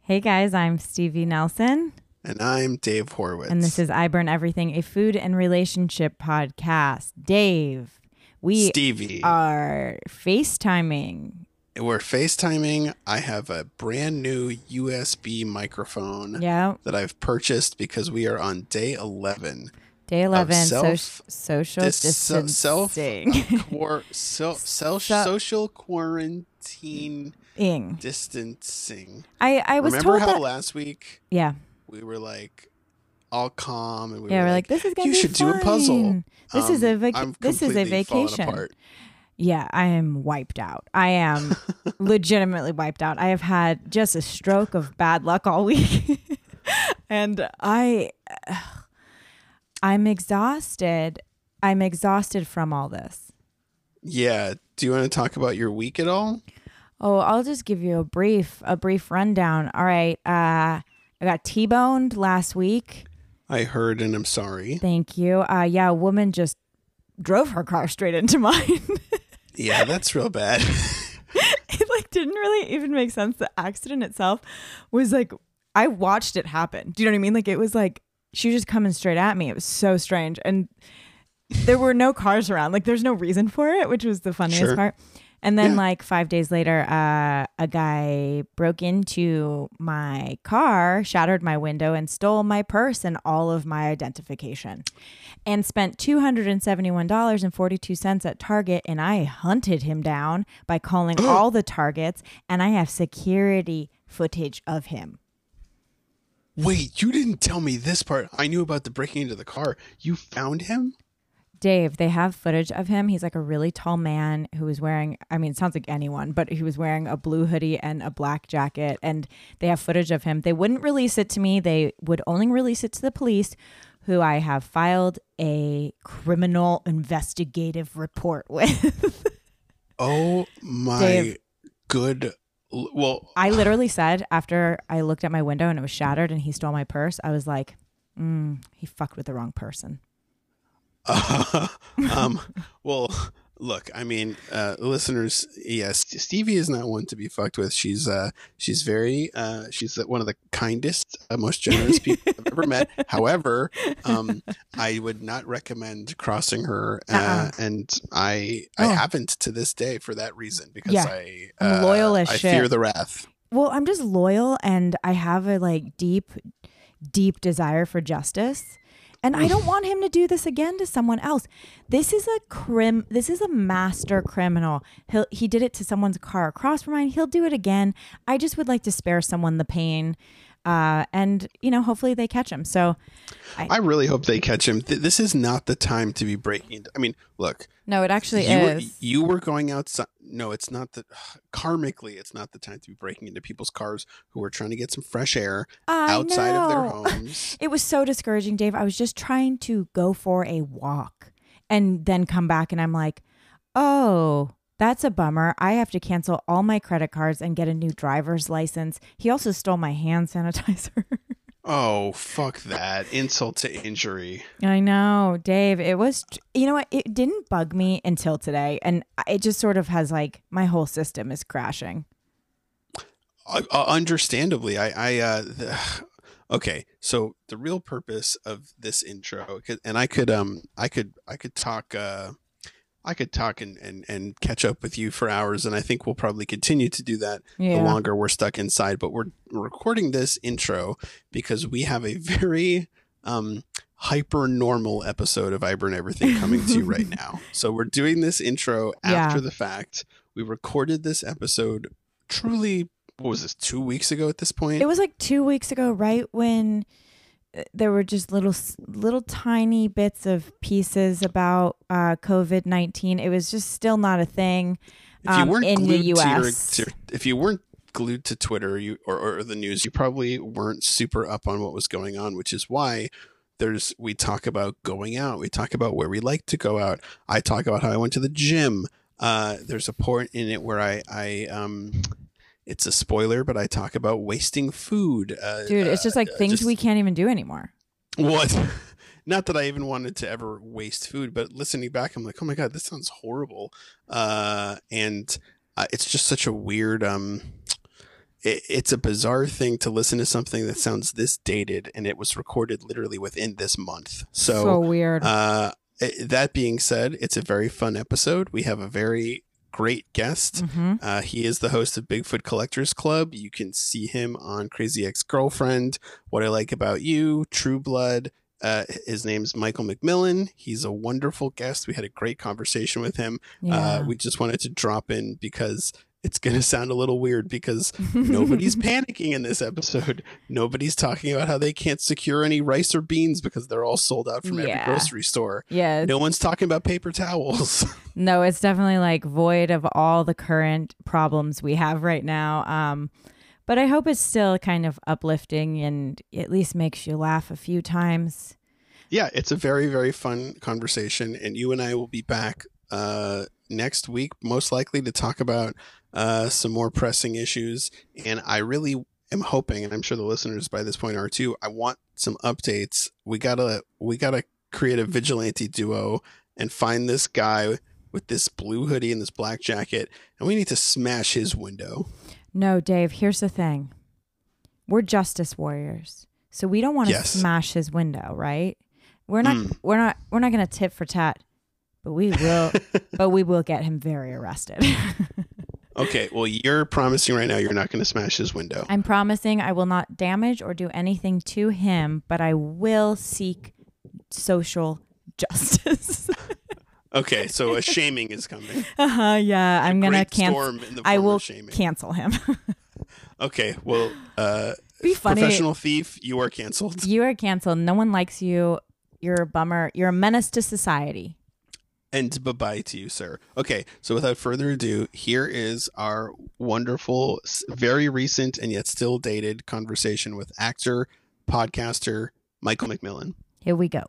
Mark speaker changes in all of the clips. Speaker 1: Hey guys, I'm Stevie Nelson,
Speaker 2: And I'm Dave Horowitz.
Speaker 1: and this is I Burn Everything, a food and relationship podcast. Dave, we
Speaker 2: Stevie.
Speaker 1: are FaceTiming.
Speaker 2: We're FaceTiming. I have a brand new USB microphone
Speaker 1: Yeah,
Speaker 2: that I've purchased because we are on day 11.
Speaker 1: day 11, so-
Speaker 2: self-
Speaker 1: social
Speaker 2: dis- so- self-
Speaker 1: distancing.
Speaker 2: Quar- so, so,
Speaker 1: So-
Speaker 2: social quarantine
Speaker 1: Ing.
Speaker 2: distancing.
Speaker 1: I, I was
Speaker 2: Remember
Speaker 1: told
Speaker 2: how
Speaker 1: that.
Speaker 2: last week
Speaker 1: yeah,
Speaker 2: we were like all calm and we
Speaker 1: yeah,
Speaker 2: were,
Speaker 1: we're like, this is going to
Speaker 2: you
Speaker 1: be
Speaker 2: should do a puzzle.
Speaker 1: fine. This is a
Speaker 2: um,
Speaker 1: vac-
Speaker 2: I'm
Speaker 1: this is a
Speaker 2: completely falling
Speaker 1: vacation.
Speaker 2: apart.
Speaker 1: Yeah, I am wiped out. I am legitimately wiped out. I have had just a stroke of bad luck all week. and I I'm exhausted. I'm exhausted from all this.
Speaker 2: Yeah. Do you want to talk about your week at all?
Speaker 1: Oh, I'll just give you a brief a brief rundown. All right. Uh I got T-boned last week.
Speaker 2: I heard and I'm sorry.
Speaker 1: Thank you. Uh yeah, a woman just drove her car straight into mine.
Speaker 2: Yeah, that's real bad.
Speaker 1: it like didn't really even make sense. The accident itself was like I watched it happen. Do you know what I mean? Like it was like she was just coming straight at me. It was so strange. And there were no cars around. Like there's no reason for it, which was the funniest
Speaker 2: Sure.
Speaker 1: part. And then
Speaker 2: Yeah.
Speaker 1: like five days later, uh, a guy broke into my car, shattered my window, and stole my purse and all of my identification. And spent two hundred and seventy-one dollars and forty-two cents at Target, and I hunted him down by calling all the targets, and I have security footage of him.
Speaker 2: Wait, you didn't tell me this part. I knew about the breaking into the car. You found him?
Speaker 1: Dave, they have footage of him. He's like a really tall man who was wearing, I mean, it sounds like anyone, but he was wearing a blue hoodie and a black jacket. And they have footage of him. They wouldn't release it to me, they would only release it to the police, who I have filed a criminal investigative report with.
Speaker 2: Oh my
Speaker 1: Dave.
Speaker 2: good. l- Well,
Speaker 1: I literally said after I looked at my window and it was shattered and he stole my purse, I was like, mm, he fucked with the wrong person.
Speaker 2: um, well, look. I mean, uh, listeners, yes, Stevie is not one to be fucked with. She's uh, she's very uh, she's one of the kindest, uh, most generous people I've ever met. However, um, I would not recommend crossing her, uh,
Speaker 1: Uh-uh.
Speaker 2: and I I
Speaker 1: Oh.
Speaker 2: haven't to this day for that reason because
Speaker 1: Yeah.
Speaker 2: I uh,
Speaker 1: I'm loyal as
Speaker 2: I
Speaker 1: shit.
Speaker 2: fear the wrath.
Speaker 1: Well, I'm just loyal and I have a like deep, deep desire for justice. And I don't want him to do this again to someone else. This is a crim this is a master criminal. He'll he did it to someone's car across from mine. He'll do it again. I just would like to spare someone the pain. Uh, and you know, hopefully they catch him. So
Speaker 2: I really hope they catch him. Th- this is not the time to be breaking. into- I mean, look,
Speaker 1: no, it actually
Speaker 2: you were,
Speaker 1: is.
Speaker 2: you were going outside. No, it's not the karmically. It's not the time to be breaking into people's cars who are trying to get some fresh air
Speaker 1: I
Speaker 2: outside of their
Speaker 1: know.
Speaker 2: homes.
Speaker 1: It was so discouraging, Dave. I was just trying to go for a walk and then come back and I'm like, "Oh, that's a bummer. I have to cancel all my credit cards and get a new driver's license." He also stole my hand sanitizer.
Speaker 2: oh, fuck that! Insult to injury.
Speaker 1: I know, Dave. It was You know what? It didn't bug me until today and it just sort of has like my whole system is crashing.
Speaker 2: Uh, uh, understandably, I, I, uh, th- okay. So the real purpose of this intro, 'cause- and I could, um, I could, I could talk, uh, I could talk and, and, and catch up with you for hours, and I think we'll probably continue to do that the
Speaker 1: Yeah.
Speaker 2: longer we're stuck inside. But we're recording this intro because we have a very um, hyper normal episode of Iber and Everything coming to you right now. So we're doing this intro
Speaker 1: Yeah.
Speaker 2: after the fact. We recorded this episode truly, what was this, two weeks ago at this point?
Speaker 1: It was like 2 weeks ago right when uh, there were just little s- little tiny bits of pieces about uh, COVID-19. It was just still not a thing.
Speaker 2: if you
Speaker 1: um,
Speaker 2: weren't
Speaker 1: in the
Speaker 2: glued to your,
Speaker 1: US.
Speaker 2: to your- if you weren't glued to Twitter you or, or the news, you probably weren't super up on what was going on, which is why there's we talk about going out, we talk about where we like to go out. I talk about how I went to the gym. Uh, there's a part in it where I I um. It's a spoiler, but I talk about wasting food. Uh,
Speaker 1: Dude, it's just like
Speaker 2: uh,
Speaker 1: things
Speaker 2: just-
Speaker 1: we can't even do anymore.
Speaker 2: what? Not that I even wanted to ever waste food, but listening back, I'm like, oh my god, this sounds horrible. Uh, and uh, it's just such a weird. Um, it, it's a bizarre thing to listen to something that sounds this dated and it was recorded literally within this month. So,
Speaker 1: so weird.
Speaker 2: uh, it- that being said, it's a very fun episode. We have a very great guest.
Speaker 1: hmm
Speaker 2: Uh, he is the host of Bigfoot Collectors Club. You can see him on Crazy Ex Girlfriend, What I Like About You, True Blood. Uh, his name's Michael McMillan. He's a wonderful guest. We had a great conversation with him.
Speaker 1: Yeah.
Speaker 2: Uh, we just wanted to drop in because it's going to sound a little weird because nobody's panicking in this episode. Nobody's talking about how they can't secure any rice or beans because they're all sold out from every
Speaker 1: Yeah.
Speaker 2: grocery store.
Speaker 1: yeah. it's-
Speaker 2: No one's talking about paper towels.
Speaker 1: No, it's definitely like void of all the current problems we have right now. Um, but I hope it's still kind of uplifting and at least makes you laugh a few times.
Speaker 2: yeah, it's a very, very fun conversation. And you and I will be back uh, next week, most likely, to talk about uh, some more pressing issues. And I really am hoping, and I'm sure the listeners by this point are too, I want some updates. We gotta we gotta create a vigilante duo and find this guy with this blue hoodie and this black jacket, and we need to smash his window.
Speaker 1: No, Dave, here's the thing we're justice warriors. So we don't want to
Speaker 2: Yes.
Speaker 1: smash his window, right? We're not,
Speaker 2: Mm.
Speaker 1: we're not, we're not going to tit for tat, but we will, but we will get him very arrested.
Speaker 2: Okay, well you're promising right now you're not gonna smash his window.
Speaker 1: I'm promising I will not damage or do anything to him, but I will seek social justice.
Speaker 2: Okay, so a shaming is coming.
Speaker 1: uh-huh, yeah, I'm going to
Speaker 2: Great
Speaker 1: cancel.
Speaker 2: storm in the
Speaker 1: I
Speaker 2: form
Speaker 1: will
Speaker 2: of shaming.
Speaker 1: cancel him.
Speaker 2: Okay, well, uh,
Speaker 1: Be funny.
Speaker 2: professional thief, you are canceled.
Speaker 1: You are canceled. No one likes you. You're a bummer. You're a menace to society.
Speaker 2: And bye bye to you, sir. Okay, so without further ado, here is our wonderful, s- very recent and yet still dated conversation with actor, podcaster Michael McMillan.
Speaker 1: Here we go.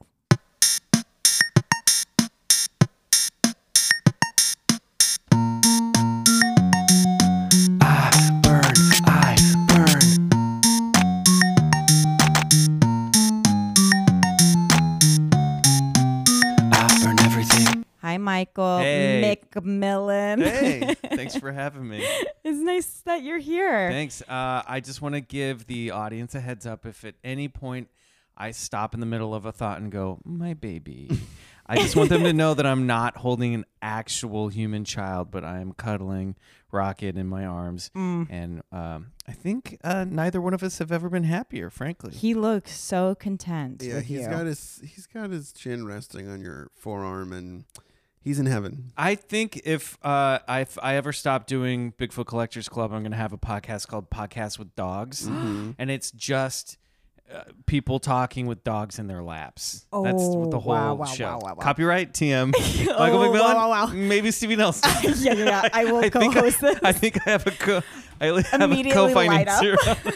Speaker 3: burn, I burn. I burn everything.
Speaker 1: Hi, Michael
Speaker 4: Hey.
Speaker 1: McMillan.
Speaker 4: Hey, thanks for having me.
Speaker 1: it's nice that you're here.
Speaker 4: Thanks. Uh, I just want to give the audience a heads up. If at any point I stop in the middle of a thought and go, my baby, I just want them to know that I'm not holding an actual human child, but I am cuddling Rocket in my arms. And um, I think uh, neither one of us have ever been happier, frankly.
Speaker 1: He looks so content. with
Speaker 2: he's
Speaker 1: you.
Speaker 2: his he's got his chin resting on your forearm, and he's in heaven.
Speaker 4: I think if uh, if I ever stop doing Bigfoot Collectors Club, I'm going to have a podcast called Podcast with Dogs, and it's just uh, people talking with dogs in their laps. That's
Speaker 1: Oh,
Speaker 4: what the whole
Speaker 1: wow, wow,
Speaker 4: show.
Speaker 1: wow, wow, wow.
Speaker 4: Copyright TM. Michael
Speaker 1: Oh, wow,
Speaker 4: McMillan.
Speaker 1: wow, wow.
Speaker 4: Maybe Stevie Nelson.
Speaker 1: yeah, yeah, yeah. I will
Speaker 4: think
Speaker 1: co-host
Speaker 4: I,
Speaker 1: this.
Speaker 4: I think I have a co. I li- have a
Speaker 1: Immediately light up.
Speaker 4: co-financier.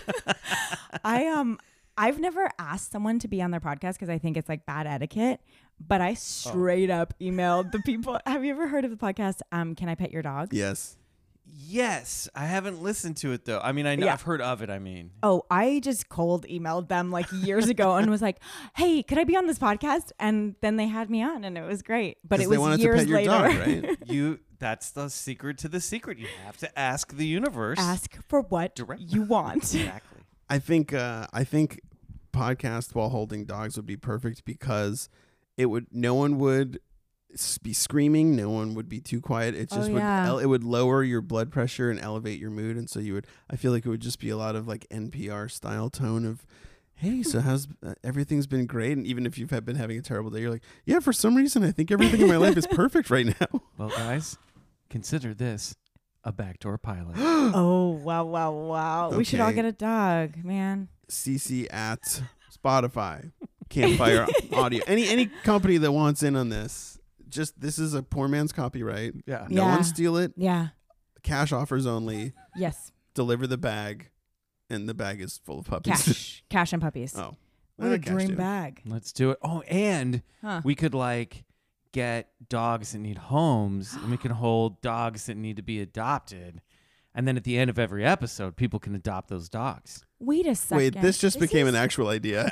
Speaker 1: I um I've never asked someone to be on their podcast because I think it's like bad etiquette. But
Speaker 2: Oh.
Speaker 1: I straight up emailed the people. Have you ever heard of the podcast? Um, can I pet your dog?
Speaker 2: Yes.
Speaker 4: yes, I haven't listened to it though. I mean, I know
Speaker 1: Yeah.
Speaker 4: I've heard of it. I mean,
Speaker 1: Oh, I just cold emailed them like years ago and was like, "Hey, could I be on this podcast?" And then they had me on, and it was great. But it was years later.
Speaker 2: right?
Speaker 4: you. That's the secret to the secret. You have to ask the universe.
Speaker 1: Ask for what
Speaker 4: Direct-
Speaker 1: you want.
Speaker 4: Exactly.
Speaker 2: I think uh, I think podcast while holding dogs would be perfect because it would no one would s- be screaming, no one would be too quiet. It
Speaker 1: Oh,
Speaker 2: just would
Speaker 1: yeah.
Speaker 2: ele- it would lower your blood pressure and elevate your mood, and so you would. I feel like it would just be a lot of like NPR style tone of. Hey, so how's uh, everything's been great? And even if you've had been having a terrible day, you're like, yeah, for some reason, I think everything in my life is perfect right now.
Speaker 4: Well, guys, consider this a backdoor pilot.
Speaker 1: oh wow, wow, wow! We should all
Speaker 2: Okay.
Speaker 1: get a dog, man.
Speaker 2: CC at Spotify, Campfire Audio, any any company that wants in on this. Just this is a poor man's copyright.
Speaker 4: yeah.
Speaker 2: No
Speaker 1: Yeah.
Speaker 2: one steal it.
Speaker 1: Yeah.
Speaker 2: Cash offers only.
Speaker 1: Yes.
Speaker 2: Deliver the bag, and the bag is full of puppies.
Speaker 1: Cash. Cash and puppies.
Speaker 2: Oh,
Speaker 1: what
Speaker 2: Uh,
Speaker 1: a
Speaker 2: cash
Speaker 1: dream
Speaker 2: deal.
Speaker 1: bag.
Speaker 4: Let's do it. Oh, and
Speaker 1: Huh.
Speaker 4: we could like get dogs that need homes and we can hold dogs that need to be adopted. And then at the end of every episode, people can adopt those dogs.
Speaker 1: Wait a second.
Speaker 2: Wait, this just became
Speaker 1: is,
Speaker 2: an actual idea.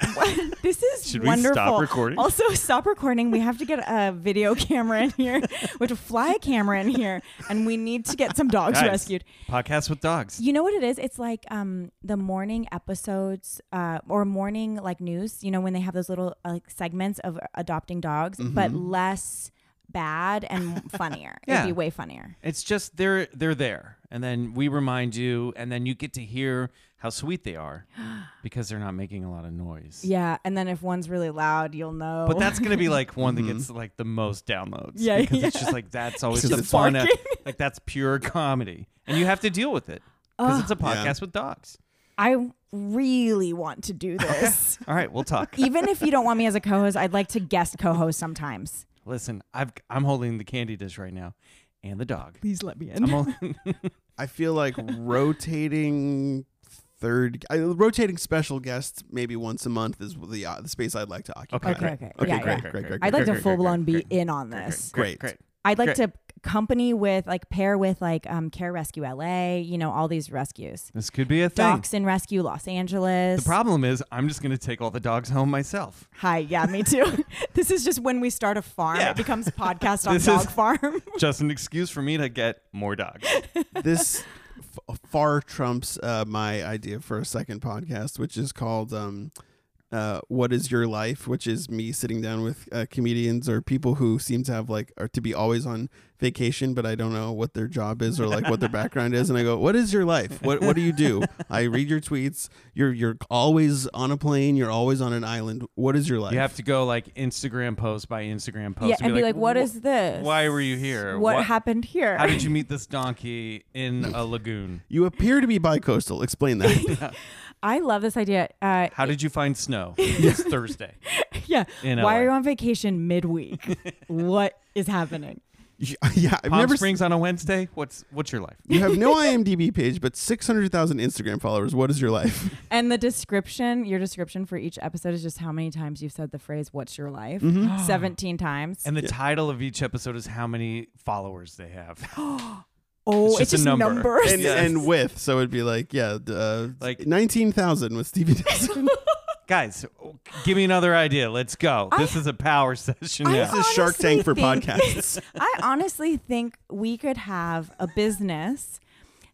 Speaker 1: This is
Speaker 5: Should we
Speaker 1: wonderful.
Speaker 5: stop recording?
Speaker 1: Also, stop recording. We have to get a video camera in here, which a fly camera in here, and we need to get some dogs
Speaker 5: Guys.
Speaker 1: rescued.
Speaker 4: Podcast with dogs.
Speaker 1: You know what it is? It's like um, the morning episodes uh, or morning like news. You know when they have those little uh, like segments of adopting dogs,
Speaker 2: Mm-hmm.
Speaker 1: but less bad and funnier.
Speaker 4: Yeah.
Speaker 1: It'd be way funnier.
Speaker 4: It's just they're they're there, and then we remind you, and then you get to hear how sweet they are because they're not making a lot of noise.
Speaker 1: Yeah, and then if one's really loud, you'll know.
Speaker 4: But that's gonna be like one that gets like the most downloads.
Speaker 1: Yeah,
Speaker 4: because it's
Speaker 1: yeah.
Speaker 4: just like that's always the
Speaker 2: it's
Speaker 4: fun.
Speaker 1: barking.
Speaker 4: Like that's pure comedy, and you have to deal with it because it's a podcast with dogs.
Speaker 1: I really want to do this.
Speaker 4: All right, we'll talk.
Speaker 1: Even if you don't want me as a co-host, I'd like to guest co-host sometimes.
Speaker 4: Listen, I've I'm holding the candy dish right now, and the dog.
Speaker 1: Please let me
Speaker 4: I'm
Speaker 1: in.
Speaker 4: holding,
Speaker 2: I feel like rotating third, I, rotating special guests maybe once a month is the uh, the space I'd like to occupy.
Speaker 1: Okay, okay.
Speaker 2: okay,
Speaker 1: Yeah,
Speaker 2: great,
Speaker 1: yeah.
Speaker 2: great, great, great,
Speaker 1: I'd like to
Speaker 4: Great, great,
Speaker 1: full blown
Speaker 4: great,
Speaker 1: be
Speaker 4: great,
Speaker 1: in on this.
Speaker 2: great.
Speaker 4: great.
Speaker 1: I'd like to
Speaker 4: great.
Speaker 1: company with like pair with like um, Care Rescue LA. You know all these rescues.
Speaker 4: This could be a thing.
Speaker 1: Dachshund Rescue Los Angeles.
Speaker 4: The problem is, I'm just gonna take all the dogs home myself.
Speaker 1: Hi, yeah, me too. this is just when we start a farm,
Speaker 4: Yeah.
Speaker 1: it becomes podcast on
Speaker 4: This
Speaker 1: dog
Speaker 4: is-
Speaker 1: farm.
Speaker 4: Just an excuse for me to get more dogs.
Speaker 2: this f- far trumps uh, my idea for a second podcast, which is called um, uh, "What Is Your Life," which is me sitting down with uh, comedians or people who seem to have like are to be always on vacation, but I don't know what their job is or like what their background is, and I go, "What is your life? What What do you do?" I read your tweets. You're you're always on a plane. You're always on an island. What is your life?
Speaker 4: You have to go like Instagram post by Instagram post.
Speaker 1: yeah, and be like, what
Speaker 4: "Wh-
Speaker 1: is this?
Speaker 4: Why were you here?
Speaker 1: What,
Speaker 4: Wha-
Speaker 1: happened here?
Speaker 4: How did you meet this donkey in a lagoon?
Speaker 2: You appear to be bicoastal. Explain that.
Speaker 1: I love this idea. Uh,
Speaker 4: How did you find snow? It's Thursday.
Speaker 1: yeah.
Speaker 4: In
Speaker 1: Why
Speaker 4: LA.
Speaker 1: are you on vacation midweek? what is happening?
Speaker 2: yeah, I've
Speaker 4: Palm
Speaker 2: never
Speaker 4: Springs on a Wednesday. What's what's your life?
Speaker 2: You have no IMDb page, but 600,000 Instagram followers. What is your life?
Speaker 1: And the description, your description for each episode is just how many times you've said the phrase "What's your life?" Seventeen times.
Speaker 4: And the title of each episode is how many followers they have.
Speaker 1: oh,
Speaker 4: it's just a number.
Speaker 1: numbers.
Speaker 2: And, and with, so it'd be like, yeah, d- uh,
Speaker 4: Like-
Speaker 2: like 19,000 with Stevie Nelson.
Speaker 4: Guys, give me another idea. Let's go. this is a power session.
Speaker 1: I
Speaker 4: now.
Speaker 2: this is Shark Tank for
Speaker 1: Honestly think-
Speaker 2: podcasts.
Speaker 1: I honestly think we could have a business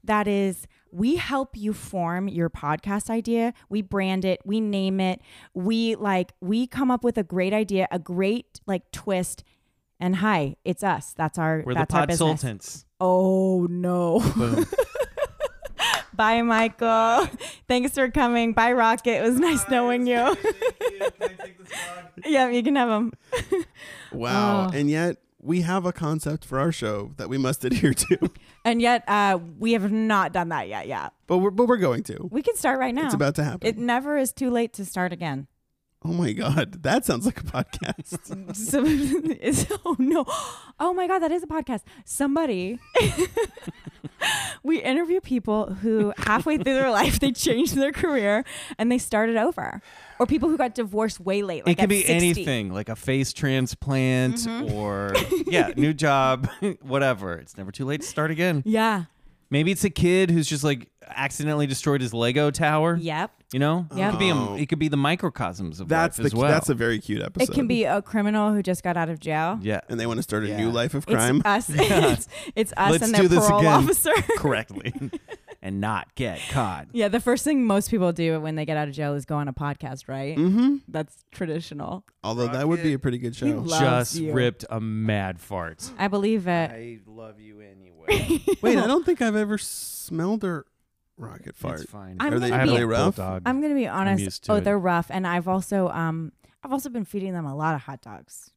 Speaker 1: that is we help you form your podcast idea. We brand it, we name it. We like we come up with a great idea, a great like twist. And hi, it's us. That's our
Speaker 4: We're the
Speaker 1: that's our
Speaker 4: Pod
Speaker 1: business.
Speaker 4: Sultans.
Speaker 1: Oh no.
Speaker 4: Boom.
Speaker 1: Bye Michael. Thanks for coming. Bye Rocket. It was nice knowing you. yeah, you can have them.
Speaker 2: Wow.
Speaker 1: Oh.
Speaker 2: And yet we have a concept for our show that we must adhere to,
Speaker 1: And yet uh, we have not done that yet. Yeah.
Speaker 2: but we're, but we're going to.
Speaker 1: We can start right now.
Speaker 2: It's about to happen.
Speaker 1: It never is too late to start again.
Speaker 2: oh my God. That sounds like a podcast.
Speaker 1: So, is- oh no! Oh my God, that is a podcast. Somebody, we interview people who halfway through their life they changed their career and they started over, or people who got divorced way late. Like
Speaker 4: it could
Speaker 1: at Mm-hmm.
Speaker 4: be
Speaker 1: 60.
Speaker 4: anything, like a face transplant or yeah, new job, whatever. It's never too late to start again.
Speaker 1: Yeah.
Speaker 4: Maybe it's a kid who's just like accidentally destroyed his Lego tower.
Speaker 1: Yep.
Speaker 4: You know,
Speaker 1: Yeah.
Speaker 4: it could be a,
Speaker 2: Oh.
Speaker 4: it could be the microcosms of
Speaker 2: That's
Speaker 4: life
Speaker 2: the,
Speaker 4: as well.
Speaker 2: that's a very cute episode.
Speaker 1: It can be a criminal who just got out of jail.
Speaker 4: yeah,
Speaker 2: And they want to start a
Speaker 4: Yeah.
Speaker 2: new life of crime.
Speaker 1: It's us. it's, it's us
Speaker 4: Let's
Speaker 1: and
Speaker 4: do
Speaker 1: their
Speaker 4: this
Speaker 1: parole
Speaker 4: again.
Speaker 1: officer.
Speaker 4: correctly, and not get caught.
Speaker 1: Yeah, the first thing most people do when they get out of jail is go on a podcast, right?
Speaker 2: hmm
Speaker 1: That's traditional.
Speaker 2: Although that would be a pretty good show.
Speaker 1: Loves
Speaker 4: Just
Speaker 1: you.
Speaker 4: ripped a mad fart.
Speaker 1: I believe it.
Speaker 4: I love you anyway.
Speaker 2: Wait, I don't think I've ever smelled a rocket fart.
Speaker 4: It's fine.
Speaker 1: I'm
Speaker 2: Are they
Speaker 1: gonna
Speaker 4: I have
Speaker 1: be-
Speaker 2: really
Speaker 4: a
Speaker 2: rough?
Speaker 4: bulldog.
Speaker 1: I'm gonna be honest.
Speaker 4: used to
Speaker 1: Oh,
Speaker 4: it.
Speaker 1: they're rough, and I've also um I've also been feeding them a lot of hot dogs.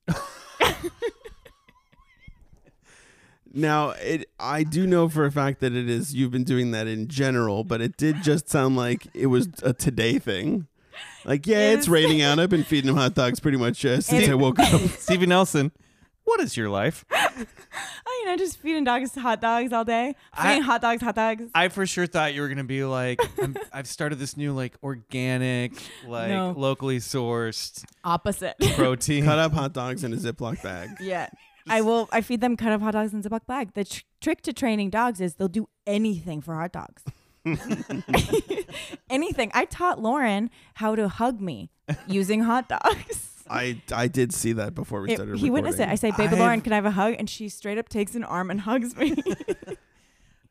Speaker 2: Now, it I do know for a fact that it is you've been doing that in general, but it did just sound like it was a today thing. Like, yeah, it's
Speaker 1: Is-
Speaker 2: raining out. I've been feeding them hot dogs pretty much uh, since
Speaker 4: It-
Speaker 2: I woke up.
Speaker 4: Stevie Nelson. What is your life?
Speaker 1: I mean, I Oh, just feeding dogs hot dogs all day.
Speaker 4: I-
Speaker 1: Feeding hot dogs, hot dogs.
Speaker 4: I for sure thought you were gonna be like, I'm, I've started this new like organic, like
Speaker 1: No.
Speaker 4: locally sourced
Speaker 1: Opposite.
Speaker 4: protein.
Speaker 2: Cut up hot dogs in a Ziploc bag.
Speaker 1: yeah. I will. I feed them cut up hot dogs in Ziploc bag. The tr- trick to training dogs is they'll do anything for hot dogs. Anything. I taught Lauren how to hug me using hot dogs.
Speaker 2: I I did see that before we
Speaker 1: It-
Speaker 2: started.
Speaker 1: he witnessed it. I
Speaker 2: recording.
Speaker 1: say, "Baby
Speaker 4: I've-
Speaker 1: Lauren, can I have a hug?" And she straight up takes an arm and hugs me.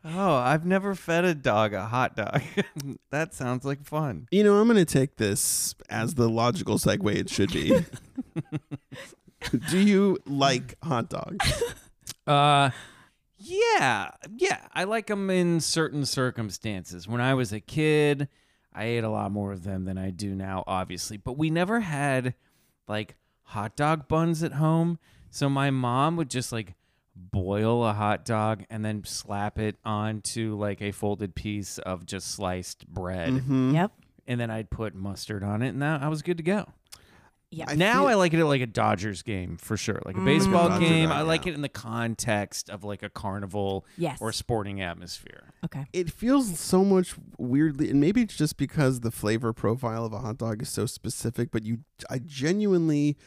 Speaker 4: Oh, I've never fed a dog a hot dog. that sounds like fun.
Speaker 2: You know, I'm going to take this as the logical segue it should be. Do you like hot dogs?
Speaker 4: Uh, yeah, yeah. I like them in certain circumstances. When I was a kid, I ate a lot more of them than I do now, obviously. But we never had like hot dog buns at home, so my mom would just like boil a hot dog and then slap it onto like a folded piece of just sliced bread,
Speaker 2: Hmm.
Speaker 1: yep.
Speaker 4: and then I'd put mustard on it, and that I was good to go.
Speaker 1: Yeah.
Speaker 4: now
Speaker 2: feel-
Speaker 4: I Mm-hmm. like it at like a Dodgers game for sure, like
Speaker 2: Like
Speaker 4: a
Speaker 2: a
Speaker 4: baseball
Speaker 2: Dodger
Speaker 4: game.
Speaker 2: dog,
Speaker 4: I like
Speaker 2: yeah.
Speaker 4: it in the context of like a carnival
Speaker 1: Yes.
Speaker 4: or sporting atmosphere.
Speaker 1: okay.
Speaker 2: It feels so much weirdly, and maybe it's just because the flavor profile of a hot dog is so specific. But you, I genuinely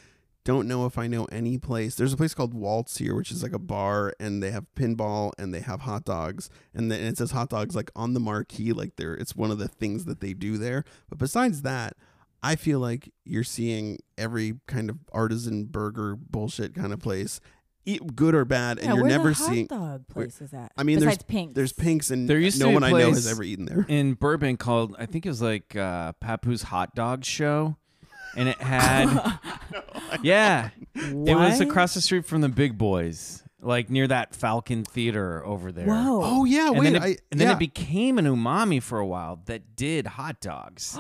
Speaker 2: don't know if I know any place. There's a place called Waltz here, which is like a bar, and they have pinball and they have hot dogs, and then it says hot dogs like on the marquee, like they're it's one of the things that they do there. But besides that. I feel like you're seeing every kind of artisan burger bullshit kind of place, e- good or bad, and
Speaker 1: yeah,
Speaker 2: you're
Speaker 1: where's
Speaker 2: never
Speaker 1: the hot
Speaker 2: seeing.
Speaker 1: dog place is that?
Speaker 2: I mean,
Speaker 1: besides
Speaker 2: there's
Speaker 1: Pink's.
Speaker 2: There's pinks, and
Speaker 4: There used to
Speaker 2: no
Speaker 4: be a
Speaker 2: one I know has
Speaker 4: place-
Speaker 2: ever eaten there.
Speaker 4: in Burbank called I think it was like uh, Papu's Hot Dog Show, and it had yeah, it was
Speaker 1: What?
Speaker 4: across the street from the Big Boys, like near that Falcon Theater over there.
Speaker 1: Whoa.
Speaker 2: Oh yeah,
Speaker 4: And
Speaker 2: wait,
Speaker 4: then, it,
Speaker 2: I,
Speaker 4: and then
Speaker 2: yeah.
Speaker 4: it became an umami for a while that did hot dogs,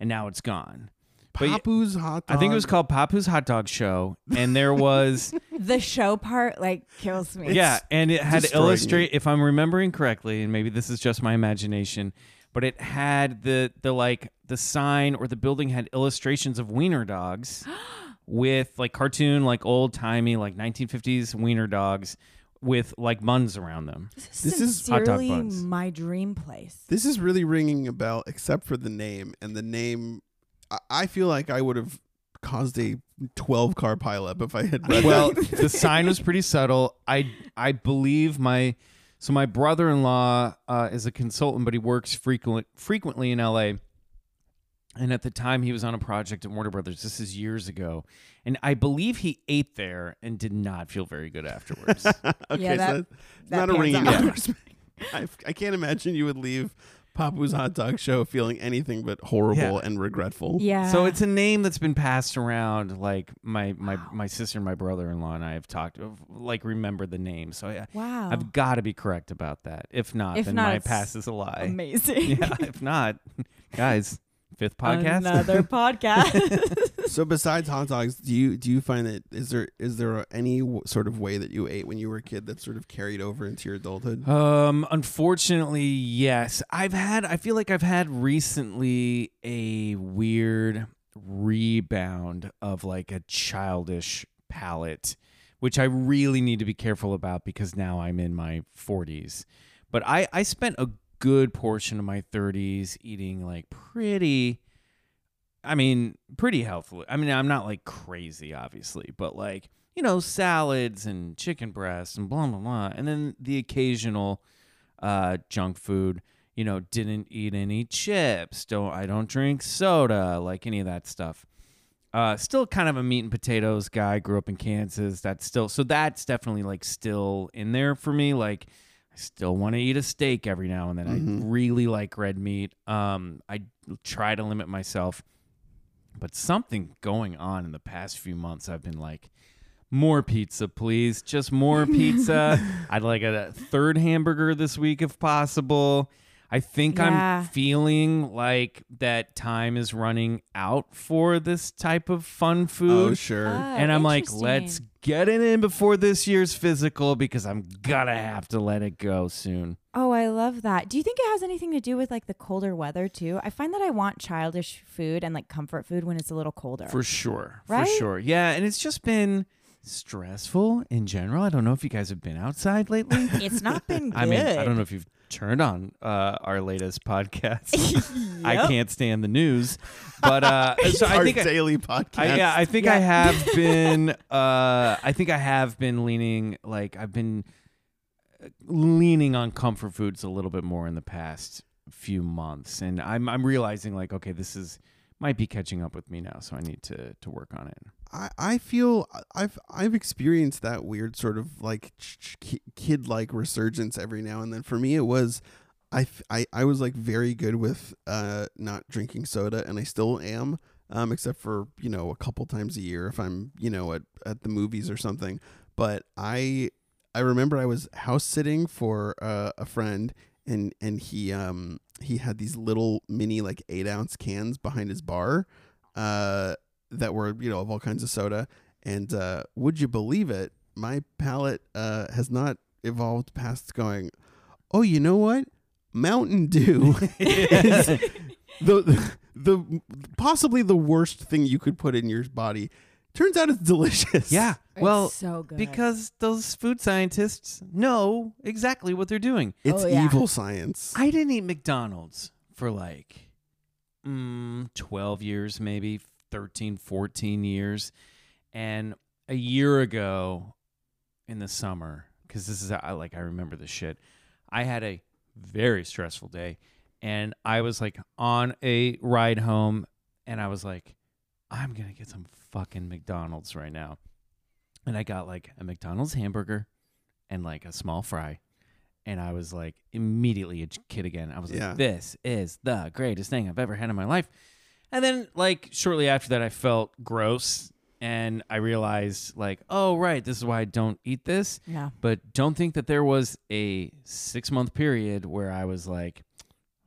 Speaker 4: and now it's gone. but y-
Speaker 2: Papu's hot dog.
Speaker 4: I think it was called Papu's Hot Dog Show, and there was
Speaker 1: the show part like kills me.
Speaker 4: yeah, and it had to
Speaker 2: destroying
Speaker 4: illustrate. If I'm remembering correctly, and maybe this is just my imagination, but it had the the like the sign or the building had illustrations of wiener dogs with like cartoon, like old timey, like 1950s wiener dogs with like muns around them.
Speaker 1: This is
Speaker 4: hot dog
Speaker 1: sincerely
Speaker 4: buns.
Speaker 1: my dream place.
Speaker 2: This is really ringing a bell, except for the name. And the name, I, I feel like I would have caused a twelve car pileup if I had read.
Speaker 4: Well,
Speaker 2: that.
Speaker 4: the sign was pretty subtle. I I believe my so my brother in law uh, is a consultant, but he works frequent frequently in L.A. And at the time, he was on a project at Warner Brothers. This is years ago, and I believe he ate there and did not feel very good afterwards.
Speaker 2: okay,
Speaker 1: Yeah, that-
Speaker 2: so it's
Speaker 1: that
Speaker 2: not a
Speaker 1: pans
Speaker 2: ringing
Speaker 1: out.
Speaker 2: bell. I, I can't imagine you would leave Papu's hot dog show feeling anything but horrible
Speaker 4: Yeah.
Speaker 2: and regretful.
Speaker 1: Yeah.
Speaker 4: so it's a name that's been passed around. Like my my my sister and my brother in law and I have talked, like remember the name. So I,
Speaker 1: wow.
Speaker 4: I've got to be correct about that. If not,
Speaker 1: Oh. If
Speaker 4: then
Speaker 1: not,
Speaker 4: my
Speaker 1: it's
Speaker 4: pass is a lie.
Speaker 1: Amazing.
Speaker 4: yeah, if not, guys, fifth podcast.
Speaker 1: Another podcast.
Speaker 2: So besides hot dogs, do you do you find that is there is there any w- sort of way that you ate when you were a kid that sort of carried over into your adulthood?
Speaker 4: Um, unfortunately, yes. I've had. I feel like I've had recently a weird rebound of like a childish palate, which I really need to be careful about because now I'm in my 40s. But I I spent a good portion of my 30s eating like pretty. I mean, pretty healthily. I mean, I'm not like crazy, obviously, but like, you know, salads and chicken breasts and blah, blah, blah. And then the occasional uh, junk food, you know, didn't eat any chips. Don't, I don't drink soda, like any of that stuff. Uh, still kind of a meat and potatoes guy. Grew up in Kansas. That's still, so that's definitely like still in there for me. Like, I still want to eat a steak every now and then. I really like red meat. Um, I try to limit myself but something going on in the past few months i've been like more pizza please just more pizza i'd like a, third hamburger this week if possible i think
Speaker 1: Yeah.
Speaker 4: i'm feeling like that time is running out for this type of fun
Speaker 2: Oh
Speaker 4: food
Speaker 2: sure.
Speaker 1: Uh, Ah,
Speaker 4: and i'm like let's get it in before this year's physical because i'm gonna have to let it go soon
Speaker 1: Oh, I love that. Do you think it has anything to do with like the colder weather too? I find that I want childish food and like comfort food when it's a little colder.
Speaker 4: For sure.
Speaker 1: Right?
Speaker 4: For sure. Yeah. And it's just been stressful in general. I don't know if you guys have been outside lately.
Speaker 1: it's not been good.
Speaker 4: I mean, I don't know if you've turned on uh, our latest podcast. I can't stand the news. But uh, so I
Speaker 2: our
Speaker 4: think. I,
Speaker 2: daily podcast.
Speaker 4: I, yeah, I think I have been. Uh, I think I have been leaning uh, like I've been leaning on comfort foods a little bit more in the past few months, and I'm I'm realizing like, okay, this is might be catching up with me now, so I need to to work on it.
Speaker 2: I, I feel I've I've experienced that weird sort of like kid like resurgence every now and then. For me, it was I, f- I I was like very good with uh not drinking soda, and I still am. Um, except for you know a couple times a year if I'm you know at at the movies or something. But I I remember I was house sitting for uh, a friend, and and he um he had these little mini like eight ounce cans behind his bar. Uh that were you know of all kinds of soda and uh, would you believe it my palate uh, has not evolved past going oh you know what mountain dew is the, the possibly the worst thing you could put in your body turns out it's delicious
Speaker 4: Yeah. Well,
Speaker 1: it's so good
Speaker 4: because those food scientists know exactly what they're doing.
Speaker 2: it's
Speaker 1: Oh, yeah.
Speaker 2: evil science
Speaker 4: I didn't eat McDonald's for like mm, 12 years, maybe 13, 14 years. And a year ago in the summer, because this is, I like, I remember this shit. I had a very stressful day and I was like on a ride home and I was like, I'm going to get some fucking McDonald's right now. And I got like a McDonald's hamburger and like a small fry. And I was like immediately a ch- kid again. I was
Speaker 2: Yeah.
Speaker 4: like, this is the greatest thing I've ever had in my life. And then like shortly after that, I felt gross. And I realized like, oh, right, this is why I don't eat this
Speaker 1: yeah
Speaker 4: but don't think that there was a six month period where I was like,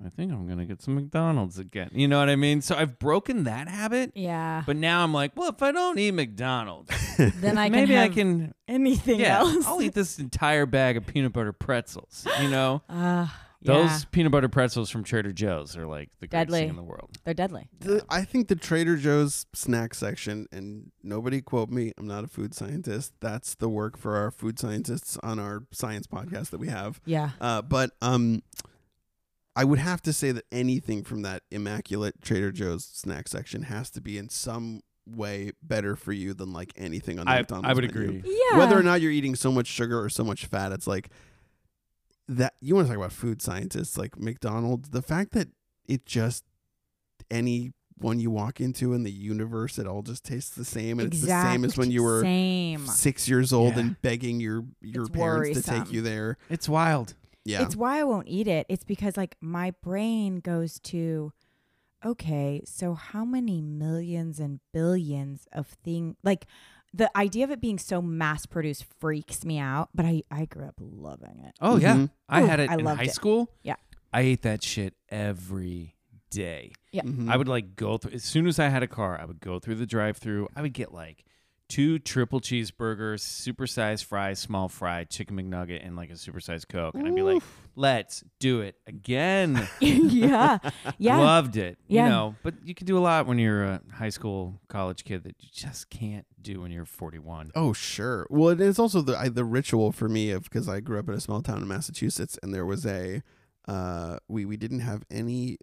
Speaker 4: I think I'm gonna get some McDonald's again. You know what I mean? So I've broken that habit,
Speaker 1: yeah
Speaker 4: but now I'm like, well, if I don't eat McDonald's,
Speaker 1: then I can
Speaker 4: maybe I
Speaker 1: have
Speaker 4: can,
Speaker 1: anything
Speaker 4: yeah,
Speaker 1: else
Speaker 4: I'll eat this entire bag of peanut butter pretzels. You know,
Speaker 1: uh, yeah.
Speaker 4: those peanut butter pretzels from Trader Joe's are like the greatest
Speaker 1: Deadly.
Speaker 4: thing in the world.
Speaker 1: they're deadly
Speaker 2: The- I think the Trader Joe's snack section, and nobody quote me, I'm not a food scientist. That's the work for our food scientists on our science podcast that we have.
Speaker 1: yeah
Speaker 2: Uh, but um, I would have to say that anything from that immaculate Trader Joe's snack section has to be in some way better for you than like anything on the
Speaker 4: I,
Speaker 2: McDonald's
Speaker 4: I would
Speaker 2: menu.
Speaker 4: agree.
Speaker 1: yeah
Speaker 2: Whether or not you're eating so much sugar or so much fat, it's like that. You want to talk about food scientists, like McDonald's. The fact that it just any one you walk into in the universe, it all just tastes the same, and it's the same as when you were
Speaker 1: same
Speaker 2: six years old
Speaker 4: Yeah.
Speaker 2: and begging your your
Speaker 1: It's
Speaker 2: parents to take
Speaker 1: worrisome.
Speaker 2: you there.
Speaker 4: It's wild.
Speaker 2: Yeah,
Speaker 1: It's why I won't eat it. It's because like my brain goes to okay, so how many millions and billions of things like the idea of it being so mass produced freaks me out, but I I grew up loving it.
Speaker 4: Oh yeah,
Speaker 2: Mhm.
Speaker 4: I
Speaker 1: Ooh,
Speaker 4: had it
Speaker 1: I
Speaker 4: in
Speaker 1: loved
Speaker 4: high
Speaker 1: it.
Speaker 4: school.
Speaker 1: Yeah.
Speaker 4: I ate that shit every day.
Speaker 2: Mhm.
Speaker 1: Hmm.
Speaker 4: I would like go through as soon as I had a car, I would go through the drive through. I would get like two triple cheeseburgers, supersized fries, small fry, chicken McNugget, and like a supersized Coke. And I'd be like, let's do it again.
Speaker 1: yeah. Yeah.
Speaker 4: Loved it.
Speaker 1: Yeah.
Speaker 4: You know, but you can do a lot when you're a high school, college kid that you just can't do when you're 41.
Speaker 2: Oh sure. Well, and it's also the I, the ritual for me of because I grew up in a small town in Massachusetts, and there was a uh, we we didn't have any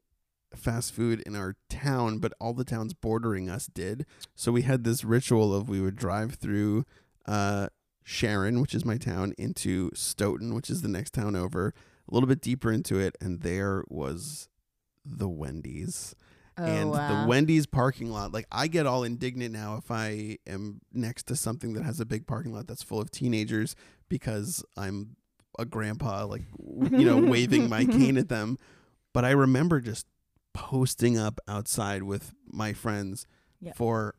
Speaker 2: fast food in our town, but all the towns bordering us did. So we had this ritual of we would drive through uh, Sharon, which is my town, into Stoughton, which is the next town over, a little bit deeper into it, and there was the Wendy's
Speaker 1: Oh,
Speaker 2: and
Speaker 1: wow.
Speaker 2: the Wendy's parking lot. Like I get all indignant now if I am next to something that has a big parking lot that's full of teenagers because I'm a grandpa, like w- you know, waving my cane at them. But I remember just posting up outside with my friends
Speaker 1: Yeah.
Speaker 2: for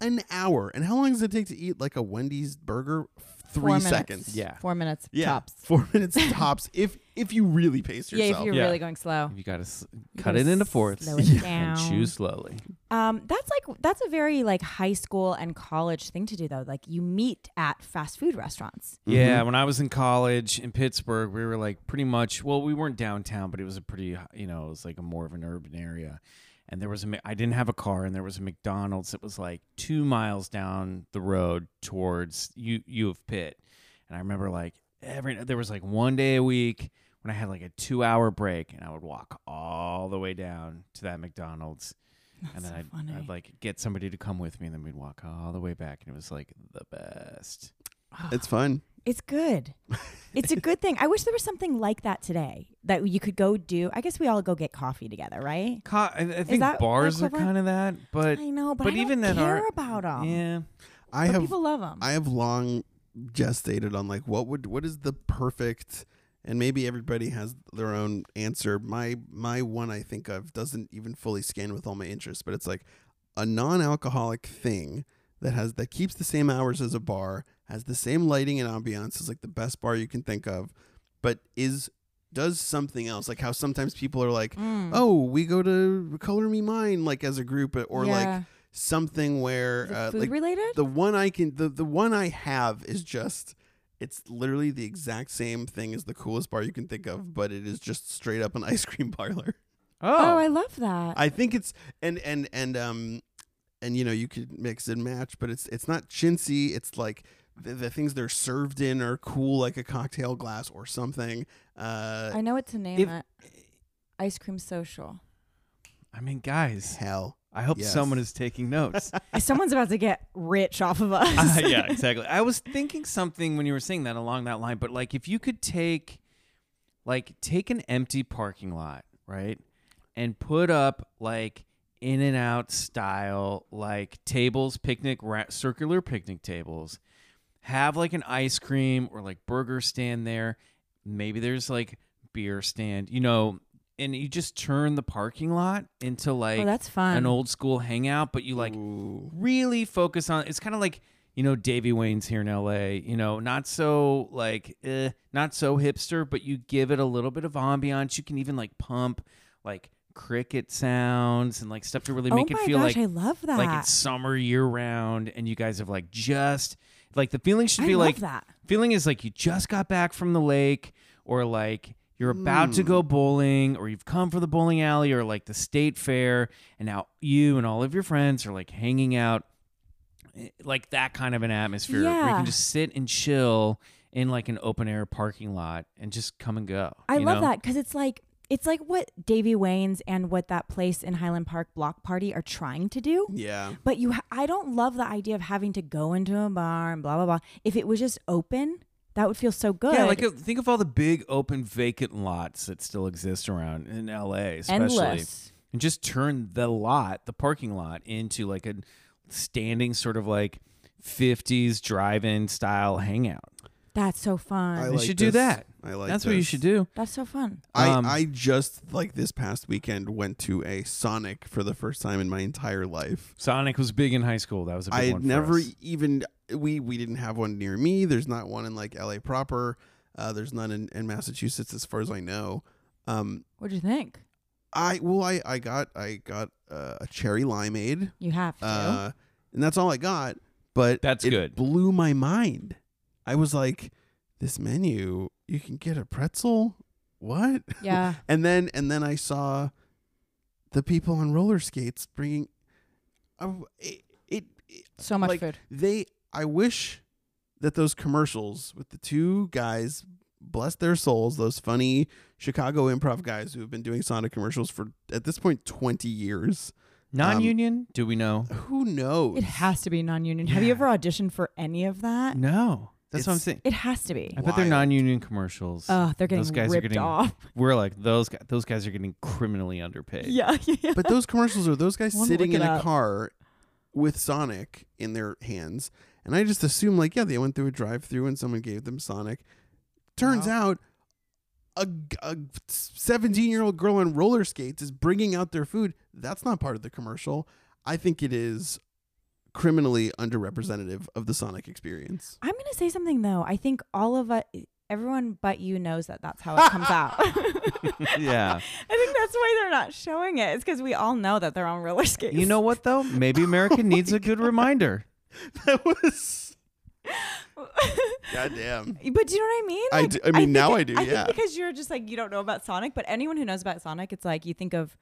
Speaker 2: an hour. And how long does it take to eat like a Wendy's burger? Three
Speaker 1: Four
Speaker 2: seconds.
Speaker 1: minutes.
Speaker 4: Yeah.
Speaker 1: Four minutes
Speaker 2: Yeah,
Speaker 1: tops.
Speaker 2: four minutes tops. If if you really pace
Speaker 1: Yeah,
Speaker 2: yourself,
Speaker 1: if you're
Speaker 4: Yeah.
Speaker 1: really going slow.
Speaker 4: You got to
Speaker 1: You
Speaker 4: cut
Speaker 1: gotta
Speaker 4: it into fourths
Speaker 1: slow it down.
Speaker 4: and chew slowly.
Speaker 1: Um, that's like that's a very like high school and college thing to do though. Like you meet at fast food restaurants.
Speaker 4: Yeah, when I was in college in Pittsburgh, we were like pretty much well, we weren't downtown, but it was a pretty you know, it was like a more of an urban area. And there was a Ma- I didn't have a car, and there was a McDonald's that was like two miles down the road towards U U of Pitt. And I remember like every there was like one day a week when I had like a two hour break, and I would walk all the way down to that McDonald's. and then
Speaker 1: so
Speaker 4: I'd,
Speaker 1: funny.
Speaker 4: I'd like get somebody to come with me, and then we'd walk all the way back, and it was like the best.
Speaker 2: it's fun.
Speaker 1: Ah, It's good. It's a good thing. I wish there was something like that today that you could go do. I guess we all go get coffee together, right?
Speaker 4: Co- I, I think
Speaker 1: that
Speaker 4: bars are
Speaker 1: equivalent?
Speaker 4: kind of that, but
Speaker 1: I know, but,
Speaker 4: but
Speaker 1: I don't
Speaker 4: even
Speaker 1: care
Speaker 4: at our-
Speaker 1: about them.
Speaker 4: yeah,
Speaker 2: I
Speaker 1: But
Speaker 2: have
Speaker 1: people love them.
Speaker 2: I have long gestated on like what would what is the perfect and maybe everybody has their own answer. My my one I think of doesn't even fully scan with all my interests, but it's like a non-alcoholic thing that has that keeps the same hours as a bar, has the same lighting and ambiance as like the best bar you can think of, but is does something else like how sometimes people are like,
Speaker 1: Mm. Mm-hmm.
Speaker 2: "Oh, we go to Color Me Mine" like as a group or like something where uh,
Speaker 1: food
Speaker 2: like
Speaker 1: related.
Speaker 2: the one I can the, the one I have is just it's literally the exact same thing as the coolest bar you can think of, but it is just straight up an ice cream parlor.
Speaker 1: oh,
Speaker 4: oh,
Speaker 1: I love that.
Speaker 2: I think it's and and and um and you know you could mix and match, but it's it's not chintzy. It's like the, the things they're served in are cool, like a cocktail glass or something. Uh,
Speaker 1: I know what to name
Speaker 4: if-
Speaker 1: it. Ice cream social.
Speaker 4: I mean, guys,
Speaker 2: hell,
Speaker 4: I hope
Speaker 2: Yes.
Speaker 4: someone is taking notes.
Speaker 1: Someone's about to get rich off of us.
Speaker 4: Uh, yeah, exactly. I was thinking something when you were saying that along that line, but like if you could take, like, take an empty parking lot, right, and put up like in and out style, like tables, picnic, ra- circular picnic tables, have like an ice cream or like burger stand there. Maybe there's like beer stand, you know, and you just turn the parking lot into like
Speaker 1: oh, that's fun.
Speaker 4: an old school hangout, but you like really focus on it's kind of like you know Davy Wayne's here in LA, you know, not so like eh, not so hipster, but you give it a little bit of ambiance. You can even like pump like cricket sounds and like stuff to really
Speaker 1: oh
Speaker 4: make
Speaker 1: my
Speaker 4: it feel
Speaker 1: gosh,
Speaker 4: like
Speaker 1: I love that.
Speaker 4: like it's summer year round and you guys have like just like the feeling should
Speaker 1: I
Speaker 4: be
Speaker 1: love
Speaker 4: like
Speaker 1: that.
Speaker 4: feeling is like you just got back from the lake or like you're about to
Speaker 1: Hmm.
Speaker 4: go bowling or you've come from the bowling alley or like the state fair and now you and all of your friends are like hanging out eh, like that kind of an atmosphere where you
Speaker 1: Yeah.
Speaker 4: can just sit and chill in like an open air parking lot and just come and go.
Speaker 1: I
Speaker 4: you
Speaker 1: love
Speaker 4: know?
Speaker 1: that because it's like it's like what Davy Wayne's and what that place in Highland Park Block Party are trying to do.
Speaker 4: Mm.
Speaker 2: yeah.
Speaker 1: But you, ha- I don't love the idea of having to go into a bar and blah blah blah. If it was just open, that would feel so good.
Speaker 4: Yeah, like uh, think of all the big open vacant lots that still exist around in LA, especially.
Speaker 1: endless.
Speaker 4: and just turn the lot, the parking lot, into like a standing sort of like 50s drive-in style hangout.
Speaker 1: That's so fun.
Speaker 2: I
Speaker 4: You
Speaker 2: like
Speaker 4: should do
Speaker 2: this.
Speaker 4: that.
Speaker 2: I like
Speaker 4: That's what you
Speaker 2: this.
Speaker 4: should do.
Speaker 1: That's so fun.
Speaker 2: I,
Speaker 4: Um,
Speaker 2: I just like this past weekend went to a Sonic for the first time in my entire life.
Speaker 4: Sonic was big in high school. That was a big
Speaker 2: I
Speaker 4: one
Speaker 2: had
Speaker 4: for
Speaker 2: never e-, um,
Speaker 4: us.
Speaker 2: even we we didn't have one near me. There's not one in like LA proper. Uh, there's none in, in Massachusetts as far as I know. Um,
Speaker 1: What'd you think?
Speaker 2: I well I I got I got uh, a cherry limeade,
Speaker 1: You have to.
Speaker 2: uh, and that's all I got. But
Speaker 4: That's
Speaker 2: it
Speaker 4: good.
Speaker 2: Blew my mind. I was like, this menu you can get a pretzel. What?
Speaker 1: yeah.
Speaker 2: And then and then I saw the people on roller skates bringing I it, it, it-
Speaker 1: So much
Speaker 2: like,
Speaker 1: food.
Speaker 2: They I wish that those commercials with the two guys bless their souls those funny Chicago improv guys who have been doing Sonic commercials for at this point 20 years.
Speaker 4: Non-union? do we know?
Speaker 2: Who knows?
Speaker 1: It has to be non-union. Have you
Speaker 4: Yeah. Mm.
Speaker 1: ever auditioned for any of that?
Speaker 4: No. That's what I'm
Speaker 2: It's-
Speaker 4: saying.
Speaker 1: It has to be.
Speaker 4: I bet they're
Speaker 2: wild.
Speaker 4: non-union commercials.
Speaker 1: Oh, they're getting
Speaker 4: Those guys are
Speaker 1: ripped
Speaker 4: getting-
Speaker 1: off.
Speaker 4: We're like those guys. Those guys are getting criminally underpaid.
Speaker 1: Yeah, yeah.
Speaker 2: But those commercials are those guys
Speaker 1: Wanna
Speaker 2: sitting
Speaker 1: look
Speaker 2: in
Speaker 1: it
Speaker 2: a
Speaker 1: up.
Speaker 2: car with Sonic in their hands. And I just assume, like, yeah, they went through a drive through and someone gave them Sonic. Turns out a 17 year old girl on roller skates is bringing out their food. That's not part of the commercial. I think it is criminally underrepresentative of the Sonic experience.
Speaker 1: I'm gonna say something though. I think all of us, everyone but you, knows that that's how it comes out.
Speaker 4: Yeah.
Speaker 1: I think that's why they're not showing it. It's because we all know that they're on roller skates.
Speaker 4: You know what though? Maybe America needs a good reminder.
Speaker 2: That was.
Speaker 1: but
Speaker 2: Goddamn.
Speaker 1: do you know what I mean?
Speaker 2: I do- I mean,
Speaker 1: think-
Speaker 2: now I do,
Speaker 1: I think
Speaker 2: yeah.
Speaker 1: because you're just like you don't know about Sonic, but anyone who knows about Sonic, it's like you think of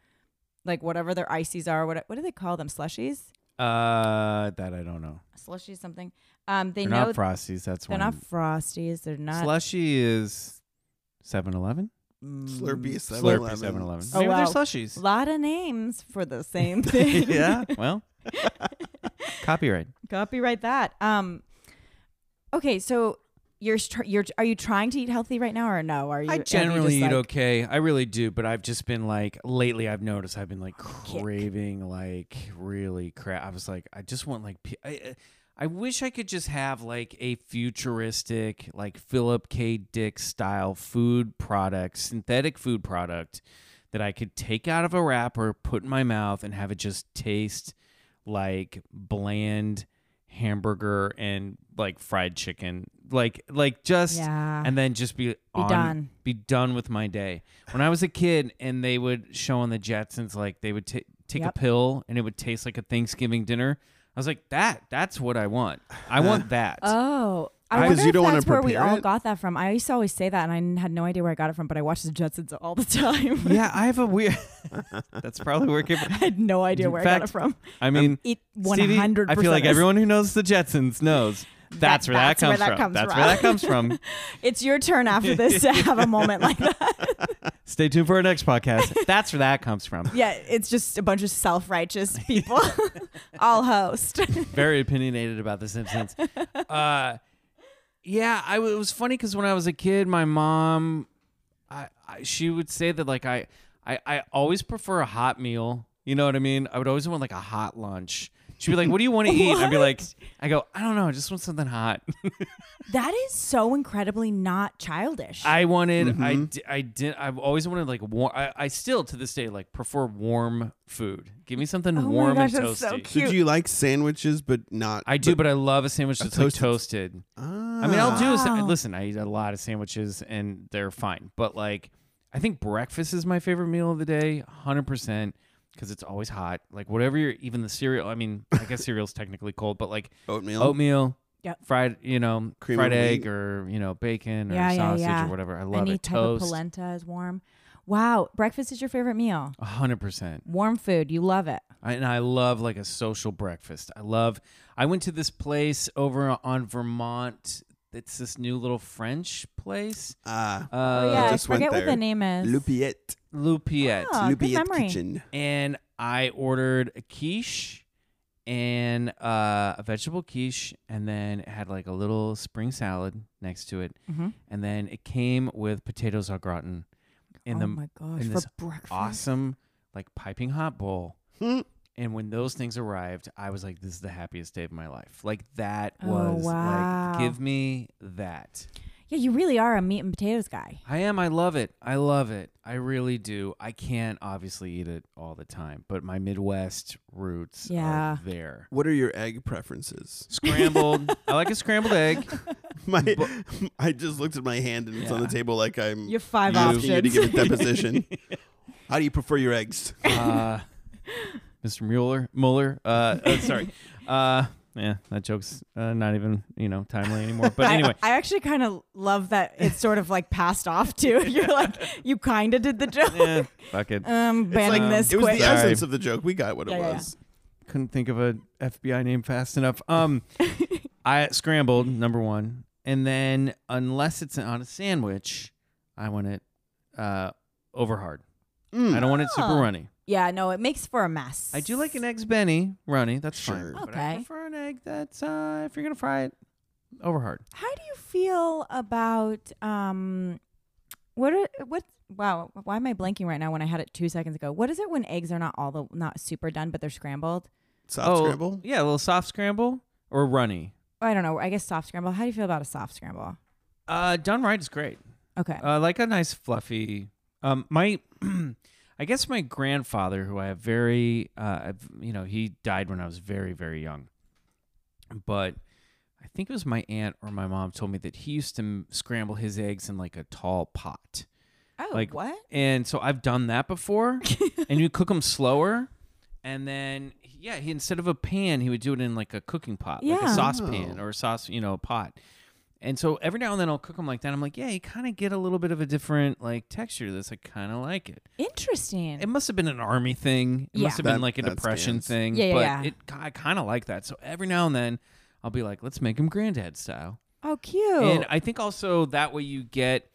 Speaker 1: like whatever their ices are. What what do they call them? Slushies?
Speaker 4: Uh, that I don't know.
Speaker 1: Slushies something. Um, they
Speaker 4: They're
Speaker 1: know
Speaker 4: not frosties. That's
Speaker 1: they're
Speaker 4: when
Speaker 1: not frosties. They're not
Speaker 4: Slushy is 7-Eleven.
Speaker 2: Slurpee
Speaker 1: Mm,
Speaker 2: 7
Speaker 4: Slurpee 7-Eleven.
Speaker 1: Oh,
Speaker 4: Maybe
Speaker 1: wow.
Speaker 4: they're slushies.
Speaker 1: lot of names for the same thing.
Speaker 4: yeah. Well, copyright.
Speaker 1: Copyright that. Um okay, so you're str- you're are you trying to eat healthy right now or no? Are you?
Speaker 4: I
Speaker 1: are you
Speaker 4: generally
Speaker 1: just
Speaker 4: eat
Speaker 1: like-
Speaker 4: okay. I really do, but I've just been like lately. I've noticed I've been like
Speaker 1: kick.
Speaker 4: craving like really crap. I was like, I just want like. pi- I, I- I wish I could just have like a futuristic, like Philip K. Dick style food product, synthetic food product that I could take out of a wrapper, put in my mouth, and have it just taste like bland hamburger and like fried chicken, like like just
Speaker 1: Yeah.
Speaker 4: and then just be, on,
Speaker 1: done.
Speaker 4: be done with my day. When I was a kid, and they would show on the Jetsons, like they would ta take
Speaker 1: Yep.
Speaker 4: a pill, and it would taste like a Thanksgiving dinner. I was like, that. That's what I want. I want that.
Speaker 1: Oh.
Speaker 2: Because
Speaker 1: I wonder
Speaker 2: you
Speaker 1: if
Speaker 2: don't wanna
Speaker 1: that's where we
Speaker 2: prepare
Speaker 1: all
Speaker 2: it?
Speaker 1: got that from. I used to always say that, and I had no idea where I got it from, but I watched the Jetsons all the time.
Speaker 4: yeah, I have a weird. that's probably where it came.
Speaker 1: I had no idea
Speaker 4: In
Speaker 1: where I got it
Speaker 4: fact,
Speaker 1: from.
Speaker 4: I mean,
Speaker 2: Um,
Speaker 1: It one
Speaker 4: Stevie,
Speaker 1: hundred.
Speaker 4: I feel like everyone who knows the Jetsons knows. That's where
Speaker 1: that's
Speaker 4: that
Speaker 1: where
Speaker 4: comes
Speaker 1: that
Speaker 4: from.
Speaker 1: comes
Speaker 4: that's
Speaker 1: from.
Speaker 4: where that comes from.
Speaker 1: It's your turn after this to have a moment like that.
Speaker 4: Stay tuned for our next podcast. That's where that comes from.
Speaker 1: Yeah, it's just a bunch of self-righteous people. I'll host.
Speaker 4: very opinionated about The Simpsons. Uh, yeah, I w- it was funny because when I was a kid, my mom, I, I she would say that like I, I I always prefer a hot meal. You know what I mean? I would always want like a hot lunch. She'd be like, "What do you want to eat?" I'd be like, "I go, I don't know. I just want something hot."
Speaker 1: That is so incredibly not childish.
Speaker 4: I wanted. I
Speaker 1: Mm-hmm.
Speaker 4: di- I did. I've always wanted like warm. I, I still to this day like prefer warm food. Give me something
Speaker 1: Oh my
Speaker 4: warm
Speaker 1: gosh,
Speaker 4: and
Speaker 1: that's
Speaker 4: toasty.
Speaker 1: so
Speaker 2: So do you like sandwiches, but not?
Speaker 4: I do, but I love a sandwich that's
Speaker 2: toasted-
Speaker 4: like toasted.
Speaker 2: Ah.
Speaker 4: I mean, I'll do. A, sa-
Speaker 1: Wow.
Speaker 4: listen, I eat a lot of sandwiches and they're fine, but like, I think breakfast is my favorite meal of the day, hundred percent, because it's always hot. Like whatever you're, even the cereal. I mean, I guess cereal's technically cold, but like
Speaker 2: oatmeal.
Speaker 4: oatmeal,
Speaker 1: Yep.
Speaker 4: fried, you know,
Speaker 2: Cream
Speaker 4: fried
Speaker 2: of wheat.
Speaker 4: egg or you know, bacon or
Speaker 1: Yeah, yeah,
Speaker 4: sausage
Speaker 1: yeah.
Speaker 4: or whatever. I love
Speaker 1: Any
Speaker 4: it.
Speaker 1: type of
Speaker 4: Toast,
Speaker 1: polenta is warm. Wow, breakfast is your favorite meal.
Speaker 4: hundred percent.
Speaker 1: Warm food, you love it.
Speaker 4: I, and I love like a social breakfast. I love. I went to this place over on Vermont. It's this new little French place.
Speaker 2: Ah,
Speaker 4: Uh,
Speaker 1: oh yeah, I
Speaker 2: just went
Speaker 1: forget what
Speaker 2: there.
Speaker 1: the name is.
Speaker 2: Lupiette.
Speaker 4: Loupiette.
Speaker 1: Ah, good
Speaker 2: Lupiette
Speaker 1: memory.
Speaker 2: Kitchen.
Speaker 4: And I ordered a quiche and uh, a vegetable quiche, and then it had like a little spring salad next to it,
Speaker 1: Mhm.
Speaker 4: and then it came with potatoes au gratin in
Speaker 1: oh
Speaker 4: the
Speaker 1: my gosh,
Speaker 4: in
Speaker 1: for
Speaker 4: this
Speaker 1: breakfast.
Speaker 4: awesome, like piping hot bowl.
Speaker 2: Hmm.
Speaker 4: And when those things arrived, I was like, "This is the happiest day of my life." Like that
Speaker 1: Oh,
Speaker 4: was
Speaker 1: wow.
Speaker 4: like, give me that.
Speaker 1: Yeah, you really are a meat and potatoes guy.
Speaker 4: I am. I love it. I love it. I really do. I can't obviously eat it all the time, but my Midwest roots
Speaker 1: Yeah.
Speaker 4: are there.
Speaker 2: What are your egg preferences?
Speaker 4: Scrambled. I like a scrambled egg.
Speaker 2: My, I just looked at my hand and it's on the
Speaker 4: Yeah.
Speaker 2: table like I'm
Speaker 1: You have five
Speaker 2: asking you to
Speaker 1: options.
Speaker 2: give a deposition. How do you prefer your eggs?
Speaker 4: Uh, Mr. Mueller. Mueller. Uh, uh, sorry. Uh, yeah, that joke's uh, not even you know timely anymore. But
Speaker 1: I-
Speaker 4: anyway,
Speaker 1: I, actually kind of love that it's sort of like passed off too. You're like, you kind of did the joke.
Speaker 4: eh, fuck it.
Speaker 1: Um, banning
Speaker 4: like-
Speaker 1: this
Speaker 2: it was
Speaker 1: quick.
Speaker 2: the
Speaker 4: Sorry.
Speaker 2: essence of the joke. We got what it
Speaker 1: Yeah, yeah, yeah.
Speaker 2: was.
Speaker 4: couldn't think of a FBI name fast enough. Um, I scrambled number one, and then unless it's on a sandwich, I want it uh, over hard.
Speaker 2: Mm.
Speaker 4: I don't want it super
Speaker 1: Ah.
Speaker 4: runny.
Speaker 1: yeah, no, it makes for a mess.
Speaker 4: I do like an eggs Benny runny. That's
Speaker 2: Sure.
Speaker 4: fine. But I
Speaker 1: Okay.
Speaker 4: prefer an egg that's uh, if you're gonna fry it over hard.
Speaker 1: How do you feel about um, what are what? Wow, why am I blanking right now when I had it two seconds ago? What is it when eggs are not all the not super done but they're scrambled?
Speaker 2: Soft
Speaker 4: Oh.
Speaker 2: scramble.
Speaker 4: yeah, a little soft scramble or runny.
Speaker 1: I don't know. I guess soft scramble. How do you feel about a soft scramble?
Speaker 4: Uh, done right is great.
Speaker 1: Okay.
Speaker 4: Uh, like a nice fluffy. Um, my, I guess my grandfather, who I have very, uh, I've- you know, he died when I was very, very young, but I think it was my aunt or my mom told me that he used to m- scramble his eggs in like a tall pot,
Speaker 1: oh,
Speaker 4: like
Speaker 1: what?
Speaker 4: and so I've done that before, and you cook them slower, and then yeah, he instead of a pan, he would do it in like a cooking pot, like
Speaker 1: Yeah. Oh.
Speaker 4: a saucepan or a sauce, you know, a pot. And so every now and then I'll cook them like that. I'm like, yeah, you kind of get a little bit of a different like texture to this. I kind of like it.
Speaker 1: Interesting.
Speaker 4: It must have been an army thing. It
Speaker 1: Yeah.
Speaker 4: must have been
Speaker 2: That-
Speaker 4: like a
Speaker 2: that
Speaker 4: depression
Speaker 2: scans.
Speaker 4: thing.
Speaker 1: Yeah, yeah,
Speaker 4: but
Speaker 1: yeah.
Speaker 4: It, I kind of like that. So every now and then I'll be like, let's make them granddad style.
Speaker 1: oh, cute.
Speaker 4: And I think also that way you get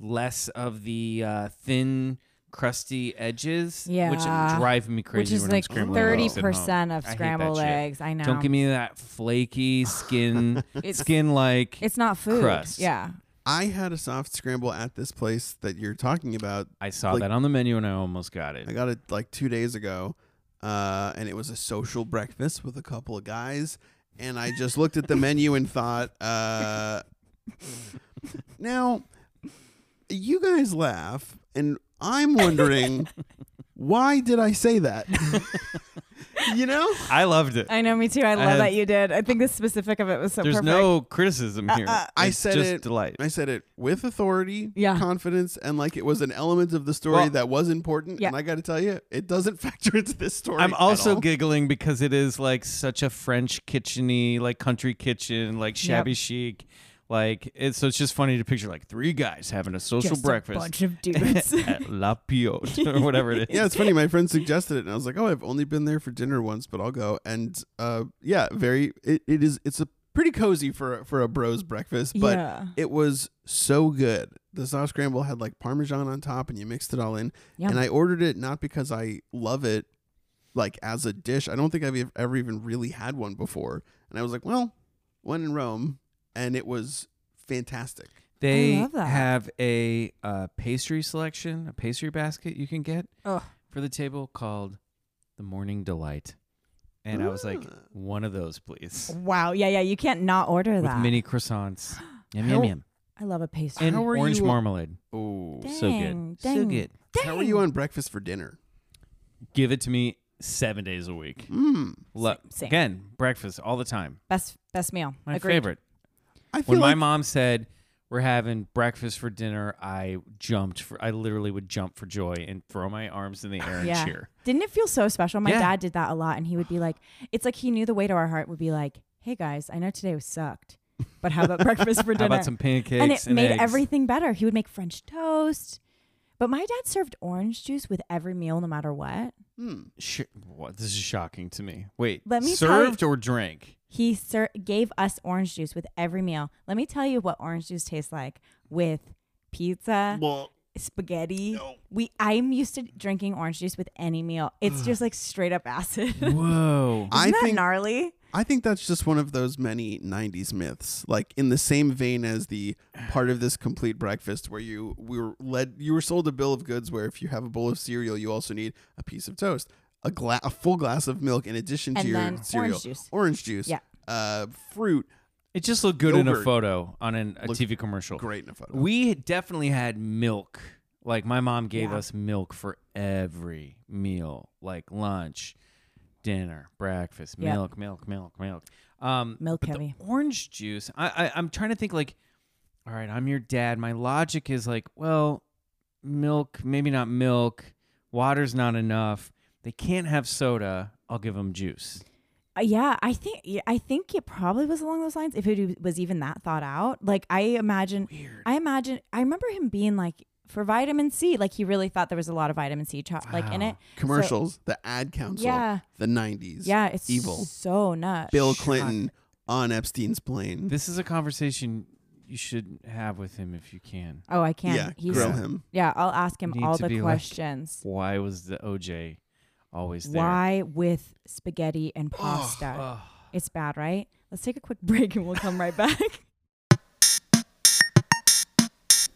Speaker 4: less of the uh, thin crusty edges, which
Speaker 1: Yeah.
Speaker 4: drive me crazy
Speaker 1: which is
Speaker 4: when I'm
Speaker 1: like
Speaker 4: scrambling
Speaker 1: thirty
Speaker 4: eggs at home.
Speaker 1: percent of
Speaker 4: I hate that
Speaker 1: scrambled
Speaker 4: shit.
Speaker 1: eggs. I know.
Speaker 4: Don't give me that flaky skin,
Speaker 1: It's-
Speaker 4: skin like.
Speaker 1: It's not food.
Speaker 4: crust.
Speaker 1: Yeah.
Speaker 2: I had a soft scramble at this place that you're talking about.
Speaker 4: I saw
Speaker 2: like-
Speaker 4: that on the menu and I almost got it.
Speaker 2: I got it like two days ago, uh, and it was a social breakfast with a couple of guys. And I just looked at the menu and thought, uh, now you guys laugh, and I'm wondering why did I say that? you know,
Speaker 4: I loved it.
Speaker 1: I know. Me too. I love
Speaker 4: have-
Speaker 1: that you did. I think the specific of it was so
Speaker 4: There's
Speaker 1: perfect.
Speaker 4: no criticism here.
Speaker 2: Uh, I
Speaker 4: It's
Speaker 2: said
Speaker 4: just
Speaker 2: it.
Speaker 4: delight.
Speaker 2: I said it with authority,
Speaker 1: Yeah.
Speaker 2: confidence, and like it was an element of the story
Speaker 4: Well-
Speaker 2: that was important.
Speaker 1: Yeah.
Speaker 2: And I got to tell you, it doesn't factor into this story.
Speaker 4: I'm
Speaker 2: at
Speaker 4: also
Speaker 2: all.
Speaker 4: giggling because it is like such a French kitcheny, like country kitchen, like shabby chic. Like it's so it's just funny to picture like three guys having a social
Speaker 1: Just
Speaker 4: breakfast
Speaker 1: A bunch of dudes.
Speaker 4: at La Piote or whatever it is.
Speaker 2: Yeah, it's funny. My friend suggested it, and I was like, "Oh, I've only been there for dinner once, but I'll go." And uh, yeah, very. It, it is. It's a pretty cozy for for a bros breakfast, but
Speaker 1: yeah.
Speaker 2: it was so good. The soft scramble had like parmesan on top, and you mixed it all in.
Speaker 1: Yeah.
Speaker 2: And I ordered it not because I love it, like as a dish. I don't think I've ev- ever even really had one before. And I was like, "Well, one in Rome," and it was fantastic.
Speaker 4: They
Speaker 1: I love that.
Speaker 4: have a uh, pastry selection, a pastry basket you can get
Speaker 1: Ugh.
Speaker 4: for the table called the Morning Delight. And I was like,
Speaker 2: Ah.
Speaker 4: one of those, please.
Speaker 1: Wow. Yeah. Yeah. You can't not order
Speaker 4: With
Speaker 1: that.
Speaker 4: mini croissants. Yum, yum,
Speaker 2: How-
Speaker 4: yum.
Speaker 1: I love a pastry.
Speaker 4: And
Speaker 2: How are
Speaker 4: orange
Speaker 2: you-
Speaker 4: marmalade.
Speaker 2: Oh,
Speaker 1: Dang,
Speaker 4: so
Speaker 1: Dang,
Speaker 4: good. So good.
Speaker 2: how are you on breakfast for dinner?
Speaker 4: Give it to me seven days a week.
Speaker 2: Mm.
Speaker 4: Look,
Speaker 1: same.
Speaker 4: again, breakfast all the time.
Speaker 1: Best best meal.
Speaker 4: My
Speaker 1: Agreed.
Speaker 4: favorite.
Speaker 2: I feel
Speaker 4: When my
Speaker 2: like
Speaker 4: mom said we're having breakfast for dinner, I jumped for I literally would jump for joy and throw my arms in the air and
Speaker 1: Yeah.
Speaker 4: cheer.
Speaker 1: Didn't it feel so special? My
Speaker 4: Yeah.
Speaker 1: dad did that a lot, and he would be like, "It's like he knew the way to our heart would be like, hey guys, I know today was sucked, but how about breakfast for
Speaker 4: How
Speaker 1: dinner?
Speaker 4: about some pancakes
Speaker 1: and it made
Speaker 4: eggs?
Speaker 1: everything better. He would make French toast, but my dad served orange juice with every meal, no matter what.
Speaker 2: Hmm.
Speaker 4: Sh- what? This is shocking to me. Wait,
Speaker 1: Let me tell you-
Speaker 4: served or drank?
Speaker 1: He ser- gave us orange juice with every meal. Let me tell you what orange juice tastes like with pizza, spaghetti. We I'm used to drinking orange juice with any meal. It's just like straight up acid. Isn't
Speaker 4: Whoa!
Speaker 2: I
Speaker 1: that
Speaker 2: think
Speaker 1: gnarly?
Speaker 2: I think that's just one of those many 90s myths, like in the same vein as the part of this complete breakfast where you we were led you were sold a bill of goods where if you have a bowl of cereal, you also need a piece of toast, a gla- a full glass of milk in addition
Speaker 1: And
Speaker 2: to your
Speaker 1: then
Speaker 2: cereal,
Speaker 1: orange juice.
Speaker 2: orange juice,
Speaker 1: Yeah.
Speaker 2: uh, fruit,
Speaker 4: it just looked good in a
Speaker 2: Yogurt.
Speaker 4: photo on an, a
Speaker 2: Looked
Speaker 4: TV commercial.
Speaker 2: great in a photo.
Speaker 4: We definitely had milk. Like my mom gave
Speaker 1: Yeah.
Speaker 4: us milk for every meal, like lunch, dinner, breakfast,
Speaker 1: Yeah.
Speaker 4: milk, milk, milk, milk. Um,
Speaker 1: Milk
Speaker 4: but the
Speaker 1: heavy.
Speaker 4: orange juice. I, I I'm trying to think like, all right, I'm your dad. My logic is like, well, milk, maybe not milk. Water's not enough. They can't have soda. I'll give them juice.
Speaker 1: Uh, yeah, I think yeah, I think it probably was along those lines. If it was even that thought out, like I imagine, I imagine, I remember him being like for vitamin C, like he really thought there was a lot of vitamin C, cho- like in
Speaker 4: Wow.
Speaker 1: it. So-
Speaker 2: Commercials, the ad council,
Speaker 1: Yeah.
Speaker 2: the 90s,
Speaker 1: yeah, it's
Speaker 2: evil.
Speaker 1: so nuts.
Speaker 2: Bill Clinton on Epstein's plane.
Speaker 4: This is a conversation you should have with him if you can.
Speaker 1: Oh, I can't.
Speaker 2: yeah,
Speaker 1: He's,
Speaker 2: grill him.
Speaker 1: Yeah, I'll ask him
Speaker 4: Need
Speaker 1: all
Speaker 4: to
Speaker 1: the
Speaker 4: be like,
Speaker 1: questions.
Speaker 4: Why was the OJ always there?
Speaker 1: Why with spaghetti and pasta?
Speaker 4: Ugh.
Speaker 1: It's bad, right? Let's take a quick break and we'll come right back.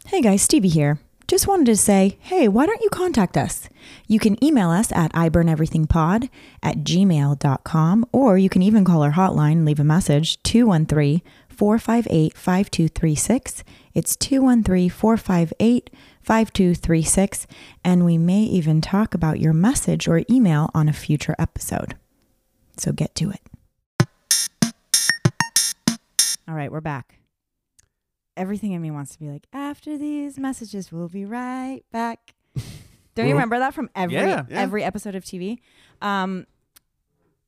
Speaker 1: Hey guys, Stevie here. Just wanted to say, hey, why don't you contact us? You can email us at iburneverythingpod at gmail.com, or you can even call our hotline and leave a message 213 458 5236. It's 213 458 5236, and we may even talk about your message or email on a future episode. So get to it. All right, we're back. Everything in me wants to be like, after these messages, we'll be right back. Don't you
Speaker 4: Well,
Speaker 1: remember that from every
Speaker 4: yeah.
Speaker 2: Yeah.
Speaker 1: every episode of TV? Um.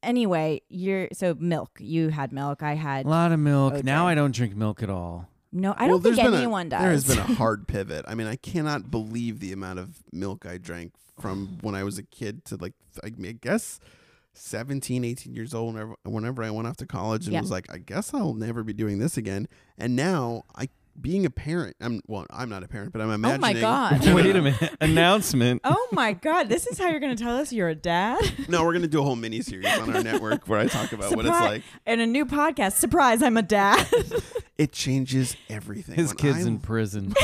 Speaker 1: Anyway, you're so milk. You had milk. I had
Speaker 4: A lot of milk.
Speaker 1: OJ.
Speaker 4: Now I don't drink milk at all.
Speaker 1: no. I
Speaker 2: Well,
Speaker 1: don't think
Speaker 2: there's been a-
Speaker 1: anyone does.
Speaker 2: There has been a hard pivot. I mean, I cannot believe the amount of milk I drank from when I was a kid to like, I mean, I guess 17, 18 years old, whenever, whenever I went off to college and
Speaker 1: Yeah.
Speaker 2: was like, I guess I'll never be doing this again. And now I being a parent. I'm well, I'm not a parent, but I'm
Speaker 1: Oh my
Speaker 2: imagining.
Speaker 1: God.
Speaker 2: No, no,
Speaker 4: Wait
Speaker 2: no.
Speaker 4: a minute. Announcement.
Speaker 1: Oh my God. This is how you're going to tell us you're a dad?
Speaker 2: No, we're gonna do a whole mini series on our network where I talk about what it's
Speaker 1: Surpri-
Speaker 2: like.
Speaker 1: In a new podcast. Surprise, I'm a dad.
Speaker 2: It changes everything.
Speaker 4: His
Speaker 2: When
Speaker 4: kid's
Speaker 2: I-
Speaker 4: in prison.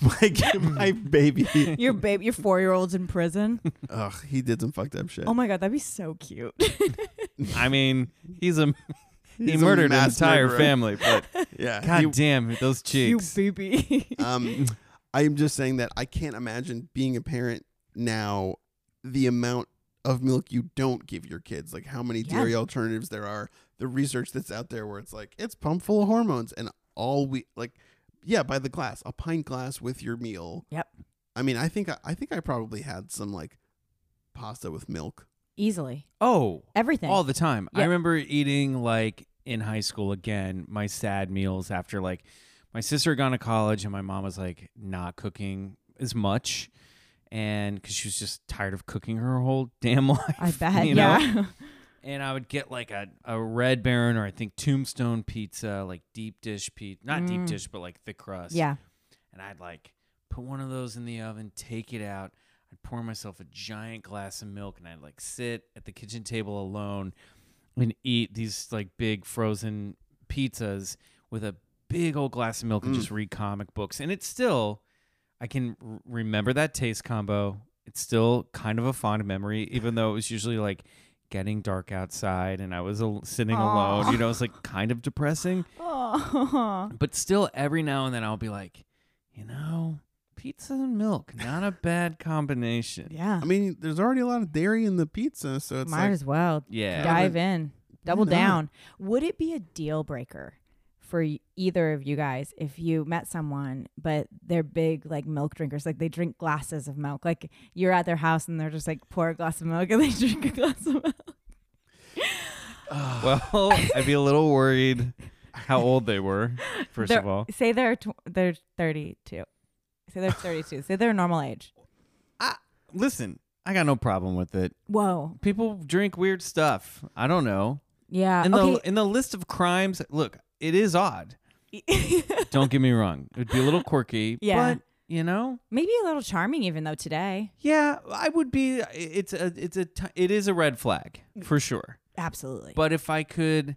Speaker 2: my, my baby.
Speaker 1: your baby, your four year old's in prison.
Speaker 2: Ugh, he did some fucked up shit.
Speaker 1: Oh my God. That'd be so cute.
Speaker 4: I mean, he's a he
Speaker 2: He's a
Speaker 4: murdered an
Speaker 2: mass
Speaker 4: entire
Speaker 2: murderer.
Speaker 4: family, but
Speaker 2: Yeah.
Speaker 4: god
Speaker 2: he-
Speaker 4: damn those
Speaker 1: you
Speaker 4: cheeks.
Speaker 1: baby.
Speaker 2: um, I'm just saying that I can't imagine being a parent now. The amount of milk you don't give your kids, like how many
Speaker 1: Yeah.
Speaker 2: dairy alternatives there are, the research that's out there where it's like it's pumped full of hormones, and all we like, yeah, by the glass, a pint glass with your meal.
Speaker 1: Yep.
Speaker 2: I mean, I think I, I think I probably had some like pasta with milk.
Speaker 1: Easily.
Speaker 4: oh,
Speaker 1: Everything.
Speaker 4: all the time. I
Speaker 1: Yeah.
Speaker 4: remember eating like in high school again my sad meals after like my sister had gone to college and my mom was like not cooking as much, and because she was just tired of cooking her whole damn life.
Speaker 1: I bet.
Speaker 4: you know?
Speaker 1: yeah.
Speaker 4: and I would get like a, a Red Baron or I think Tombstone pizza, like deep dish pizza, not deep
Speaker 1: Mm.
Speaker 4: dish, but like thick crust.
Speaker 1: yeah.
Speaker 4: And I'd like put one of those in the oven, take it out. I'd pour myself a giant glass of milk and I'd like sit at the kitchen table alone and eat these like big frozen pizzas with a big old glass of milk and
Speaker 2: Mm.
Speaker 4: just read comic books. And it's still, I can r- remember that taste combo. It's still kind of a fond memory, even though it was usually like getting dark outside and I was al- sitting alone. You know, it's like kind of depressing.
Speaker 1: Oh.
Speaker 4: But still, every now and then I'll be like, you know, pizza and milk, not a bad combination.
Speaker 1: Yeah.
Speaker 2: I mean, there's already a lot of dairy in the pizza, so it's
Speaker 1: Might
Speaker 2: like
Speaker 1: as well
Speaker 4: Yeah.
Speaker 1: dive in, double
Speaker 2: not?
Speaker 1: down. Would it be a deal breaker for y- either of you guys if you met someone, but they're big like milk drinkers, like they drink glasses of milk? Like you're at their house and they're just like pour a glass of milk and they drink a glass of milk.
Speaker 4: Well, I'd be a little worried how old they were, 1st
Speaker 1: They're-
Speaker 4: of all.
Speaker 1: say they're tw- they're 32. Say they're 32. say they're normal age.
Speaker 4: Listen, I got no problem with it.
Speaker 1: Whoa.
Speaker 4: People drink weird stuff. I don't know.
Speaker 1: Yeah.
Speaker 4: In the
Speaker 1: Uh, okay.
Speaker 4: in the list of crimes, look, it is odd. Don't get me wrong. It would be a little quirky.
Speaker 1: Yeah.
Speaker 4: But you know,
Speaker 1: Maybe a little charming even though today.
Speaker 4: yeah, I would be. It's a, it's a, ti- it is a red flag for sure.
Speaker 1: Absolutely.
Speaker 4: But if I could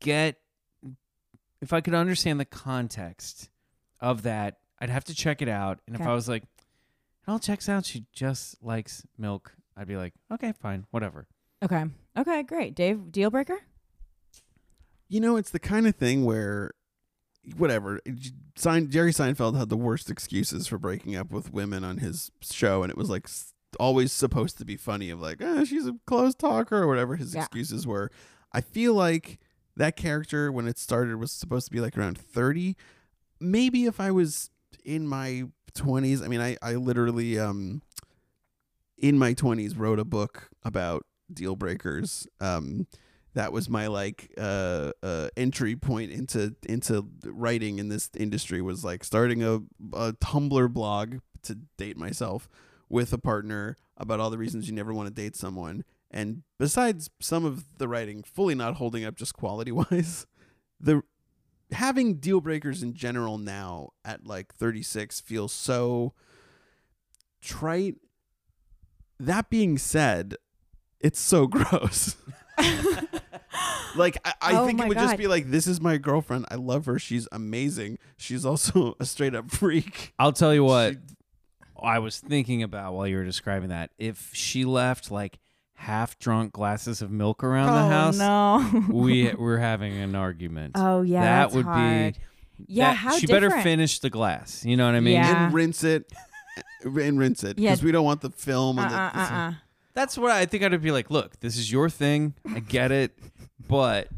Speaker 4: get, if I could understand the context of that, I'd have to check it out. And if
Speaker 1: Okay.
Speaker 4: I was like, it all checks out, she just likes milk, I'd be like, okay, fine, whatever.
Speaker 1: okay. Okay, great. Dave, deal breaker?
Speaker 2: You know, it's the kind of thing where, whatever. Sein, Jerry Seinfeld had the worst excuses for breaking up with women on his show, and it was like s- always supposed to be funny, of like, ah, she's a closed talker or whatever his
Speaker 1: Yeah.
Speaker 2: excuses were. I feel like that character, when it started, was supposed to be like around 30. Maybe if I was in my 20s, I mean, I, I literally, um, in my 20s, wrote a book about deal breakers. Um, that was my like uh, uh entry point into into writing in this industry was like starting a, a Tumblr blog to date myself with a partner about all the reasons you never want to date someone and besides some of the writing fully not holding up just quality wise the having deal breakers in general now at like 36 feels so trite that being said it's so gross like i, I
Speaker 1: Oh
Speaker 2: think it
Speaker 1: my
Speaker 2: would just
Speaker 1: God.
Speaker 2: be like this is my girlfriend i love her she's amazing she's also a straight up freak
Speaker 4: I'll tell you what
Speaker 2: She-
Speaker 4: I was thinking about while you were describing that. If she left like half drunk glasses of milk around the house,
Speaker 1: Oh, no.
Speaker 4: we we're having an argument.
Speaker 1: Oh yeah,
Speaker 4: that
Speaker 1: that's
Speaker 4: would
Speaker 1: hard.
Speaker 4: be.
Speaker 1: yeah.
Speaker 4: that-
Speaker 1: how
Speaker 4: she
Speaker 1: different.
Speaker 4: better finish the glass. You know what I mean?
Speaker 1: Yeah.
Speaker 2: and rinse it Eh, and rinse it
Speaker 1: Yeah.
Speaker 2: because we don't want the film
Speaker 1: Uh,
Speaker 2: and the,
Speaker 1: uh, uh, uh.
Speaker 4: That's what I think I'd be like, look, this is your thing. I get it. But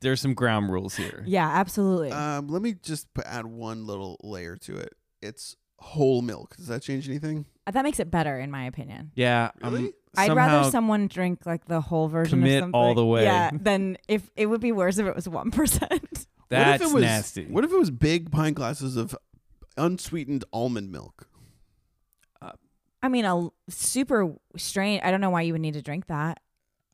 Speaker 4: there's some ground rules here.
Speaker 1: Yeah, absolutely.
Speaker 4: Uh,
Speaker 2: Um, let me just p- add one little layer to it. It's whole milk. Does that change anything?
Speaker 1: Uh, that makes it better, in my opinion.
Speaker 4: Yeah. um,
Speaker 2: Really?
Speaker 1: I'd rather
Speaker 4: somehow-
Speaker 1: someone drink like the whole version
Speaker 4: commit
Speaker 1: of something.
Speaker 4: all the way.
Speaker 1: Yeah, than if it would be worse if it was one percent.
Speaker 2: what
Speaker 4: That's
Speaker 2: if it was,
Speaker 4: nasty.
Speaker 2: What if it was big pint glasses of unsweetened almond milk?
Speaker 1: I mean, a l- super strain. I don't know why you would need to drink that.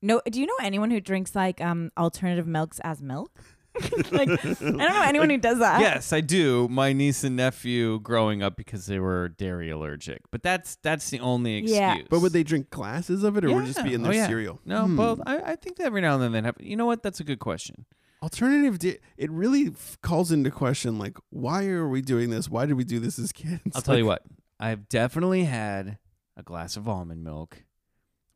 Speaker 1: No, do you know anyone who drinks like um alternative milks as milk? like I don't know anyone who does that.
Speaker 4: yes, I do. My niece and nephew growing up because they were dairy allergic, but that's that's the only excuse.
Speaker 1: Yeah.
Speaker 2: But would they Hmm. drink glasses of it, or would it just
Speaker 4: Yeah.
Speaker 2: be in
Speaker 4: Oh,
Speaker 2: their
Speaker 4: yeah.
Speaker 2: cereal?
Speaker 4: No, both. I, I think that every now and then that happens. You know what? That's a good question.
Speaker 2: Alternative, di- it really f- calls into question like, why are we doing this? Why did we do this as kids?
Speaker 4: I'll tell you what. I've definitely had a glass of almond milk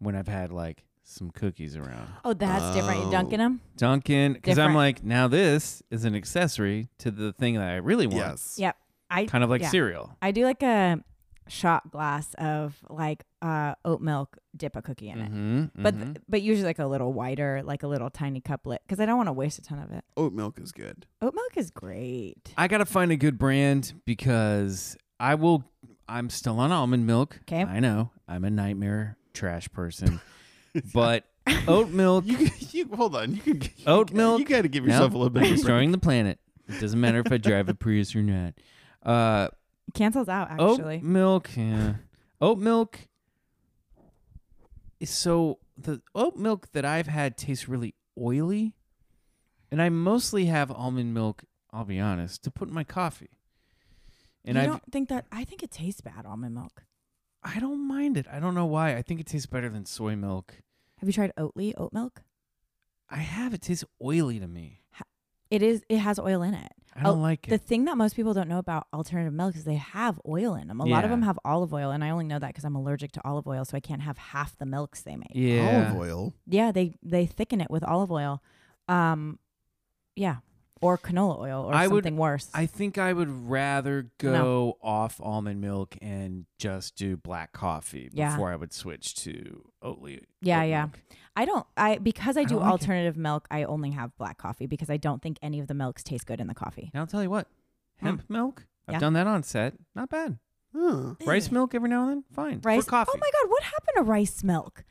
Speaker 4: when I've had like some cookies around.
Speaker 1: Oh, that's different.
Speaker 2: Oh.
Speaker 1: You dunking them?
Speaker 4: Dunkin', because I'm
Speaker 1: Different.
Speaker 4: like, now this is an accessory to the thing that I really want.
Speaker 2: Yes.
Speaker 1: Yep. I
Speaker 4: Kind of like
Speaker 1: yeah.
Speaker 4: cereal.
Speaker 1: I do like a shot glass of like uh, oat milk, dip a cookie in it.
Speaker 4: Mm-hmm,
Speaker 1: But but usually like a little wider, like a little tiny couplet, because I don't want to waste a ton of it.
Speaker 2: Oat milk is good.
Speaker 1: Oat milk is great.
Speaker 4: I gotta find a good brand because I will. I'm still on almond milk.
Speaker 1: 'Kay.
Speaker 4: I know I'm a nightmare trash person, but oat milk.
Speaker 2: You, can- you hold on. You can you
Speaker 4: Oat
Speaker 2: can-
Speaker 4: milk?
Speaker 2: You got to give
Speaker 4: No,
Speaker 2: yourself a little bit. of a break.
Speaker 4: destroying the planet. It doesn't matter if I drive a Prius or not. Uh,
Speaker 1: Cancels out
Speaker 4: Oat
Speaker 1: actually.
Speaker 4: milk. Yeah. oat milk is so the oat milk that I've had tastes really oily, and I mostly have almond milk. I'll be honest to put in my coffee, and
Speaker 1: you
Speaker 4: I
Speaker 1: don't think that? I think it tastes bad almond milk.
Speaker 4: I don't mind it. I don't know why. I think it tastes better than soy milk.
Speaker 1: Have you tried Oatly oat milk?
Speaker 4: I have it tastes oily to me.
Speaker 1: It is. It has oil in it.
Speaker 4: I don't
Speaker 1: Oh,
Speaker 4: like
Speaker 1: The
Speaker 4: it.
Speaker 1: thing that most people don't know about alternative milk is they have oil in them. A lot of
Speaker 4: Yeah.
Speaker 1: them have olive oil, and I only know that because I'm allergic to olive oil, so I can't have half the milks they make.
Speaker 4: yeah.
Speaker 2: Olive oil.
Speaker 1: Yeah, they they thicken it with olive oil. Um, yeah, or canola oil, or
Speaker 4: I would-
Speaker 1: something worse.
Speaker 4: I think I would rather go off almond milk and just do black coffee
Speaker 1: Yeah.
Speaker 4: before I would switch to Oatly.
Speaker 1: Yeah,
Speaker 4: oat
Speaker 1: yeah.
Speaker 4: milk.
Speaker 1: I don't. I because I
Speaker 4: don't
Speaker 1: do
Speaker 4: like it.
Speaker 1: alternative milk. I only have black coffee because I don't think any of the milks taste good in the coffee.
Speaker 4: Now I'll tell you what, hemp milk. I've
Speaker 1: Yeah.
Speaker 4: done that on set. Not bad.
Speaker 2: Huh.
Speaker 4: Rice milk every now and then. Fine.
Speaker 1: Rice.
Speaker 4: For coffee.
Speaker 1: Oh my god, what happened to rice milk?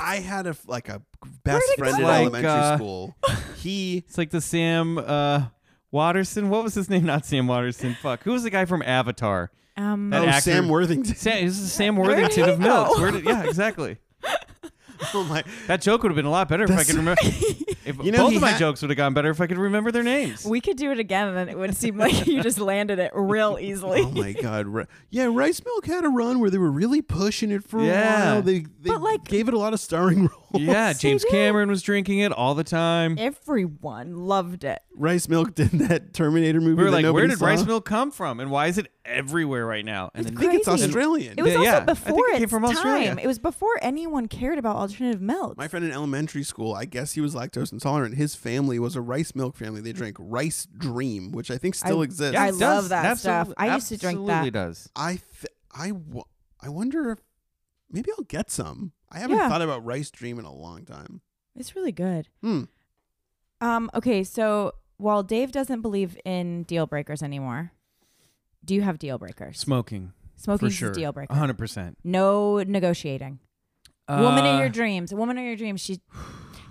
Speaker 2: I had a f- like a best
Speaker 1: it
Speaker 2: friend in
Speaker 1: go? Like,
Speaker 2: elementary
Speaker 4: uh,
Speaker 2: school. He
Speaker 4: It's like the Sam uh, Watterson. What was his name? Not Sam Watterson. Fuck. Who was the guy from Avatar?
Speaker 1: Um,
Speaker 4: That
Speaker 2: oh
Speaker 4: actor-
Speaker 2: Sam Worthington.
Speaker 4: Sam, this is Sam
Speaker 1: Where did
Speaker 4: Worthington
Speaker 1: he
Speaker 4: of milk.
Speaker 1: go?
Speaker 4: Where did, yeah, exactly.
Speaker 2: Oh my.
Speaker 4: That joke would have been a lot better if I
Speaker 2: That's-
Speaker 4: could remember. If
Speaker 2: You know,
Speaker 4: both
Speaker 2: he
Speaker 4: of my
Speaker 2: ha-
Speaker 4: jokes would have gone better if I could remember their names.
Speaker 1: we could do it again, and then it would seem like you just landed it real easily.
Speaker 2: Oh my God! Ri- Yeah, Rice Milk had a run where they were really pushing it for
Speaker 4: Yeah.
Speaker 2: a while. They, they
Speaker 1: But, like-
Speaker 2: gave it a lot of starring roles.
Speaker 4: yeah, James
Speaker 1: did.
Speaker 4: Cameron was drinking it all the time.
Speaker 1: Everyone loved it.
Speaker 2: Rice Milk did that Terminator movie.
Speaker 4: we were
Speaker 2: that
Speaker 4: like, where
Speaker 2: nobody
Speaker 4: did
Speaker 2: saw.
Speaker 4: rice milk come from, and why is it everywhere right now? And
Speaker 2: I
Speaker 4: then
Speaker 2: think it's
Speaker 1: Crazy.
Speaker 2: Australian.
Speaker 1: It was
Speaker 4: Yeah,
Speaker 1: also
Speaker 4: yeah. I think
Speaker 1: before
Speaker 4: it came
Speaker 1: its
Speaker 4: from Australia.
Speaker 1: time. It was before anyone cared about alternative milk.
Speaker 2: My friend in elementary school, I guess he was lactose intolerant. His family was a rice milk family. They drank Rice Dream, which I think still
Speaker 1: I-
Speaker 2: exists.
Speaker 1: Yeah, I
Speaker 4: it
Speaker 1: love
Speaker 4: does.
Speaker 1: that
Speaker 4: Absol-
Speaker 1: stuff. I used to drink that.
Speaker 4: absolutely does.
Speaker 2: I th- I, w- I wonder if maybe I'll get some. I haven't
Speaker 1: Yeah.
Speaker 2: thought about Rice Dream in a long time.
Speaker 1: It's really good.
Speaker 2: Hmm.
Speaker 1: Um, okay, so while Dave doesn't believe in deal breakers anymore, do you have deal breakers?
Speaker 4: Smoking.
Speaker 1: Smoking
Speaker 4: for sure.
Speaker 1: is a deal breaker.
Speaker 4: 100%.
Speaker 1: No negotiating. woman in your
Speaker 4: Uh,
Speaker 1: dreams. Woman in your dreams. She,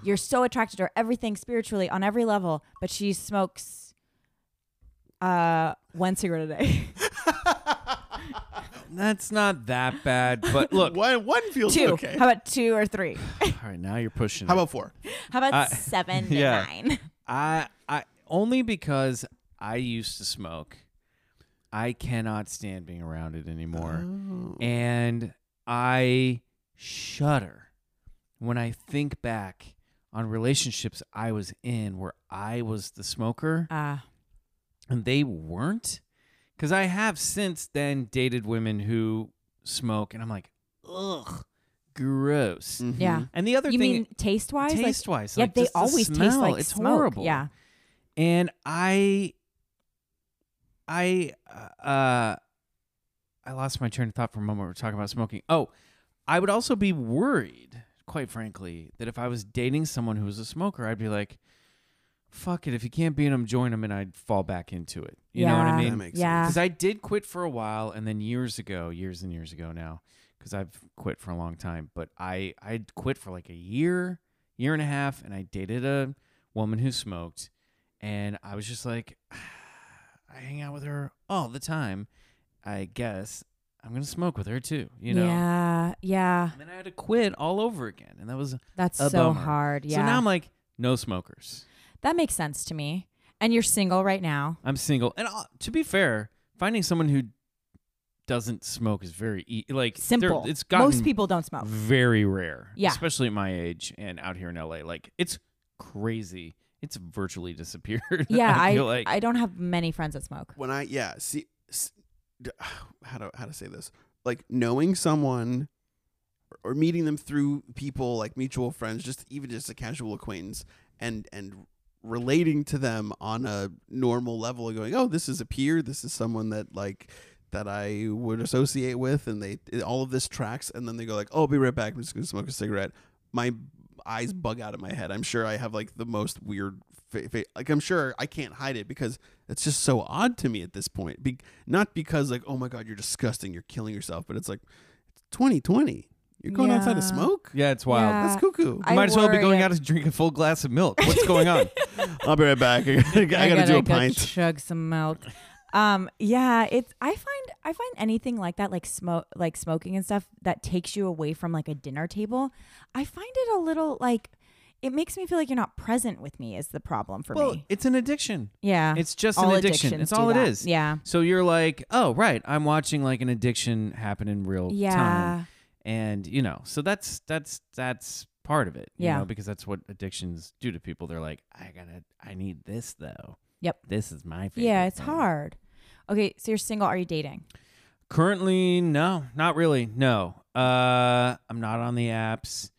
Speaker 1: you're so attracted to her. Everything spiritually on every level, but she smokes. Uh, one cigarette a day.
Speaker 4: That's not that bad, but look.
Speaker 2: One, one feels
Speaker 1: two.
Speaker 2: okay.
Speaker 1: How about two or three?
Speaker 4: all right, now you're pushing.
Speaker 2: How
Speaker 4: it.
Speaker 2: about four?
Speaker 1: How about
Speaker 4: I-
Speaker 1: seven to
Speaker 4: yeah.
Speaker 1: nine?
Speaker 4: I I only because I used to smoke. I cannot stand being around it anymore.
Speaker 2: Oh.
Speaker 4: And I shudder when I think back on relationships I was in where I was the smoker
Speaker 1: Uh,
Speaker 4: and they weren't. Cuz I have since then dated women who smoke and I'm like, "Ugh, gross."
Speaker 2: Mhm.
Speaker 1: yeah.
Speaker 4: And the Mm-hmm. other
Speaker 1: Mm. You
Speaker 4: thing
Speaker 1: mean taste wise?
Speaker 4: taste wise.
Speaker 1: like, yeah, they always taste like
Speaker 4: it's
Speaker 1: smoke.
Speaker 4: horrible.
Speaker 1: Yeah,
Speaker 4: and I, I, uh, I lost my train of thought for a moment. We're talking about smoking. Oh, I would also be worried, quite frankly, that if I was dating someone who was a smoker, I'd be like, "Fuck it, if you can't beat them, join them," and I'd fall back into it. You know what I
Speaker 1: Yeah.
Speaker 2: That
Speaker 4: mean?
Speaker 2: makes
Speaker 1: yeah.
Speaker 4: Because I did quit for a while, and then years ago, years and years ago now, because I've quit for a long time. But I I quit for like a year, year and a half, and I dated a woman who smoked, and I was just like, I hang out with her all the time. I guess I'm gonna smoke with her too, you know.
Speaker 1: Yeah, yeah.
Speaker 4: And then I had to quit all over again, and that was
Speaker 1: That's
Speaker 4: a
Speaker 1: so
Speaker 4: bummer.
Speaker 1: hard. Yeah.
Speaker 4: so now I'm like, no smokers.
Speaker 1: That makes sense to me. And you're single right now.
Speaker 4: I'm single, and uh, to be fair, finding someone who doesn't smoke is very e- like there-
Speaker 1: Simple.
Speaker 4: It's gotten
Speaker 1: Most people don't smoke.
Speaker 4: very rare,
Speaker 1: Yeah.
Speaker 4: especially at my age and out here in LA. Like it's crazy. It's virtually disappeared.
Speaker 1: Yeah,
Speaker 4: I,
Speaker 1: I
Speaker 4: feel like
Speaker 1: I don't have many friends that smoke.
Speaker 2: when I yeah see s- d- how to how to say this like knowing someone or meeting them through people like mutual friends just even just a casual acquaintance and and relating to them on a normal level and going oh this is a peer this is someone that like that I would associate with and they all of this tracks and then they go like oh I'll be right back I'm just gonna smoke a cigarette my eyes bug out of my head I'm sure I have like the most weird fa- fa- like I'm sure I can't hide it because it's just so odd to me at this point. Be- not because like, oh my god, you're disgusting, you're killing yourself, but it's like, it's 2020. You're going outside
Speaker 1: Yeah.
Speaker 2: to smoke.
Speaker 4: yeah, it's wild.
Speaker 1: Yeah.
Speaker 2: That's cuckoo.
Speaker 1: I
Speaker 4: Might as well be
Speaker 1: worry
Speaker 4: going
Speaker 1: it-
Speaker 4: out to drink a full glass of milk. What's going on?
Speaker 2: I'll be right back. I gotta, I gotta do a
Speaker 1: go
Speaker 2: pint.
Speaker 1: Chug some milk. Um, yeah, it's I find I find anything like that, like smoke, like smoking and stuff, that takes you away from like a dinner table. I find it a little like it makes me feel like you're not present with me. Is the problem for
Speaker 4: well,
Speaker 1: me?
Speaker 4: it's an addiction.
Speaker 1: Yeah,
Speaker 4: It's just
Speaker 1: All
Speaker 4: an addiction.
Speaker 1: addictions
Speaker 4: It's
Speaker 1: do
Speaker 4: all it
Speaker 1: that.
Speaker 4: is.
Speaker 1: Yeah,
Speaker 4: So you're like, oh right, I'm watching like an addiction happen in real time.
Speaker 1: yeah,
Speaker 4: and you know so that's that's that's part of it you
Speaker 1: Yeah.
Speaker 4: know because that's what addictions do to people they're like i gotta i need this though
Speaker 1: Yep.
Speaker 4: this is my favorite
Speaker 1: yeah. It's
Speaker 4: thing."
Speaker 1: hard. Okay, so you're single. Are you dating?
Speaker 4: currently no not really no uh i'm not on the apps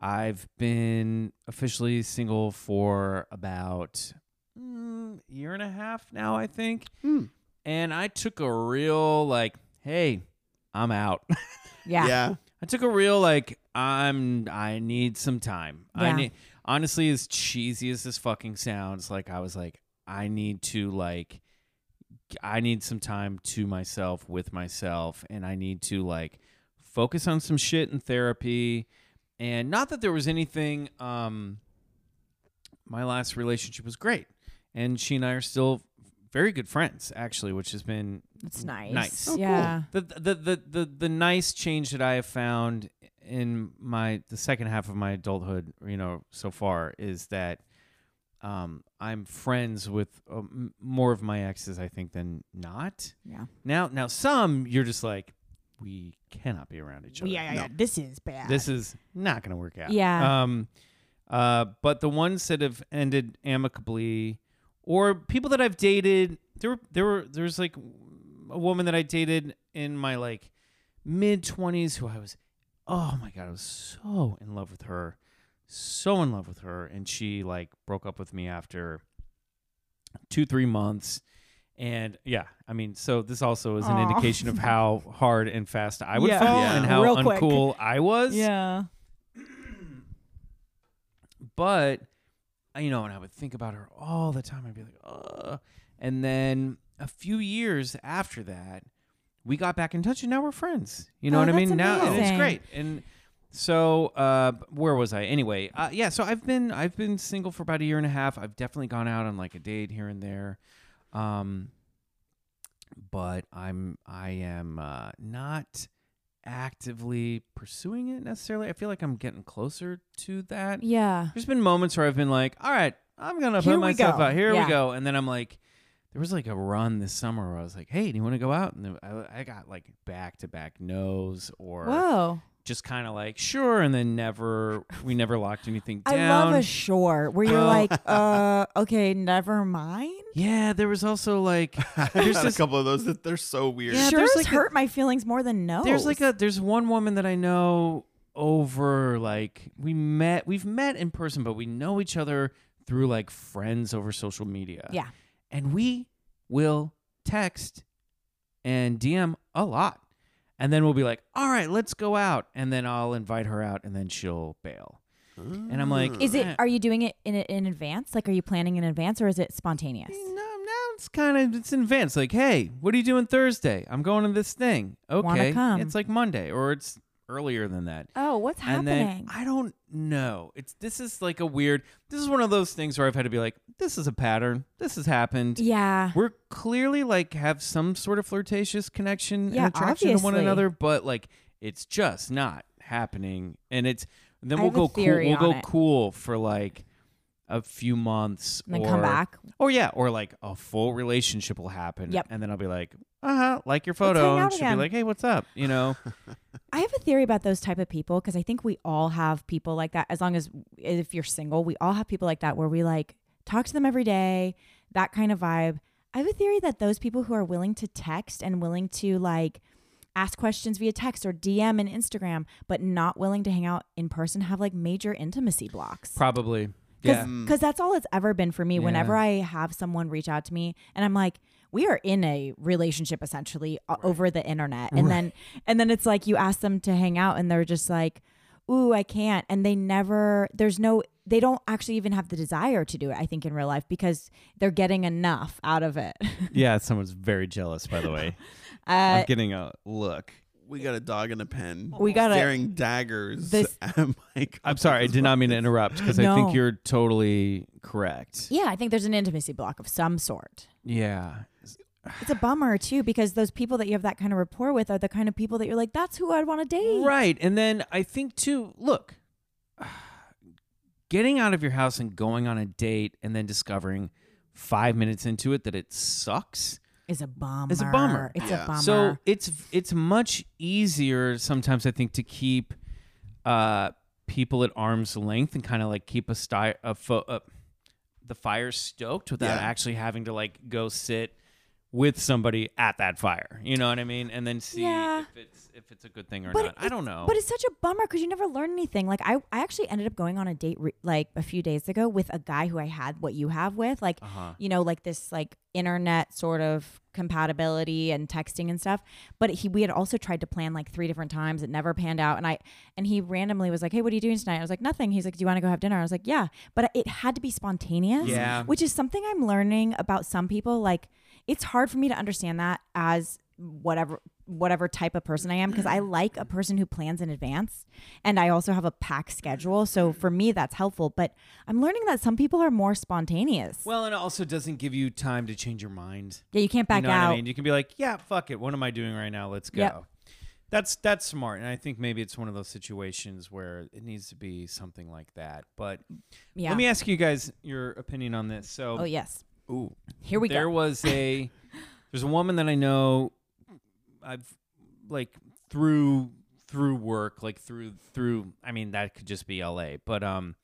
Speaker 4: i've been officially single for about mm, year and a half now i think
Speaker 2: Hmm.
Speaker 4: and i took a real like hey i'm out
Speaker 1: Yeah,
Speaker 4: I took a real like I'm I need some time. I
Speaker 1: Yeah.
Speaker 4: need honestly as cheesy as this fucking sounds, like I was like I need to like I need some time to myself with myself and I need to like focus on some shit in therapy and not that there was anything um my last relationship was great and she and I are still very good friends actually, which has been
Speaker 1: it's nice.
Speaker 4: Nice. Oh, cool.
Speaker 1: yeah,
Speaker 4: the the the the the nice change that I have found in my the second half of my adulthood, you know, so far is that um, I'm friends with um, more of my exes, I think, than not.
Speaker 1: yeah.
Speaker 4: Now, now some you're just like, we cannot be around each other.
Speaker 1: yeah. This is bad.
Speaker 4: This is not going to work out.
Speaker 1: Yeah.
Speaker 4: Um, uh, but the ones that have ended amicably, or people that I've dated, there were there were there was like a woman that I dated in my like mid twenties who I was, oh my god, I was so in love with her, so in love with her, and she like broke up with me after two three months. And yeah, I mean, so this also is an
Speaker 1: Aw.
Speaker 4: indication of how hard and fast I would
Speaker 1: Yeah.
Speaker 4: fall
Speaker 2: Yeah.
Speaker 4: and how
Speaker 1: Real quick.
Speaker 4: uncool I was
Speaker 1: yeah.
Speaker 4: but I- you know, and I would think about her all the time. I'd be like, "Ugh." And then a few years after that, we got back in touch, and now we're friends. You know
Speaker 1: Oh,
Speaker 4: what I
Speaker 1: that's
Speaker 4: mean? Now and it's
Speaker 1: amazing.
Speaker 4: great. And so, uh, where was I? Anyway, uh, yeah. So I've been I've been single for about a year and a half. I've definitely gone out on like a date here and there, um, but I'm I am uh, not actively pursuing it necessarily. I feel like I'm getting closer to that.
Speaker 1: Yeah.
Speaker 4: There's been moments where I've been like, all right, I'm going to
Speaker 1: Here
Speaker 4: put
Speaker 1: we
Speaker 4: myself
Speaker 1: go.
Speaker 4: out. Here
Speaker 1: Yeah.
Speaker 4: we go. And then I'm like, there was like a run this summer where I was like, hey, do you want to go out? And then I, I got like back to back no's or
Speaker 1: Whoa.
Speaker 4: just kind of like, sure. And then never, we never locked anything down.
Speaker 1: I love a short where you're
Speaker 4: Oh.
Speaker 1: like, uh, okay, never mind.
Speaker 4: yeah, there was also like,
Speaker 2: There's
Speaker 4: There's
Speaker 2: had
Speaker 4: this-
Speaker 2: a couple of those that they're so weird.
Speaker 4: Yeah,
Speaker 1: Sure's
Speaker 4: there's like a-
Speaker 1: hurt my feelings more than no.
Speaker 4: There's like a there's one woman that I know over like we met we've met in person, but we know each other through like friends over social media.
Speaker 1: Yeah.
Speaker 4: And we will text and DM a lot. And then we'll be like, all right, let's go out. And then I'll invite her out and then she'll bail. And I'm like,
Speaker 1: Is it? Are you doing it in in advance? Like, are you planning in advance, or is it spontaneous?
Speaker 4: No, now it's kind of it's in advance. Like, hey, what are you doing Thursday? I'm going to this thing. Okay,
Speaker 1: Wanna come?
Speaker 4: it's like Monday, or it's earlier than that.
Speaker 1: Oh, what's
Speaker 4: and
Speaker 1: happening?
Speaker 4: then I don't know. It's this is like a weird. This is one of those things where I've had to be like, this is a pattern. This has happened.
Speaker 1: yeah.
Speaker 4: We're clearly like have some sort of flirtatious connection
Speaker 1: Yeah,
Speaker 4: and attraction to one
Speaker 1: obviously.
Speaker 4: another, but like it's just not happening. And it's then
Speaker 1: I
Speaker 4: we'll
Speaker 1: have a
Speaker 4: go cool.
Speaker 1: theory
Speaker 4: We'll go
Speaker 1: on it.
Speaker 4: cool for like a few months
Speaker 1: and then
Speaker 4: or,
Speaker 1: come back.
Speaker 4: Or yeah, or like a full relationship will happen.
Speaker 1: Yep.
Speaker 4: And then I'll be like, uh huh, like your
Speaker 1: hang
Speaker 4: photo.
Speaker 1: out
Speaker 4: And she'll
Speaker 1: again.
Speaker 4: be like, hey, what's up? You know?
Speaker 1: I have a theory about those type of people because I think we all have people like that. As long as if you're single, we all have people like that where we like talk to them every day, that kind of vibe. I have a theory that those people who are willing to text and willing to like ask questions via text or DM and Instagram, but not willing to hang out in person, have like major intimacy blocks.
Speaker 4: Probably.
Speaker 1: Because that's all it's ever been for me.
Speaker 4: Yeah.
Speaker 1: Whenever I have someone reach out to me, and I'm like, we are in a relationship essentially o- over the internet, and then and then it's like you ask them to hang out, and they're just like, ooh, I can't, and they never. There's no. They don't actually even have the desire to do it. I think in real life because they're getting enough out of it.
Speaker 4: Yeah, someone's very jealous, by the way.
Speaker 1: Uh,
Speaker 4: I'm getting a look.
Speaker 2: We got a dog and a
Speaker 4: Oh.
Speaker 2: pen.
Speaker 1: We got a-
Speaker 2: staring daggers
Speaker 1: This-
Speaker 2: at Mike.
Speaker 4: I'm sorry, I did not mean to interrupt because I
Speaker 1: No.
Speaker 4: think you're totally correct.
Speaker 1: yeah, I think there's an intimacy block of some sort.
Speaker 4: Yeah.
Speaker 1: It's a bummer too because those people that you have that kind of rapport with are the kind of people that you're like, that's who I'd want to date.
Speaker 4: Right. And then I think too, look, getting out of your house and going on a date and then discovering five minutes into it that it sucks.
Speaker 1: is a bummer.
Speaker 4: It's a bummer.
Speaker 1: It's
Speaker 2: Yeah.
Speaker 1: a bummer.
Speaker 4: So it's it's much easier sometimes I think to keep uh, people at arm's length and kind of like keep a sty a fo- uh, the fire stoked without
Speaker 2: Yeah.
Speaker 4: actually having to like go sit with somebody at that fire. You know what I mean? And then see
Speaker 1: Yeah.
Speaker 4: if it's if it's a good thing or
Speaker 1: But
Speaker 4: not. I
Speaker 1: it-
Speaker 4: don't know.
Speaker 1: but it's such a bummer because you never learn anything. Like I, I actually ended up going on a date re- like a few days ago with a guy who I had what you have with, like
Speaker 4: uh-huh.
Speaker 1: you know, like this like internet sort of compatibility and texting and stuff. But he, we had also tried to plan like three different times. It never panned out. And I, and he randomly was like, "Hey, what are you doing tonight?" I was like, "Nothing." He's like, "Do you want to go have dinner?" I was like, "Yeah." But it had to be spontaneous.
Speaker 4: Yeah.
Speaker 1: which is something I'm learning about some people. Like, it's hard for me to understand that as whatever whatever type of person I am because I like a person who plans in advance and I also have a packed schedule
Speaker 4: Mm.
Speaker 1: so for me that's helpful but I'm learning that some people are more spontaneous.
Speaker 4: Well, and it also doesn't give you time to change your mind.
Speaker 1: Yeah, you can't back
Speaker 4: you know
Speaker 1: out.
Speaker 4: What I mean? You can be like, yeah, fuck it. What am I doing right now? Let's go.
Speaker 1: Yep.
Speaker 4: That's that's smart, and I think maybe it's one of those situations where it needs to be something like that. But
Speaker 1: Yeah.
Speaker 4: let me ask you guys your opinion on this. So,
Speaker 1: oh yes.
Speaker 4: ooh,
Speaker 1: Here we
Speaker 4: there
Speaker 1: go.
Speaker 4: was a there's a woman that I know I've like through through work, like through through I mean that could just be LA, but um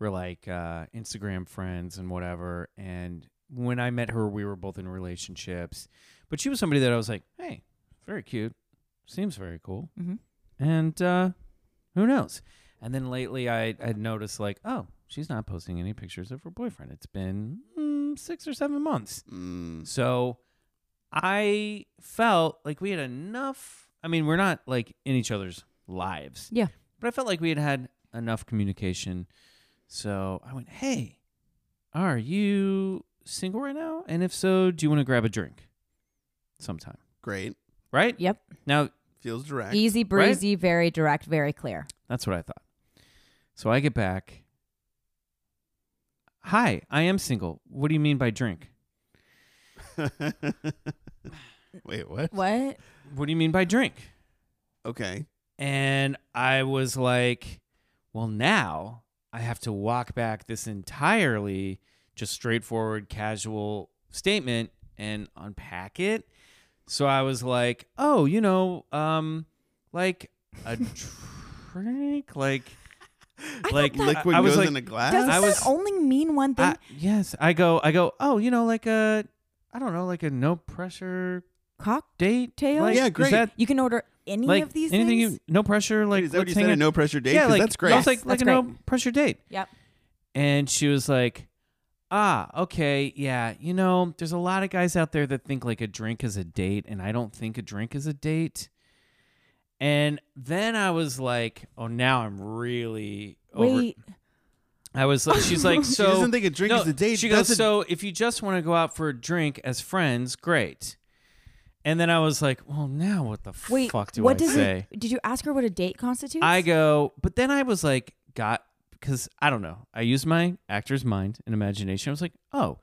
Speaker 4: we're like uh Instagram friends and whatever and when I met her we were both in relationships. But she was somebody that I was like, "Hey, very cute. Seems very cool."
Speaker 1: Mhm.
Speaker 4: And uh who knows? And then lately I had noticed like, "Oh, she's not posting any pictures of her boyfriend. It's been mm, 6 or 7 months."
Speaker 2: Mm.
Speaker 4: So I felt like we had enough. I mean, we're not like in each other's lives.
Speaker 1: Yeah.
Speaker 4: But I felt like we had had enough communication. So I went, hey, are you single right now? And if so, do you want to grab a drink sometime?
Speaker 2: Great.
Speaker 4: Right?
Speaker 1: Yep.
Speaker 4: Now,
Speaker 2: Feels direct.
Speaker 4: E-
Speaker 1: Easy breezy, very direct, very clear.
Speaker 4: That's what I thought. So I get back. Hi, I am single. What do you mean by drink?
Speaker 2: Wait, what?
Speaker 1: What?
Speaker 4: What do you mean by drink?
Speaker 2: Okay.
Speaker 4: And I was like, well, now I have to walk back this entirely just straightforward, casual statement and unpack it. So I was like, oh, you know, um, like a drink, like, like
Speaker 1: that-
Speaker 2: Liquid
Speaker 4: I was
Speaker 2: goes
Speaker 4: like,
Speaker 2: in a glass.
Speaker 1: Doesn't
Speaker 4: I was-
Speaker 1: that only mean one thing?
Speaker 4: I- yes, I go, I go, oh, you know, like a, I don't know, like a no pressure
Speaker 1: Cocktail.
Speaker 4: date. Like,
Speaker 2: Yeah,
Speaker 4: is
Speaker 2: great.
Speaker 4: that,
Speaker 1: You can order any
Speaker 4: like,
Speaker 1: of these
Speaker 4: anything
Speaker 1: things.
Speaker 4: you, no pressure, like
Speaker 2: Is that what
Speaker 4: let's
Speaker 2: you
Speaker 4: hang
Speaker 2: said? A
Speaker 4: out-
Speaker 2: no pressure date?
Speaker 4: Yeah,
Speaker 2: 'Cause
Speaker 4: like
Speaker 2: that's great.
Speaker 4: I was like,
Speaker 1: Yes,
Speaker 4: like
Speaker 1: that's
Speaker 4: a no pressure date.
Speaker 1: Yep.
Speaker 4: and she was like, "Ah, okay, yeah, you know, there's a lot of guys out there that think like a drink is a date, and I don't think a drink is a date." And then I was like, "Oh, now I'm really over."
Speaker 1: Wait.
Speaker 4: I was like, "She's like,
Speaker 2: she
Speaker 4: so
Speaker 2: doesn't think a drink
Speaker 4: no,
Speaker 2: is a date.
Speaker 4: She goes,
Speaker 2: That's a-
Speaker 4: "So if you just want to go out for a drink as friends, great." And then I was like, "Well, now what the
Speaker 1: Wait.
Speaker 4: fuck do
Speaker 1: what
Speaker 4: I
Speaker 1: does
Speaker 4: say?"
Speaker 1: it? Did you ask her what a date constitutes?
Speaker 4: I go, but then I was like, got because I don't know. I used my actor's mind and imagination. I was like, oh,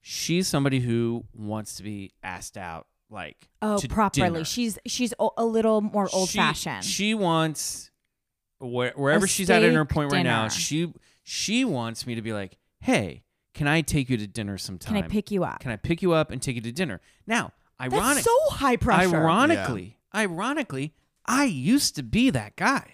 Speaker 4: she's somebody who wants to be asked out, like
Speaker 1: oh,
Speaker 4: to
Speaker 1: properly.
Speaker 4: dinner.
Speaker 1: She's she's o- a little more
Speaker 4: She-
Speaker 1: old fashioned.
Speaker 4: She wants where, wherever she's at in her
Speaker 1: steak
Speaker 4: point right now.
Speaker 1: dinner.
Speaker 4: She she wants me to be like, hey, can I take you to dinner sometime?
Speaker 1: Can I pick you up?
Speaker 4: Can I pick you up and take you to dinner? Now,
Speaker 1: That's
Speaker 4: ironic,
Speaker 1: so high pressure.
Speaker 4: ironically, ironically, I used to be that guy.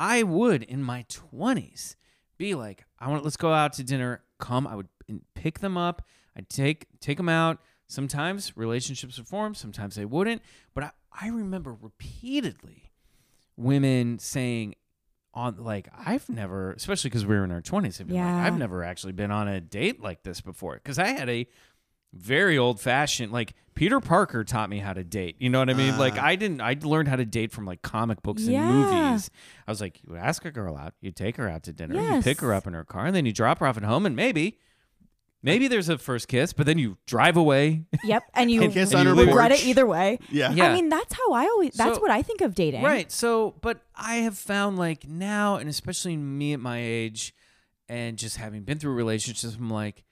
Speaker 4: I would in my 20s be like, I want let's go out to dinner, come, I would and pick them up, I'd take take them out. Sometimes relationships would form, sometimes they wouldn't, but I, I remember repeatedly women saying on like I've never, especially because we were in our 20s, they'd be
Speaker 1: Yeah.
Speaker 4: like, I've never actually been on a date like this before cuz I had a very old fashioned like Peter Parker taught me how to date. You know what I mean? like I didn't I learned how to date from like comic books and
Speaker 1: Ah. Yeah.
Speaker 4: movies. I was like, you ask a girl out, you take her out to dinner, you pick her
Speaker 1: Yes.
Speaker 4: up in her car, and then you drop her off at home and maybe maybe there's a first kiss, but then you drive away.
Speaker 1: Yep. And you
Speaker 2: I guess
Speaker 1: regret
Speaker 2: on her porch.
Speaker 1: it either way.
Speaker 2: Yeah.
Speaker 4: Yeah.
Speaker 1: I mean, that's how I always, that's
Speaker 4: So-
Speaker 1: what I think of dating.
Speaker 4: Right. So, but I have found like now, and especially me at my age, and just having been through relationships, I'm like,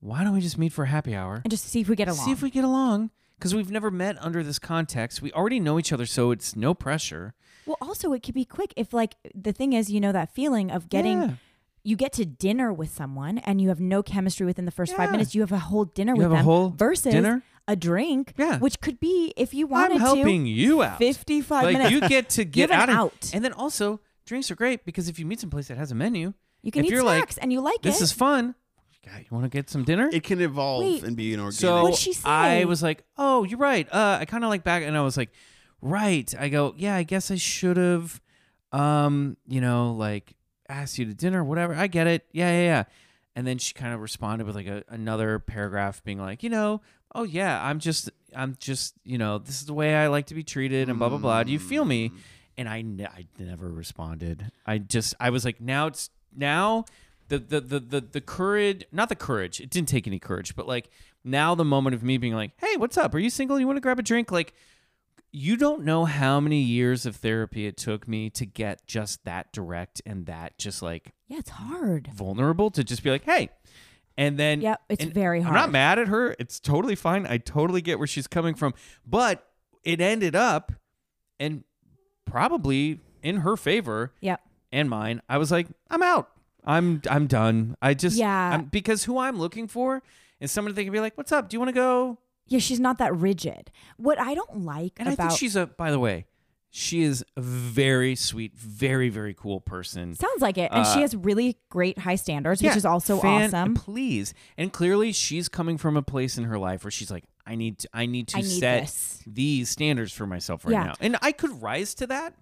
Speaker 4: why don't we just meet for a happy hour?
Speaker 1: And just see if we get along.
Speaker 4: See if we get along. Because we've never met under this context. We already know each other, so it's no pressure.
Speaker 1: well, also, it could be quick. If, like, the thing is, you know, that feeling of getting,
Speaker 4: Yeah.
Speaker 1: you get to dinner with someone and you have no chemistry within the first
Speaker 4: Yeah.
Speaker 1: five minutes. You have a whole dinner
Speaker 4: You
Speaker 1: with
Speaker 4: have a
Speaker 1: them
Speaker 4: whole
Speaker 1: versus
Speaker 4: dinner?
Speaker 1: a drink,
Speaker 4: Yeah.
Speaker 1: which could be, if you wanted
Speaker 4: I'm helping
Speaker 1: to,
Speaker 4: you out.
Speaker 1: 55
Speaker 4: like
Speaker 1: minutes.
Speaker 4: you get to get
Speaker 1: have
Speaker 4: out,
Speaker 1: an
Speaker 4: and-
Speaker 1: out.
Speaker 4: And then also, drinks are great because if you meet someplace that has a menu,
Speaker 1: You can
Speaker 4: if
Speaker 1: eat
Speaker 4: you're
Speaker 1: snacks
Speaker 4: like,
Speaker 1: and you like
Speaker 4: this
Speaker 1: it.
Speaker 4: is fun. God, you want to get some dinner?
Speaker 2: It can evolve
Speaker 1: Wait.
Speaker 2: and be an organic.
Speaker 4: So
Speaker 1: What'd she say?
Speaker 4: I was like, "Oh, you're right. Uh, I kind of like back," and I was like, "Right." I go, "Yeah, I guess I should have, um, you know, like asked you to dinner, whatever. I get it. Yeah, yeah, yeah." And then she kind of responded with like a, another paragraph, being like, "You know, oh yeah, I'm just, I'm just, you know, this is the way I like to be treated, and blah blah blah. Do you feel me?" And I, ne- I never responded. I just, I was like, now it's now the the the the the courage not the courage it didn't take any courage but like now the moment of me being like hey what's up are you single you want to grab a drink like you don't know how many years of therapy it took me to get just that direct and that just like
Speaker 1: yeah, it's hard.
Speaker 4: vulnerable to just be like hey and then
Speaker 1: Yep, it's
Speaker 4: and
Speaker 1: very
Speaker 4: i'm not
Speaker 1: hard.
Speaker 4: mad at her it's totally fine i totally get where she's coming from but it ended up and probably in her favor
Speaker 1: Yep.
Speaker 4: and mine, I was like, I'm out. I'm I'm done. I just
Speaker 1: Yeah.
Speaker 4: I'm, because who I'm looking for is someone that can be like, "What's up? Do you want to go?"
Speaker 1: Yeah, she's not that rigid. What I don't like
Speaker 4: And
Speaker 1: about
Speaker 4: I think she's a. By the way, she is a very sweet, very very cool person.
Speaker 1: sounds like it, and
Speaker 4: uh,
Speaker 1: she has really great high standards, which
Speaker 4: Yeah,
Speaker 1: is also
Speaker 4: fan-
Speaker 1: awesome.
Speaker 4: Please, and clearly she's coming from a place in her life where she's like, I need to, I need to
Speaker 1: I need
Speaker 4: set
Speaker 1: this.
Speaker 4: these standards for myself right
Speaker 1: Yeah.
Speaker 4: now, and I could rise to that.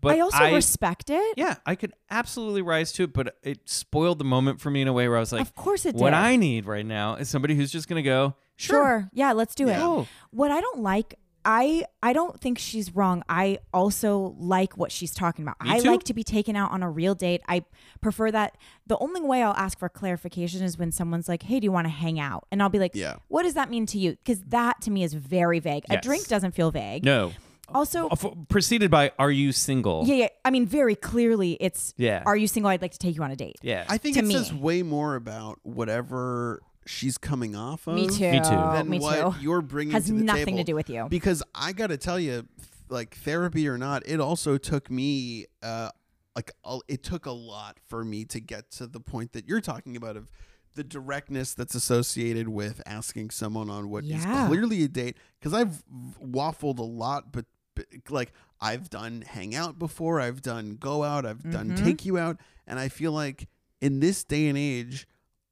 Speaker 4: But
Speaker 1: I also respect it.
Speaker 4: Yeah, I could absolutely rise to it, but it spoiled the moment for me in a way where I was like,
Speaker 1: Of course it
Speaker 4: What
Speaker 1: did.
Speaker 4: I need right now is somebody who's just going to go,
Speaker 1: Sure. Yeah, let's do it.
Speaker 4: Cool.
Speaker 1: What I don't like, I I don't think she's wrong. I also like what she's talking about.
Speaker 4: Me
Speaker 1: I
Speaker 4: too.
Speaker 1: like to be taken out on a real date. I prefer that. The only way I'll ask for clarification is when someone's like, "Hey, do you want to hang out?" And I'll be like,
Speaker 2: Yeah.
Speaker 1: what does that mean to you?" Because that to me is very vague.
Speaker 4: Yes.
Speaker 1: A drink doesn't feel vague.
Speaker 4: No. Oh,
Speaker 1: Also,
Speaker 4: F- Preceded by, are you single?
Speaker 1: yeah, yeah. I mean, very clearly, it's
Speaker 4: Yeah.
Speaker 1: Are you single? I'd like to take you on a date.
Speaker 4: Yeah.
Speaker 2: I think
Speaker 1: to
Speaker 2: it
Speaker 1: me.
Speaker 2: says way more about whatever she's coming off of.
Speaker 1: Me too.
Speaker 4: Me too.
Speaker 2: Than
Speaker 1: Oh, Me
Speaker 2: what
Speaker 1: too.
Speaker 2: you're bringing
Speaker 1: Has
Speaker 2: to the
Speaker 1: nothing
Speaker 2: table.
Speaker 1: to do with you.
Speaker 2: Because I got to tell you, like therapy or not, it also took me, uh, like a- it took a lot for me to get to the point that you're talking about of the directness that's associated with asking someone on what is
Speaker 1: Yeah.
Speaker 2: clearly a date. Because I've waffled a lot, but, but like I've done hang out before, I've done go out, I've done
Speaker 1: Mhm.
Speaker 2: take you out, and I feel like in this day and age.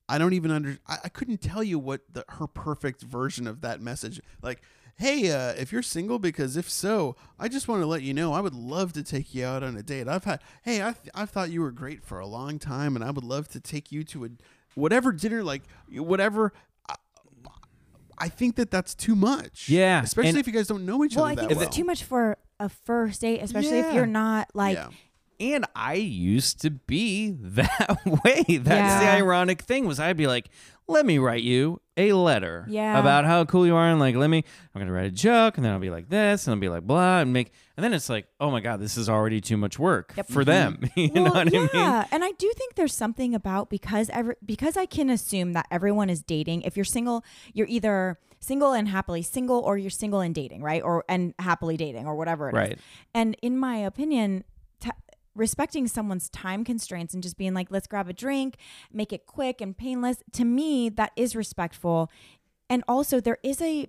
Speaker 2: I don't even under. I, I couldn't tell you what the, her perfect version of that message. Like, hey, uh, if you're single, because if so, I just want to let you know I would love to take you out on a date. I've had, hey, I th- I've thought you were great for a long time, and I would love to take you to a whatever dinner, like whatever. I, I think that that's too much.
Speaker 4: Yeah,
Speaker 2: especially
Speaker 4: and-
Speaker 2: if you guys don't know each
Speaker 1: Well,
Speaker 2: other
Speaker 1: I
Speaker 2: that
Speaker 1: think it's
Speaker 2: well.
Speaker 1: too much for a first date, especially
Speaker 4: Yeah.
Speaker 1: if you're not like.
Speaker 2: yeah.
Speaker 4: and I used to be that way. That's the
Speaker 1: Yeah.
Speaker 4: ironic thing was I'd be like, let me write you a letter
Speaker 1: Yeah.
Speaker 4: about how cool you are and like let me I'm gonna write a joke and then I'll be like this and I'll be like blah and make and then it's like, oh my god, this is already too much work for them. you know what
Speaker 1: yeah,
Speaker 4: I mean?
Speaker 1: and I do think there's something about because every, because I can assume that everyone is dating. If you're single, you're either single and happily single, or you're single and dating, right? Or and happily dating, or whatever. it is.
Speaker 4: Right.
Speaker 1: And in my opinion, t- respecting someone's time constraints and just being like, let's grab a drink, make it quick and painless, to me, that is respectful. And also, there is a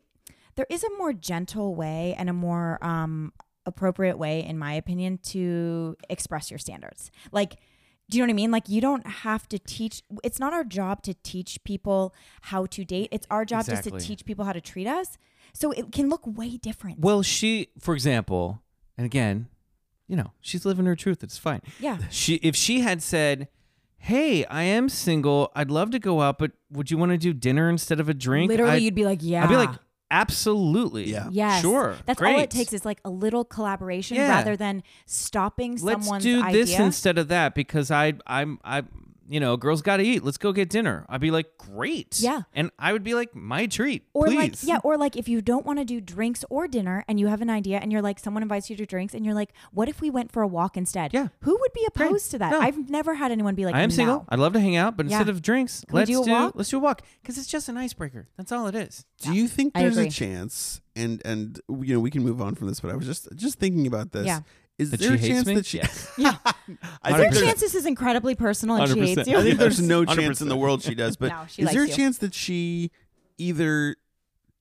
Speaker 1: there is a more gentle way and a more um, appropriate way, in my opinion, to express your standards. Like, do you know what I mean? Like, you don't have to teach. It's not our job to teach people how to date. It's our job
Speaker 4: Exactly.
Speaker 1: just to teach people how to treat us. So it can look way different.
Speaker 4: Well, she, for example, and again, you know, she's living her truth. It's fine.
Speaker 1: Yeah.
Speaker 4: She, if she had said, "Hey, I am single. I'd love to go out, but would you want to do dinner instead of a drink?"
Speaker 1: Literally,
Speaker 4: I'd,
Speaker 1: you'd be like, yeah.
Speaker 4: I'd be like, "Absolutely.
Speaker 6: Yeah.
Speaker 1: Yes.
Speaker 4: Sure.
Speaker 1: That's
Speaker 4: great.
Speaker 1: all it takes is like a little collaboration
Speaker 4: Yeah.
Speaker 1: rather than stopping
Speaker 4: Let's
Speaker 1: someone's
Speaker 4: do
Speaker 1: idea.
Speaker 4: this instead of that because I, I'm, I, you know, girls got to eat. Let's go get dinner. I'd be like, "Great."
Speaker 1: Yeah.
Speaker 4: And I would be like, "My treat,
Speaker 1: or
Speaker 4: please."
Speaker 1: like yeah, or like if you don't want to do drinks or dinner and you have an idea and you're like someone invites you to drinks and you're like, what if we went for a walk instead?
Speaker 4: Yeah.
Speaker 1: Who would be opposed to that?
Speaker 4: No.
Speaker 1: I've never had anyone be like,
Speaker 4: I am
Speaker 1: no.
Speaker 4: single. I'd love to hang out, but
Speaker 1: Yeah.
Speaker 4: instead of drinks,
Speaker 1: we
Speaker 4: let's
Speaker 1: do a walk?
Speaker 4: let's do a walk because it's just an icebreaker. That's all it is.
Speaker 2: Do you think
Speaker 1: I
Speaker 2: there's a
Speaker 1: agree.
Speaker 2: chance? And and you know we can move on from this, but I was just just thinking about this.
Speaker 1: Yeah.
Speaker 2: Is
Speaker 4: That
Speaker 2: there a
Speaker 4: she hates
Speaker 2: chance
Speaker 4: me?
Speaker 2: that she?
Speaker 4: Yes.
Speaker 1: Yeah.
Speaker 2: I
Speaker 1: Is there a
Speaker 2: think
Speaker 4: Hundred
Speaker 2: there's-
Speaker 1: chance this is incredibly personal and she hates
Speaker 4: 100%.
Speaker 1: you?
Speaker 2: I think there's no
Speaker 4: 100%.
Speaker 2: chance in the world she does. But
Speaker 1: No, she
Speaker 2: is
Speaker 1: likes
Speaker 2: there a
Speaker 1: you.
Speaker 2: chance that she either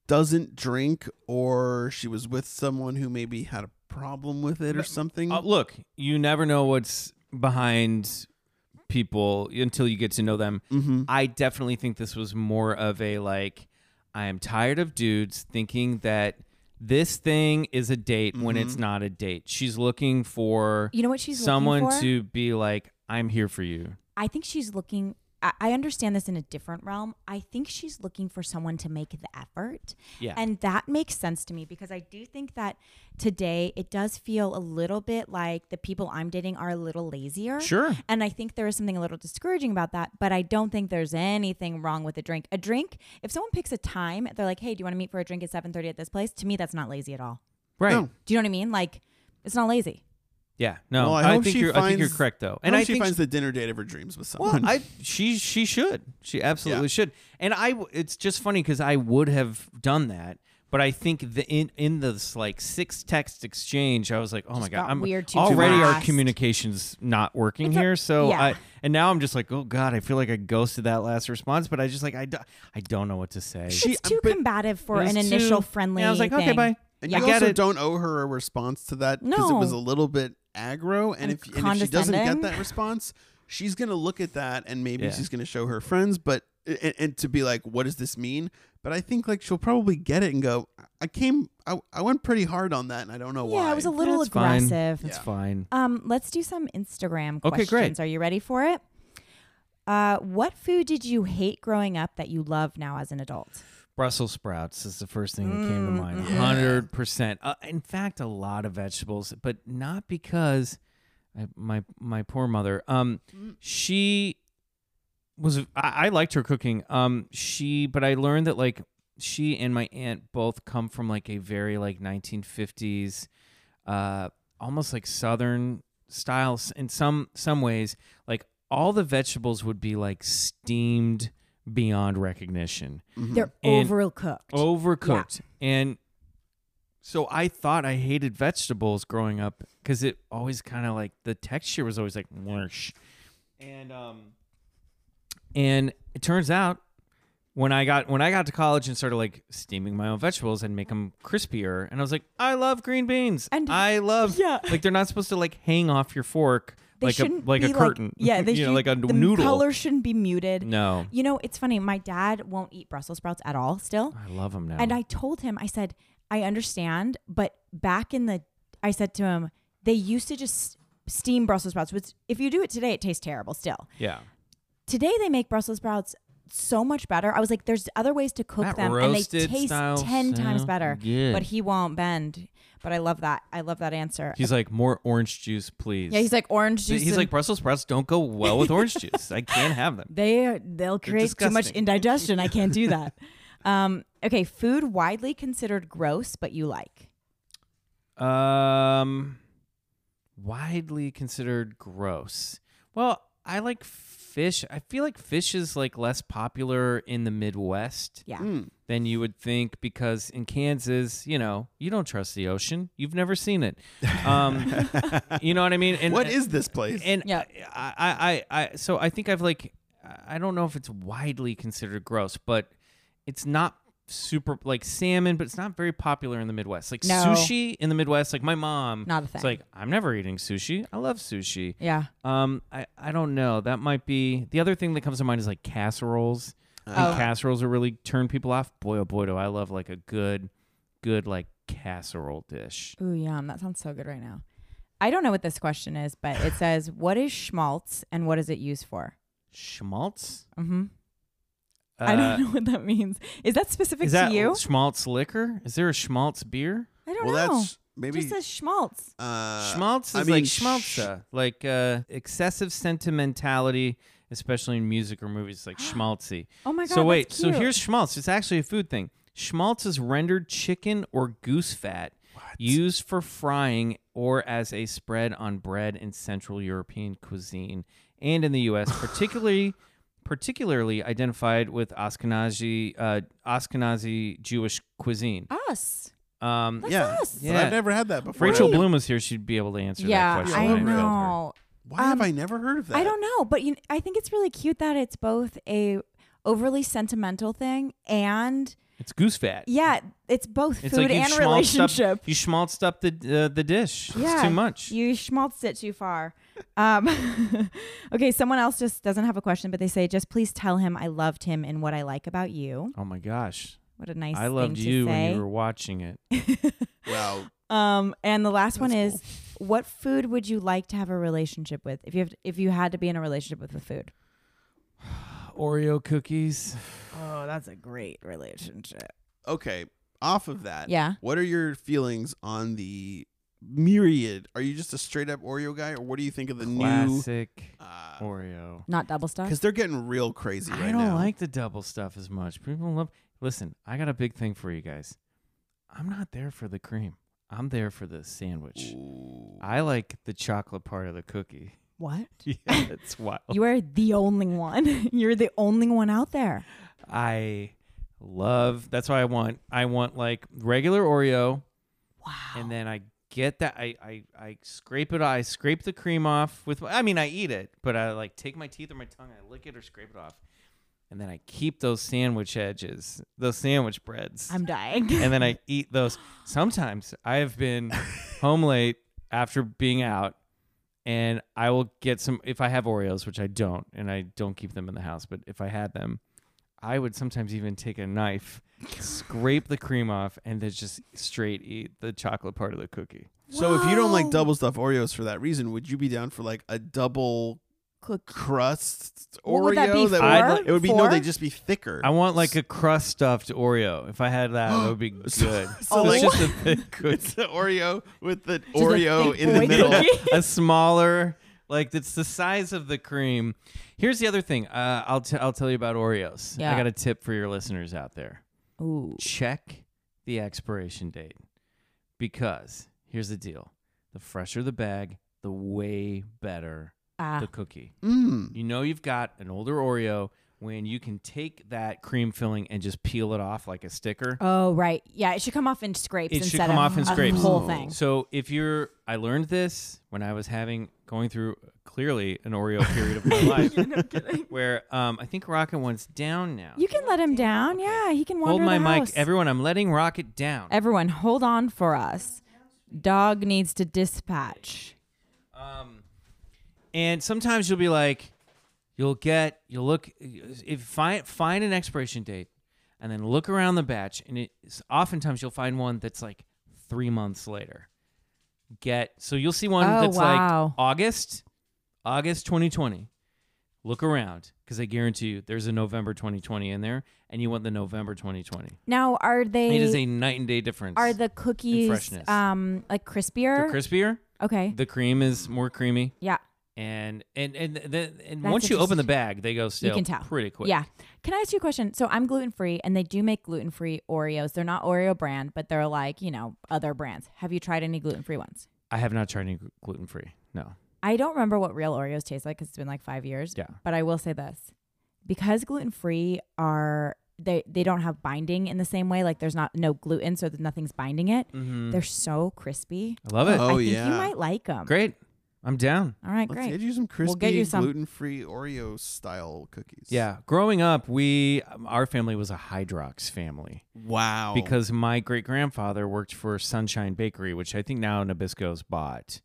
Speaker 2: doesn't drink or she was with someone who maybe had a problem with it or something?
Speaker 4: Uh, look, you never know what's behind people until you get to know them.
Speaker 2: mm-hmm.
Speaker 4: I definitely think this was more of a like, I am tired of dudes thinking that this thing is a date when
Speaker 2: Mm-hmm.
Speaker 4: it's not a date. She's looking for
Speaker 1: You know what she's looking
Speaker 4: someone
Speaker 1: for?
Speaker 4: to be like, I'm here for you.
Speaker 1: I think she's looking. I- I understand this in a different realm. I think she's looking for someone to make the effort.
Speaker 4: Yeah.
Speaker 1: And that makes sense to me because I do think that today it does feel a little bit like the people I'm dating are a little lazier.
Speaker 4: Sure.
Speaker 1: And I think there is something a little discouraging about that, but I don't think there's anything wrong with a drink. A drink, if someone picks a time, they're like, "Hey, do you want to meet for a drink at 7:30 at this place?" To me, that's not lazy at all.
Speaker 4: Right.
Speaker 2: No.
Speaker 1: Do you know what I mean? Like it's not lazy.
Speaker 4: Yeah. No.
Speaker 2: Well, I
Speaker 4: I,
Speaker 2: hope
Speaker 4: think
Speaker 2: she
Speaker 4: you're. I think you're
Speaker 2: finds-
Speaker 4: correct though.
Speaker 2: And
Speaker 4: And I
Speaker 2: she
Speaker 4: think
Speaker 2: finds the dinner date of her dreams with
Speaker 4: Well,
Speaker 2: someone.
Speaker 4: I she she should. She absolutely
Speaker 2: Yeah.
Speaker 4: should. And I w- it's just funny cuz I would have done that, but I think the in in this like six text exchange, I was like, "Oh my
Speaker 1: Just
Speaker 4: god,
Speaker 1: got
Speaker 4: I'm
Speaker 1: weird too
Speaker 4: already our
Speaker 1: fast.
Speaker 4: communications not working
Speaker 1: It's a-
Speaker 4: here." so
Speaker 1: yeah.
Speaker 4: I and now I'm just like, "Oh god, I feel like I ghosted that last response, but I just like I, do, I don't know what to say."
Speaker 2: She-
Speaker 1: it's too
Speaker 2: but-
Speaker 1: combative for
Speaker 4: It was
Speaker 1: an
Speaker 4: too-
Speaker 1: initial friendly.
Speaker 4: And I was like, "Okay,
Speaker 1: thing.
Speaker 4: bye."
Speaker 2: and
Speaker 4: I
Speaker 2: you
Speaker 4: get
Speaker 2: also
Speaker 4: it.
Speaker 2: don't owe her a response to that because it was
Speaker 1: No.
Speaker 2: a little bit aggro. And,
Speaker 1: And
Speaker 2: if, and if she doesn't get
Speaker 1: condescending.
Speaker 2: that response, she's gonna look at that and maybe
Speaker 4: Yeah.
Speaker 2: she's gonna show her friends, but and, and to be like, what does this mean? But I think like she'll probably get it and go, I came, I, I went pretty hard on that, and I don't know why.
Speaker 1: Yeah, it was a little
Speaker 4: That's fine.
Speaker 1: aggressive.
Speaker 4: That's fine.
Speaker 1: Um, let's do some Instagram
Speaker 4: Okay,
Speaker 1: questions.
Speaker 4: great.
Speaker 1: Are you ready for it? Uh, what food did you hate growing up that you love now as an adult?
Speaker 4: Brussels sprouts is the first thing that came to mind.
Speaker 2: yeah.
Speaker 4: Hundred percent. Uh, in fact, a lot of vegetables, but not because I, my my poor mother. Um, she was. I, I liked her cooking. Um, she, but I learned that like she and my aunt both come from like a very like 1950s, uh, almost like southern styles in some some ways. Like all the vegetables would be like steamed beyond recognition
Speaker 2: Mm-hmm.
Speaker 1: They're
Speaker 4: Mm, And- oh,
Speaker 1: overcooked.
Speaker 4: overcooked and so i thought i hated vegetables growing up because it always kind of like the texture was always like whoosh and um and it turns out when i got when i got to college and started like steaming my own vegetables and make them crispier and i was like i love green beans
Speaker 1: And-
Speaker 4: i love
Speaker 1: Yeah.
Speaker 4: like they're not supposed to like hang off your fork
Speaker 1: They
Speaker 4: like a
Speaker 1: shouldn't
Speaker 4: like
Speaker 1: be
Speaker 4: a curtain
Speaker 1: yeah, they
Speaker 4: you know
Speaker 1: should-
Speaker 4: like a
Speaker 1: the
Speaker 4: noodle
Speaker 1: color shouldn't be muted.
Speaker 4: no
Speaker 1: You know, it's funny. My dad won't eat Brussels sprouts at all. Still,
Speaker 4: i love them now
Speaker 1: And I told him, I said, I understand, but back in the, I said to him, they used to just steam Brussels sprouts, which if you do it today, it tastes terrible still.
Speaker 4: yeah
Speaker 1: Today they make Brussels sprouts so much better. I was like, there's other ways to cook
Speaker 4: That
Speaker 1: them and they
Speaker 4: roasted
Speaker 1: taste
Speaker 4: style
Speaker 1: 10 times
Speaker 4: sounds
Speaker 1: better,
Speaker 4: good.
Speaker 1: but he won't bend. But I love that. I love that answer.
Speaker 4: He's like, more orange juice, please.
Speaker 1: yeah, he's like orange juice.
Speaker 4: he's
Speaker 1: and
Speaker 4: like, Brussels sprouts don't go well with orange juice. I can't have them.
Speaker 1: they they'll create too much
Speaker 4: disgusting.
Speaker 1: indigestion. I can't do that. Um, okay, food widely considered gross, but you like.
Speaker 4: Um, widely considered gross. Well, I like fish. I feel like fish is like less popular in the Midwest
Speaker 1: Yeah.
Speaker 2: Mm.
Speaker 4: than you would think because in Kansas, you know, you don't trust the ocean. You've never seen it. Um, you know what I mean? And, uh,
Speaker 2: what is this place?
Speaker 4: and
Speaker 1: Yeah.
Speaker 4: I, I, I, I, so I think I've like, I don't know if it's widely considered gross, but it's not super like salmon, but it's not very popular in the Midwest. Like
Speaker 1: No.
Speaker 4: sushi in the Midwest, like my mom,
Speaker 1: Not a
Speaker 4: it's
Speaker 1: thing.
Speaker 4: like I'm never eating sushi. I love sushi.
Speaker 1: yeah.
Speaker 4: Um, I, I don't know. That might be the other thing that comes to mind is like casseroles.
Speaker 2: Uh,
Speaker 4: I think
Speaker 1: Oh.
Speaker 4: casseroles are really turn people off. Boy, oh boy, do I love like a good, good like casserole dish.
Speaker 1: Ooh, yum. That sounds so good right now. I don't know what this question is, but it says, "What is schmaltz and what is it used for?"
Speaker 4: Schmaltz.
Speaker 1: Mm-hmm.
Speaker 4: Uh,
Speaker 1: I don't know what that means. Is that specific
Speaker 4: Is that
Speaker 1: to you?
Speaker 4: schmaltz liquor? Is there a schmaltz beer?
Speaker 1: I don't
Speaker 2: well,
Speaker 1: know.
Speaker 2: that's maybe.
Speaker 1: Just says schmaltz.
Speaker 2: uh,
Speaker 4: schmaltz is
Speaker 2: I
Speaker 4: like
Speaker 2: mean,
Speaker 4: schmaltza, like uh, excessive sentimentality, especially in music or movies, like schmaltzy.
Speaker 1: Oh my god.
Speaker 4: so wait,
Speaker 1: that's
Speaker 4: so
Speaker 1: cute.
Speaker 4: here's schmaltz. It's actually a food thing. Schmaltz is rendered chicken or goose fat used for frying or as a spread on bread in Central European cuisine and in the U.S., particularly particularly identified with Ashkenazi uh, Ashkenazi Jewish cuisine.
Speaker 1: us.
Speaker 4: Um,
Speaker 1: That's
Speaker 2: yeah,
Speaker 1: us.
Speaker 2: but
Speaker 4: Yeah.
Speaker 2: I've never had that before.
Speaker 4: Rachel Bloom was here. She'd be able to answer
Speaker 1: Yeah,
Speaker 4: that question.
Speaker 1: I
Speaker 2: when I
Speaker 4: failed her.
Speaker 1: know.
Speaker 2: Why have I never heard of that?
Speaker 1: um, I don't know, but you, I think it's really cute that it's both a overly sentimental thing and
Speaker 4: It's goose fat.
Speaker 1: yeah, it's both
Speaker 4: It's
Speaker 1: food
Speaker 4: like you
Speaker 1: and
Speaker 4: schmaltzed
Speaker 1: relationship.
Speaker 4: Up, you schmaltzed up the uh, the dish.
Speaker 1: yeah,
Speaker 4: It's too much.
Speaker 1: You schmaltzed it too far. Um, okay, someone else just doesn't have a question, but they say, just please tell him I loved him and what I like about you.
Speaker 4: oh my gosh.
Speaker 1: What a nice
Speaker 4: I loved
Speaker 1: thing
Speaker 4: you
Speaker 1: to say.
Speaker 4: when you were watching it.
Speaker 2: Wow.
Speaker 1: um, and the last one
Speaker 2: That's
Speaker 1: is, what food would you like to have a relationship with if you have, if you had to be in a relationship with a food?
Speaker 4: Oreo cookies.
Speaker 1: Oh, that's a great relationship.
Speaker 2: Okay. Off of that.
Speaker 1: Yeah.
Speaker 2: What are your feelings on the myriad? Are you just a straight up Oreo guy, or what do you think of the
Speaker 4: Classic
Speaker 2: new?
Speaker 1: Uh,
Speaker 4: Oreo.
Speaker 1: Not double stuff.
Speaker 2: Because they're getting real crazy right
Speaker 4: I don't
Speaker 2: now.
Speaker 4: like the double stuff as much. People love. Listen, I got a big thing for you guys. I'm not there for the cream. I'm there for the sandwich. I like the chocolate part of the cookie.
Speaker 1: What?
Speaker 4: Yeah, it's wild.
Speaker 1: You are the only one. You're the only one out there.
Speaker 4: I love. That's what I want. I want like regular Oreo,
Speaker 1: Wow.
Speaker 4: and then I get that. I I, I scrape it. I scrape the cream off with. I mean, I eat it, but I like take my teeth or my tongue. I lick it or scrape it off, and then I keep those sandwich edges, those sandwich breads,
Speaker 1: I'm dying.
Speaker 4: and then I eat those. Sometimes I have been home late after being out. And I will get some if I have Oreos, which I don't, and I don't keep them in the house. But if I had them, I would sometimes even take a knife, scrape the cream off, and then just straight eat the chocolate part of the cookie.
Speaker 2: So if you don't like
Speaker 1: Wow.
Speaker 2: double stuff Oreos for that reason, would you be down for like a double
Speaker 1: Cook-
Speaker 2: crust Oreo?
Speaker 1: What would that be?
Speaker 4: I'd
Speaker 1: Four?
Speaker 4: like-
Speaker 2: it would be no,
Speaker 1: Four?
Speaker 2: they'd just be thicker.
Speaker 4: I want like a crust stuffed Oreo. If I had that, that would be good.
Speaker 2: so
Speaker 4: It's
Speaker 2: like-
Speaker 4: just a thick
Speaker 2: it's
Speaker 4: cookie,
Speaker 2: the Oreo with the
Speaker 1: a
Speaker 2: Oreo
Speaker 1: thick
Speaker 2: in the
Speaker 1: boy
Speaker 2: middle.
Speaker 1: cookie.
Speaker 4: a smaller, like it's the size of the cream. Here's the other thing. Uh, I'll t- I'll tell you about Oreos. I
Speaker 1: Yeah.
Speaker 4: got a tip for your listeners out there.
Speaker 1: Ooh.
Speaker 4: check the expiration date because here's the deal the fresher the bag the way better
Speaker 1: Ah.
Speaker 4: the cookie
Speaker 2: Mm.
Speaker 4: you know you've got an older oreo when you can take that cream filling and just peel it off like a sticker
Speaker 1: Oh right. Yeah, it should come off in scrapes.
Speaker 4: it should
Speaker 1: instead
Speaker 4: come
Speaker 1: of
Speaker 4: off in
Speaker 1: a
Speaker 4: scrapes
Speaker 1: Whole thing.
Speaker 4: so if you're i learned this when i was having going through clearly an oreo period of my life where um, i think rocket one's down now
Speaker 1: You can let him down. Yeah, he can wander
Speaker 4: hold my
Speaker 1: the
Speaker 4: mic
Speaker 1: house.
Speaker 4: everyone i'm letting rocket down
Speaker 1: Everyone, hold on for us. Dog needs to dispatch.
Speaker 4: Um, and sometimes you'll be like, you'll get, you'll look, if find find an expiration date, and then look around the batch, and it's oftentimes you'll find one that's like three months later. Get so you'll see one
Speaker 1: Oh,
Speaker 4: that's like
Speaker 1: wow.
Speaker 4: August, August 2020. Look around because I guarantee you there's a November 2020 in there, and you want the November 2020.
Speaker 1: Now, are
Speaker 4: it is
Speaker 1: they
Speaker 4: a night and day difference.
Speaker 1: are the cookies
Speaker 4: freshness.
Speaker 1: um like crispier?
Speaker 4: They're crispier?
Speaker 1: okay.
Speaker 4: The cream is more creamy.
Speaker 1: yeah.
Speaker 4: and and and the, and
Speaker 1: That's
Speaker 4: once you open the
Speaker 1: interesting.
Speaker 4: bag, they go stale
Speaker 1: you can tell
Speaker 4: pretty quick.
Speaker 1: Yeah. Can I ask you a question? So I'm gluten free, and they do make gluten free Oreos. They're not Oreo brand, but they're like you know other brands. Have you tried any gluten free ones?
Speaker 4: I have not tried any gluten free. No,
Speaker 1: I don't remember what real Oreos taste like because it's been like five years.
Speaker 4: Yeah.
Speaker 1: But I will say this: because gluten free are they they don't have binding in the same way. Like there's not no gluten, so that nothing's binding it.
Speaker 4: Mm-hmm.
Speaker 1: They're so crispy.
Speaker 4: I love it.
Speaker 2: Oh,
Speaker 1: I think
Speaker 2: yeah.
Speaker 1: you might like them.
Speaker 4: Great. I'm down.
Speaker 1: All right,
Speaker 2: Let's get
Speaker 1: great.
Speaker 2: you some crispy,
Speaker 1: We'll get you some-
Speaker 2: gluten-free Oreo style cookies.
Speaker 4: Yeah. Growing up, we um, our family was a Hydrox family
Speaker 2: Wow.
Speaker 4: because my great grandfather worked for Sunshine Bakery, which I think now Nabisco's bought.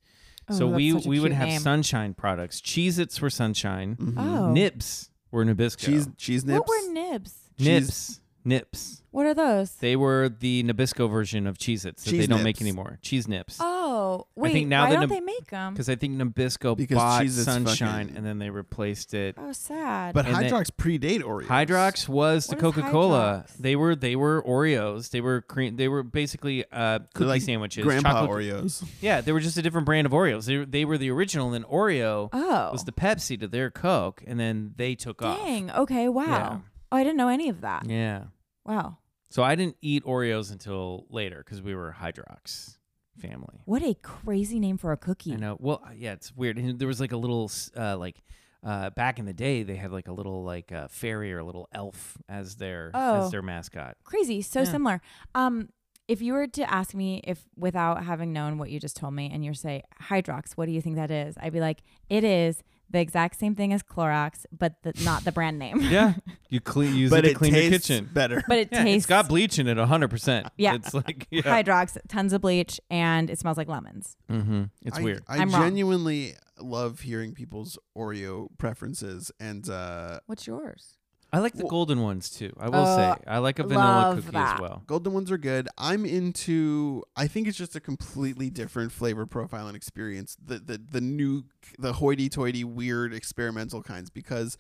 Speaker 1: Oh,
Speaker 4: so
Speaker 1: that's
Speaker 4: we
Speaker 1: such a
Speaker 4: we would
Speaker 1: cute
Speaker 4: have
Speaker 1: name.
Speaker 4: Sunshine products. Cheez Its were Sunshine.
Speaker 1: Oh,
Speaker 4: Nips were Nabisco.
Speaker 2: cheese, cheese nips.
Speaker 1: What were nibs?
Speaker 4: Nips. Nips.
Speaker 1: What are those?
Speaker 4: They were the Nabisco version of Cheez Its that
Speaker 2: Cheese
Speaker 4: they don't
Speaker 2: Nips.
Speaker 4: make anymore. Cheese Nips.
Speaker 1: Oh, wait.
Speaker 4: think now
Speaker 1: why
Speaker 4: that
Speaker 1: don't
Speaker 4: Nab-
Speaker 1: they make them?
Speaker 4: Because I think Nabisco
Speaker 2: Because
Speaker 4: bought
Speaker 2: Cheez-Its
Speaker 4: Sunshine
Speaker 2: fucking-
Speaker 4: and then they replaced it.
Speaker 1: Oh, sad.
Speaker 2: but
Speaker 4: and they-
Speaker 2: Hydrox predate Oreos.
Speaker 4: Hydrox was
Speaker 1: What
Speaker 4: the
Speaker 1: is
Speaker 4: Coca Cola.
Speaker 1: Hydrox?
Speaker 4: They were they were Oreos. They were cream. They were basically uh,
Speaker 2: They're
Speaker 4: cookie
Speaker 2: like
Speaker 4: sandwiches.
Speaker 2: Grandpa
Speaker 4: chocolate-
Speaker 2: Oreos.
Speaker 4: Yeah, they were just a different brand of Oreos. They, they were the original, and Oreo
Speaker 1: oh,
Speaker 4: was the Pepsi to their Coke, and then they took
Speaker 1: dang. Okay, wow. Oh, I didn't know any of that.
Speaker 4: off. Yeah.
Speaker 1: Wow.
Speaker 4: So I didn't eat Oreos until later because we were Hydrox family.
Speaker 1: What a crazy name for a cookie.
Speaker 4: I know. Well, uh, yeah, it's weird. And there was like a little s- uh, like. Uh, back in the day, they had like a little like uh, fairy or a little elf as their
Speaker 1: Oh.
Speaker 4: as their mascot.
Speaker 1: Crazy, so
Speaker 4: Yeah.
Speaker 1: similar. Um, if you were to ask me if without having known what you just told me and you say Hydrox, what do you think that is? I'd be like, it is the exact same thing as Clorox, but the, not the brand name.
Speaker 4: Yeah, you clean use
Speaker 2: but
Speaker 4: it to
Speaker 2: it
Speaker 4: clean your
Speaker 2: tastes
Speaker 4: kitchen.
Speaker 2: better.
Speaker 1: But it
Speaker 4: Yeah,
Speaker 1: tastes
Speaker 4: it's got bleach in it 100%.
Speaker 1: Yeah.
Speaker 4: It's like, yeah.
Speaker 1: Hydrox, tons of bleach, and it smells like lemons.
Speaker 4: Mm-hmm. It's
Speaker 2: I,
Speaker 4: weird.
Speaker 2: I
Speaker 1: I'm wrong.
Speaker 2: genuinely love hearing people's Oreo preferences, and uh,
Speaker 1: What's yours?
Speaker 4: I like the
Speaker 2: Well-
Speaker 4: golden ones too. I will
Speaker 1: Uh,
Speaker 4: say. I like a vanilla
Speaker 1: love
Speaker 4: cookie
Speaker 1: that.
Speaker 4: as well.
Speaker 2: golden ones are good. I'm into. I think it's just a completely different flavor profile and experience. The the the new the hoity-toity weird experimental kinds because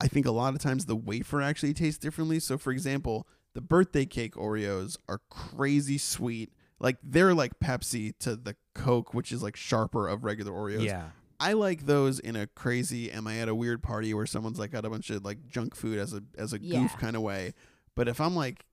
Speaker 2: I think a lot of times the wafer actually tastes differently. So for example, the birthday cake Oreos are crazy sweet. Like they're like Pepsi to the Coke, which is like sharper of regular Oreos.
Speaker 4: Yeah.
Speaker 2: I like those in a crazy am I at a weird party where someone's like got a bunch of like junk food as a as a
Speaker 1: Yeah.
Speaker 2: goof kind of way. But if I'm like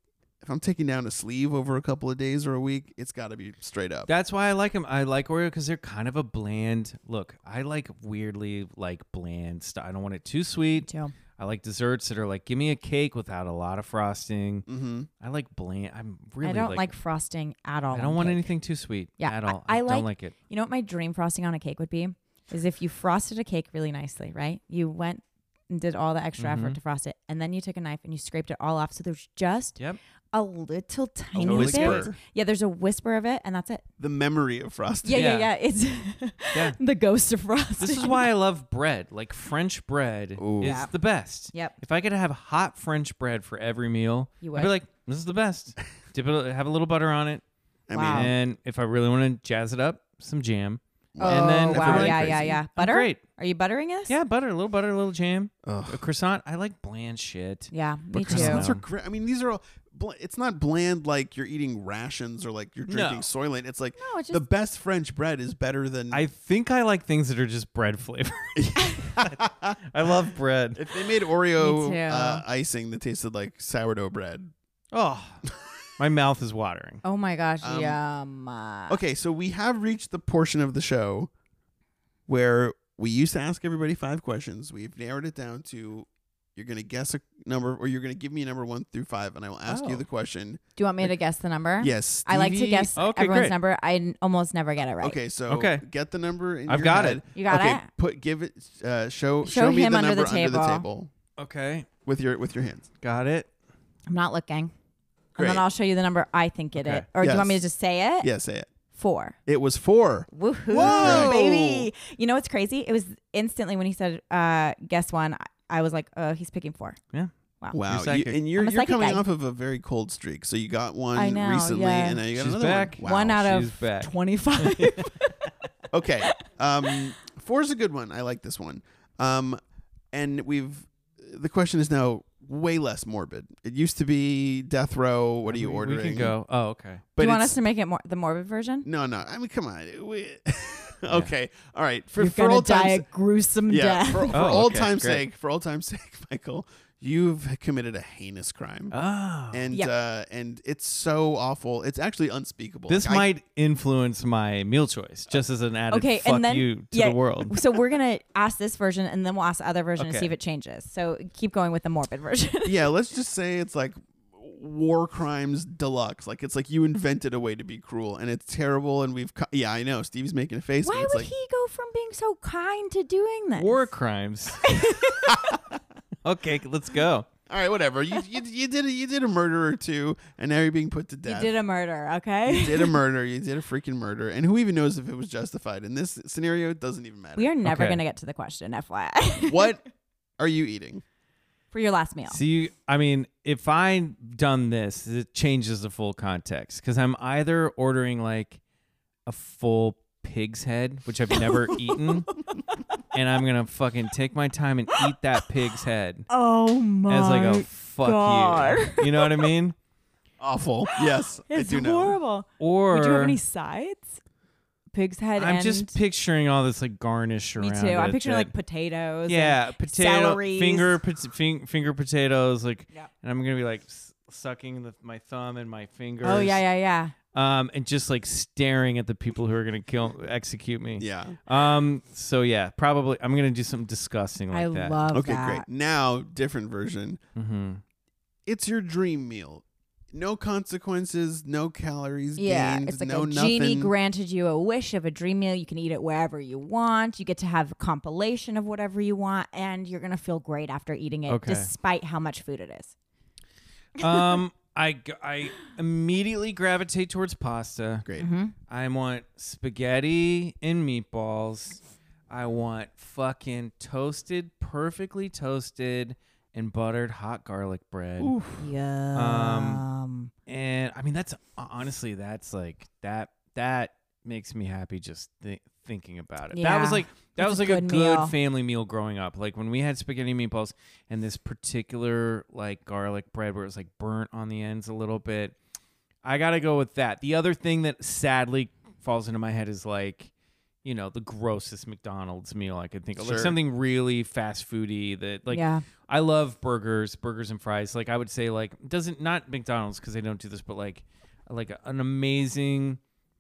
Speaker 2: if I'm taking down a sleeve over a couple of days or a week, it's got to be straight up.
Speaker 4: That's why I like them. I like Oreo because they're kind of a bland look. I like weirdly like bland stuff. I don't want it too sweet.
Speaker 1: Joe.
Speaker 4: I like desserts that are like, give me a cake without a lot of frosting.
Speaker 2: mm-hmm.
Speaker 4: I like bland. I'm really
Speaker 1: I don't like,
Speaker 4: like.
Speaker 1: frosting at all.
Speaker 4: I
Speaker 1: on
Speaker 4: don't want
Speaker 1: cake.
Speaker 4: anything too sweet
Speaker 1: Yeah,
Speaker 4: at
Speaker 1: I-
Speaker 4: all.
Speaker 1: I
Speaker 4: don't
Speaker 1: like-
Speaker 4: like it.
Speaker 1: You know what my dream frosting on a cake would be? Is if you frosted a cake really nicely, right? You went and did all the extra effort
Speaker 4: Mhm.
Speaker 1: to frost it, and then you took a knife and you scraped it all off. So there's just
Speaker 4: Yep.
Speaker 1: a little tiny
Speaker 4: little
Speaker 1: bit.
Speaker 2: whisper.
Speaker 1: Yeah, there's a whisper of it, and that's it.
Speaker 2: The memory of frosting.
Speaker 1: Yeah, yeah,
Speaker 4: Yeah.
Speaker 1: yeah. It's
Speaker 4: Yeah.
Speaker 1: the ghost of frosting.
Speaker 4: This is why I love bread. Like French bread
Speaker 2: Ooh.
Speaker 4: is
Speaker 1: Yeah.
Speaker 4: the best.
Speaker 1: Yep.
Speaker 4: If I could have hot French bread for every meal,
Speaker 1: You
Speaker 4: I'd
Speaker 1: would.
Speaker 4: be like, "This is the best." Dip it, have a little butter on it,
Speaker 2: I
Speaker 1: Wow.
Speaker 2: mean,
Speaker 4: and if I really want to jazz it up, some jam.
Speaker 1: Oh,
Speaker 4: and then if
Speaker 1: wow,
Speaker 4: we're
Speaker 1: yeah,
Speaker 4: going
Speaker 1: yeah,
Speaker 2: crazy-
Speaker 1: yeah.
Speaker 2: I'm
Speaker 1: Butter?
Speaker 4: great.
Speaker 1: Are you buttering us?
Speaker 4: Yeah, butter, a little butter, a little jam, a
Speaker 2: ugh.
Speaker 4: croissant. I like bland shit.
Speaker 1: Yeah, me
Speaker 4: But
Speaker 1: too.
Speaker 2: Croissants are great. I mean, these are all. Bl- it's not bland like you're eating rations or like you're drinking
Speaker 4: No.
Speaker 2: Soylent. It's like
Speaker 1: No, it's
Speaker 2: the
Speaker 1: just-
Speaker 2: best French bread is better than.
Speaker 4: I think I like things that are just bread flavored. I love bread.
Speaker 2: if they made
Speaker 1: Me
Speaker 2: Oreo
Speaker 1: too.
Speaker 2: uh, icing that tasted like sourdough bread,
Speaker 4: Oh, my mouth is watering.
Speaker 1: Oh my gosh,
Speaker 2: Um,
Speaker 1: yum. Uh,
Speaker 2: Okay, so we have reached the portion of the show where we used to ask everybody five questions. We've narrowed it down to you're going to guess a number or you're going to give me a number one through five, and I will ask you
Speaker 4: Oh.
Speaker 2: the question.
Speaker 1: Do you want me to guess the number?
Speaker 2: Yes.
Speaker 1: I like to
Speaker 2: Stevie-
Speaker 1: guess
Speaker 4: Okay,
Speaker 1: everyone's
Speaker 4: great.
Speaker 1: number. I n- almost never get it right.
Speaker 2: Okay, so
Speaker 4: Okay.
Speaker 2: get the number. In
Speaker 4: I've
Speaker 2: your
Speaker 4: got
Speaker 2: head.
Speaker 4: it.
Speaker 1: You got
Speaker 2: okay,
Speaker 1: it?
Speaker 2: Put give it. Uh, show
Speaker 1: Show
Speaker 2: me
Speaker 1: him
Speaker 2: the
Speaker 1: under the
Speaker 2: number under the
Speaker 1: table.
Speaker 2: table
Speaker 4: Okay,
Speaker 2: with your with your hands.
Speaker 4: got it.
Speaker 1: I'm not looking. And
Speaker 2: Great.
Speaker 1: then I'll show you the number I think it
Speaker 4: Okay.
Speaker 1: is. Or do you want me to
Speaker 2: Yes.
Speaker 1: just say it?
Speaker 2: Yeah, say it.
Speaker 1: Four.
Speaker 2: It was four.
Speaker 1: Woohoo,
Speaker 2: Whoa.
Speaker 1: baby. You know what's crazy? It was instantly when he said, uh, guess one, I, I was like, oh, he's picking four. Wow.
Speaker 2: Wow, you,
Speaker 4: psychic.
Speaker 2: and you're
Speaker 1: I'm a
Speaker 2: you're
Speaker 1: psychic
Speaker 2: coming
Speaker 1: guy.
Speaker 2: off of a very cold streak. So you got one
Speaker 1: I know,
Speaker 2: recently,
Speaker 1: yeah.
Speaker 2: and now you got
Speaker 4: She's
Speaker 2: another
Speaker 4: back.
Speaker 2: one. Wow.
Speaker 1: One out
Speaker 4: she's
Speaker 1: of
Speaker 4: back.
Speaker 1: 25.
Speaker 2: okay. Um, four is a good one. I like this one. Um, and we've the question is now way less morbid. It used to be death row. What are you
Speaker 4: we,
Speaker 2: ordering?
Speaker 4: We can go. Oh, okay.
Speaker 2: But
Speaker 1: do you want
Speaker 2: it's-
Speaker 1: us to make it more the morbid version?
Speaker 2: No, no. I mean, come on. We- okay. All right. For,
Speaker 1: You're
Speaker 2: for
Speaker 1: gonna
Speaker 2: old
Speaker 1: die a
Speaker 2: time's
Speaker 1: gruesome
Speaker 2: yeah,
Speaker 1: death.
Speaker 2: for, for
Speaker 4: Oh,
Speaker 2: old
Speaker 4: okay,
Speaker 2: time's
Speaker 4: great.
Speaker 2: sake, for old time's sake, Michael, you've committed a heinous crime.
Speaker 4: Oh.
Speaker 2: and
Speaker 1: Yeah.
Speaker 2: uh, and it's so awful. It's actually unspeakable.
Speaker 4: This
Speaker 2: Like, I-
Speaker 4: might influence my meal choice, just as an added
Speaker 1: okay,
Speaker 4: fuck
Speaker 1: and then
Speaker 4: you to
Speaker 1: yeah,
Speaker 4: the world.
Speaker 1: So we're gonna ask this version, and then we'll ask the other version and
Speaker 4: Okay.
Speaker 1: see if it changes. So keep going with the morbid version.
Speaker 2: yeah, let's just say it's like war crimes deluxe. Like it's like you
Speaker 1: Mm-hmm.
Speaker 2: invented a way to be cruel, and it's terrible. And we've co- yeah, I know. Steve's making a face. but
Speaker 1: Why
Speaker 2: it's
Speaker 1: would
Speaker 2: like,
Speaker 1: he go from being so kind to doing this?
Speaker 4: War crimes. okay, let's go.
Speaker 2: All right, whatever. You you, you did a, you did a murder or two, and now you're being put to
Speaker 1: You
Speaker 2: death.
Speaker 1: did a murder,
Speaker 2: You
Speaker 1: okay?
Speaker 2: did a murder. You did a freaking murder, and who even knows if it was justified? In this scenario, it doesn't even matter.
Speaker 1: We are never
Speaker 4: Okay.
Speaker 1: gonna get to the question, FYI.
Speaker 2: What are you eating?
Speaker 1: For your last meal.
Speaker 4: See, I mean, if I done this, it changes the full context because I'm either ordering like a full pig's head, which I've never eaten, and I'm gonna fucking take my time and eat that pig's head
Speaker 1: Oh my!
Speaker 4: as like a fuck
Speaker 1: God.
Speaker 4: you. You know what I mean?
Speaker 2: Awful. Yes, I
Speaker 1: it's
Speaker 2: do know.
Speaker 1: horrible.
Speaker 4: Or
Speaker 1: Would you have any sides? Pig's head.
Speaker 4: I'm
Speaker 1: and
Speaker 4: just picturing all this like garnish
Speaker 1: me
Speaker 4: around.
Speaker 1: too. I'm
Speaker 4: it
Speaker 1: picturing
Speaker 4: that-
Speaker 1: like potatoes.
Speaker 4: yeah, potato
Speaker 1: celeries.
Speaker 4: finger pot- fing, finger potatoes like,
Speaker 1: Yep.
Speaker 4: and I'm gonna be like s- sucking the, my thumb and my fingers.
Speaker 1: And, oh yeah, yeah, yeah.
Speaker 4: um, and just like staring at the people who are gonna kill execute me.
Speaker 2: Yeah.
Speaker 4: Um. So yeah, probably I'm gonna do something disgusting like
Speaker 1: I
Speaker 4: that.
Speaker 1: love
Speaker 2: Okay,
Speaker 1: that.
Speaker 2: great. Now, different version.
Speaker 4: Mm-hmm.
Speaker 2: It's your dream meal. No consequences, no calories
Speaker 1: Yeah,
Speaker 2: gained,
Speaker 1: it's like
Speaker 2: no
Speaker 1: a
Speaker 2: nothing.
Speaker 1: genie granted you a wish of a dream meal. You can eat it wherever you want. You get to have a compilation of whatever you want, and you're gonna feel great after eating it,
Speaker 4: Okay.
Speaker 1: despite how much food it is.
Speaker 4: um. I g- I immediately gravitate towards pasta.
Speaker 2: Great.
Speaker 1: Mm-hmm.
Speaker 4: I want spaghetti and meatballs. I want fucking toasted, perfectly toasted and buttered hot garlic bread.
Speaker 1: Yeah.
Speaker 4: Um, And I mean, that's honestly, that's like that. That makes me happy just thi- thinking about it. That was
Speaker 1: Yeah.
Speaker 4: like that
Speaker 1: It's
Speaker 4: was
Speaker 1: a
Speaker 4: like a
Speaker 1: good
Speaker 4: good
Speaker 1: meal.
Speaker 4: family meal growing up. Like when we had spaghetti and meatballs and this particular like garlic bread where it was like burnt on the ends a little bit. I gotta go with that. The other thing that sadly falls into my head is like, you know, the grossest McDonald's meal I could think of. Like
Speaker 2: Sure.
Speaker 4: something really fast foody that like
Speaker 1: yeah.
Speaker 4: I love burgers, burgers and fries. Like I would say, like doesn't not McDonald's because they don't do this, but like like an amazing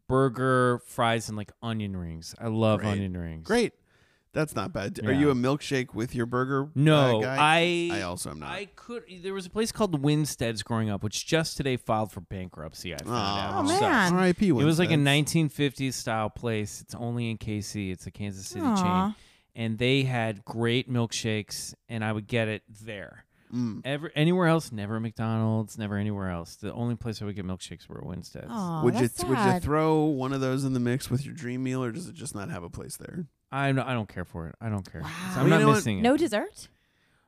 Speaker 4: burger, fries, and like onion rings. I love
Speaker 2: Great.
Speaker 4: onion rings.
Speaker 2: Great. That's not bad. Are
Speaker 4: Yeah.
Speaker 2: you a milkshake with your burger?
Speaker 4: No,
Speaker 2: uh, guy?
Speaker 4: I
Speaker 2: I also am not.
Speaker 4: I could. There was a place called Winstead's growing up, which just today filed for bankruptcy. I found
Speaker 2: Aw.
Speaker 4: out.
Speaker 1: Oh,
Speaker 4: which sucks.
Speaker 1: man.
Speaker 2: R.I.P.
Speaker 4: It was like a
Speaker 2: Winston's.
Speaker 4: 1950s style place. It's only in KC. It's a Kansas City
Speaker 1: Aw.
Speaker 4: chain, and they had great milkshakes, and I would get it there.
Speaker 2: Mm.
Speaker 4: Ever anywhere else? Never McDonald's. Never anywhere else. The only place I would get milkshakes were at Winstead's.
Speaker 1: Aw,
Speaker 2: would you
Speaker 1: that's
Speaker 2: would you
Speaker 1: sad.
Speaker 2: throw one of those in the mix with your dream meal, or does it just not have a place there?
Speaker 4: I'm not, I don't care for it. I don't care.
Speaker 1: Wow.
Speaker 4: So
Speaker 1: Well,
Speaker 4: I'm
Speaker 2: you
Speaker 4: not
Speaker 2: know what?
Speaker 4: missing it.
Speaker 1: no dessert?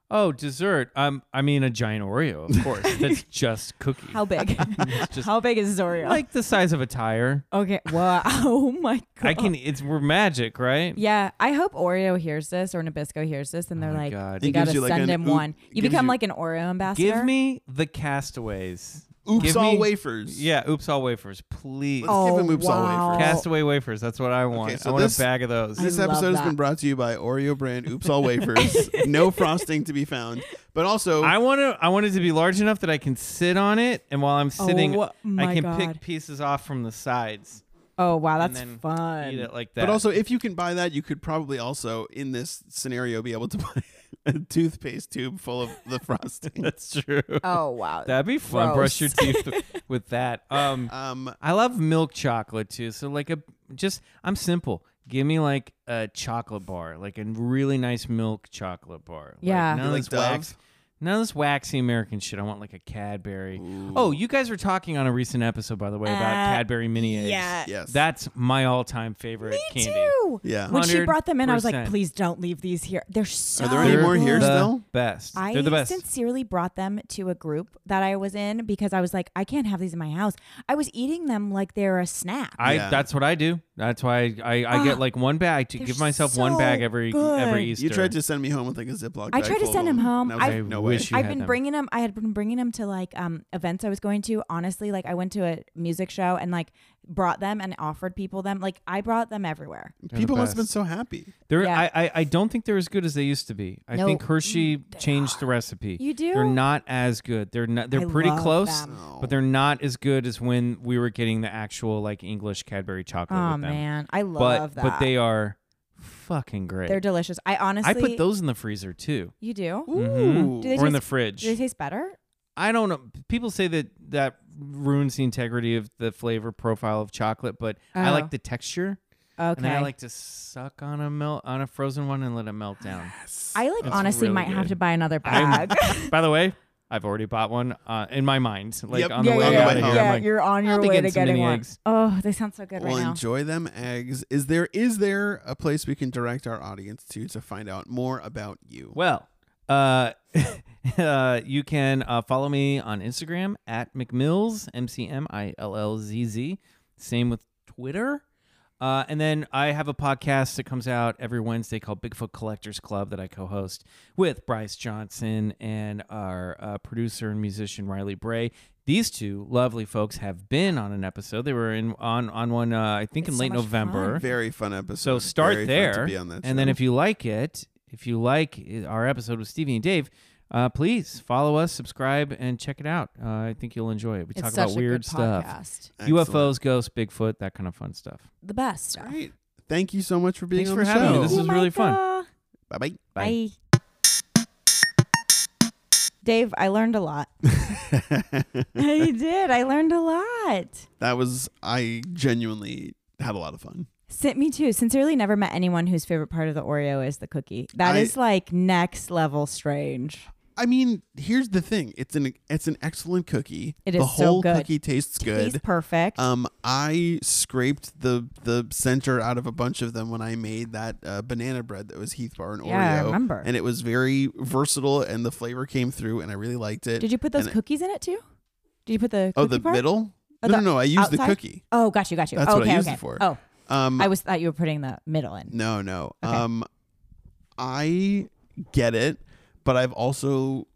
Speaker 4: oh, dessert. Um, I mean a giant Oreo, of course. That's just cookie.
Speaker 1: How big?
Speaker 4: It's just
Speaker 1: how big is Oreo?
Speaker 4: like the size of a tire.
Speaker 1: okay. Wow. Oh my god.
Speaker 4: I can. It's we're magic, right?
Speaker 1: Yeah, I hope Oreo hears this or Nabisco hears this, and they're
Speaker 4: Oh my
Speaker 1: like,
Speaker 4: God.
Speaker 1: "You
Speaker 2: It
Speaker 1: gotta
Speaker 2: gives you like
Speaker 1: send
Speaker 2: an
Speaker 1: him
Speaker 2: oop-
Speaker 1: one."
Speaker 2: it
Speaker 1: You
Speaker 2: gives
Speaker 1: become
Speaker 2: you-
Speaker 1: like an Oreo ambassador.
Speaker 4: Give me the castaways.
Speaker 2: Oops,
Speaker 4: Give
Speaker 2: all
Speaker 4: me-
Speaker 2: wafers.
Speaker 4: Yeah, oops, all wafers, please.
Speaker 2: Let's
Speaker 1: Oh,
Speaker 2: give him oops all
Speaker 1: wow.
Speaker 2: wafers.
Speaker 4: Castaway wafers. That's what I want.
Speaker 2: so
Speaker 4: I want
Speaker 2: this-
Speaker 4: a bag of those.
Speaker 2: This
Speaker 1: I love
Speaker 2: episode has been
Speaker 1: that.
Speaker 2: brought to you by Oreo brand Oops All Wafers. no frosting to be found. But also,
Speaker 4: I want to. I want it to be large enough that I can sit on it, and while I'm sitting,
Speaker 1: Oh my
Speaker 4: I can
Speaker 1: god.
Speaker 4: pick pieces off from the sides.
Speaker 1: oh wow, that's
Speaker 4: and then
Speaker 1: fun.
Speaker 4: Eat it like that.
Speaker 2: but also, if you can buy that, you could probably also, in this scenario, be able to buy a toothpaste tube full of the frosting.
Speaker 4: that's true.
Speaker 1: Oh wow.
Speaker 4: That'd be fun. Brush your
Speaker 1: gross.
Speaker 4: teeth with that. Um,
Speaker 2: Um,
Speaker 4: I love milk chocolate too. So like a just, I'm simple. Give me like a chocolate bar, like a really nice milk chocolate bar. Like,
Speaker 1: Yeah.
Speaker 4: none
Speaker 2: You
Speaker 4: of
Speaker 2: like
Speaker 4: this wax.
Speaker 2: Dove?
Speaker 4: None of this waxy American shit. I want like a Cadbury. Oh, you guys were talking on a recent episode, by the way, about
Speaker 1: Uh,
Speaker 4: Cadbury mini eggs.
Speaker 1: yeah.
Speaker 2: yes.
Speaker 4: That's my all-time favorite
Speaker 1: Me
Speaker 4: candy.
Speaker 1: too.
Speaker 2: Yeah.
Speaker 1: When she brought them in, I was like,
Speaker 4: 100%.
Speaker 1: "Please don't leave these here. They're so."
Speaker 2: there any more
Speaker 1: good."
Speaker 2: here
Speaker 4: the
Speaker 2: still?
Speaker 4: Best.
Speaker 1: I
Speaker 4: They're the best.
Speaker 1: sincerely brought them to a group that I was in because I was like, I can't have these in my house. I was eating them like they're a snack.
Speaker 4: I
Speaker 2: Yeah.
Speaker 4: that's what I do. That's why I, I, I
Speaker 1: Ah,
Speaker 4: get like one bag to
Speaker 1: they're
Speaker 4: give myself one bag
Speaker 1: so
Speaker 4: every e-,
Speaker 1: good.
Speaker 4: every
Speaker 1: You
Speaker 4: Easter.
Speaker 2: you tried to send me home with like a Ziploc
Speaker 1: I
Speaker 2: bag
Speaker 1: tried to
Speaker 2: full of
Speaker 1: send him
Speaker 2: them.
Speaker 1: home.
Speaker 2: And I was
Speaker 1: I-
Speaker 2: like, no
Speaker 4: wish you
Speaker 1: I've
Speaker 4: had
Speaker 1: been
Speaker 4: them.
Speaker 1: bringing him. I had been bringing him to like um, events I was going to. Honestly, like I went to a music show and like brought them and offered people them. Like I brought them everywhere.
Speaker 4: the
Speaker 2: People must have been
Speaker 4: best.
Speaker 2: so happy.
Speaker 4: They're,
Speaker 1: Yeah.
Speaker 4: I, I, I don't think they're as good as they used to be. I
Speaker 1: No.
Speaker 4: think Hershey
Speaker 1: Mm, they
Speaker 4: changed the recipe.
Speaker 1: You do?
Speaker 4: They're not as good. They're not. They're
Speaker 1: I
Speaker 4: pretty
Speaker 1: love
Speaker 4: close,
Speaker 1: them.
Speaker 2: Oh.
Speaker 4: but they're not as good as when we were getting the actual like English Cadbury chocolate
Speaker 1: Oh
Speaker 4: with them.
Speaker 1: man, I
Speaker 4: but
Speaker 1: love that.
Speaker 4: but they are fucking great.
Speaker 1: they're delicious. I honestly,
Speaker 4: I put those in the freezer too,
Speaker 1: You do?
Speaker 4: Mhm.
Speaker 1: Do they
Speaker 4: or in the
Speaker 1: taste-
Speaker 4: fridge.
Speaker 1: Do they taste better?
Speaker 4: I don't know. People say that that ruins the integrity of the flavor profile of chocolate, but I
Speaker 1: Oh.
Speaker 4: like the texture,
Speaker 1: Okay.
Speaker 4: and I like to suck on a melt on a frozen one and let it melt down.
Speaker 1: I like
Speaker 4: That's
Speaker 1: honestly
Speaker 4: really
Speaker 1: might have
Speaker 4: good.
Speaker 1: to buy another
Speaker 4: I'm-
Speaker 1: bag.
Speaker 4: By the way, I've already bought one uh, in my mind, like
Speaker 2: Yep.
Speaker 4: on the
Speaker 2: Yeah,
Speaker 4: way
Speaker 2: yeah,
Speaker 4: out of
Speaker 2: yeah.
Speaker 4: here.
Speaker 2: Yeah,
Speaker 4: I'm like,
Speaker 1: you're on
Speaker 4: I'll
Speaker 1: your
Speaker 4: be
Speaker 1: way
Speaker 4: getting
Speaker 1: to
Speaker 4: some
Speaker 1: getting
Speaker 4: mini
Speaker 1: one.
Speaker 4: eggs.
Speaker 1: Oh, they sound so good
Speaker 2: Well,
Speaker 1: right now.
Speaker 2: enjoy them eggs. Is there is there a place we can direct our audience to to find out more about you?
Speaker 4: well, uh, uh, you can uh, follow me on Instagram at McMills, M C M I L L Z Z. Same with Twitter. Uh, and then I have a podcast that comes out every Wednesday called Bigfoot Collectors Club that I co host with Bryce Johnson and our uh, producer and musician Riley Bray. These two lovely folks have been on an episode. They were in on on one uh, I think
Speaker 1: It's
Speaker 4: in
Speaker 1: so
Speaker 4: late
Speaker 1: much
Speaker 4: November.
Speaker 1: fun.
Speaker 2: Very fun episode.
Speaker 4: So start
Speaker 2: Very fun
Speaker 4: there,
Speaker 2: to be on that
Speaker 4: and then
Speaker 2: show.
Speaker 4: if you like it, if you like i- our episode with Stevie and Dave, uh, please follow us, subscribe, and check it out. Uh, I think you'll enjoy it. We
Speaker 1: It's
Speaker 4: talk
Speaker 1: such
Speaker 4: about
Speaker 1: a
Speaker 4: weird
Speaker 1: good
Speaker 4: stuff,
Speaker 1: podcast.
Speaker 2: Excellent.
Speaker 4: UFOs, ghosts, Bigfoot, that kind of fun stuff.
Speaker 1: The best. stuff.
Speaker 2: Great. Thank you so much for being
Speaker 4: Thanks
Speaker 2: on
Speaker 4: for
Speaker 2: the
Speaker 4: having me.
Speaker 2: show.
Speaker 4: This
Speaker 1: Thank
Speaker 4: is
Speaker 1: you,
Speaker 4: really fun.
Speaker 1: Micah.
Speaker 2: bye bye.
Speaker 4: Bye.
Speaker 1: Bye. Dave, I learned a lot. I did. I learned a lot.
Speaker 2: that was I genuinely had a lot of fun.
Speaker 1: Sent me too. Sincerely, never met anyone whose favorite part of the Oreo is the cookie. That
Speaker 2: I-
Speaker 1: is like next level strange.
Speaker 2: I mean, here's the thing. It's an it's an excellent cookie.
Speaker 1: It
Speaker 2: the
Speaker 1: is so
Speaker 2: whole
Speaker 1: good.
Speaker 2: cookie tastes good.
Speaker 1: Tastes perfect.
Speaker 2: Um, I scraped the the center out of a bunch of them when I made that uh, banana bread that was Heath Bar and
Speaker 1: Yeah, I
Speaker 2: Oreo.
Speaker 1: remember.
Speaker 2: And it was very versatile, and the flavor came through, and I really liked it.
Speaker 1: Did you put those
Speaker 2: and-
Speaker 1: cookies in it too? Did you put the
Speaker 2: oh,
Speaker 1: cookie
Speaker 2: the
Speaker 1: part?
Speaker 2: middle?
Speaker 1: Oh,
Speaker 2: no,
Speaker 1: the
Speaker 2: no, no. I used the
Speaker 1: outside?
Speaker 2: cookie.
Speaker 1: Oh, got you, got you.
Speaker 2: That's
Speaker 1: okay,
Speaker 2: what I used it
Speaker 1: okay.
Speaker 2: for.
Speaker 1: Oh,
Speaker 2: Um,
Speaker 1: I was thought you were putting the middle in.
Speaker 2: no, no.
Speaker 1: Okay.
Speaker 2: Um, I get it, but I've also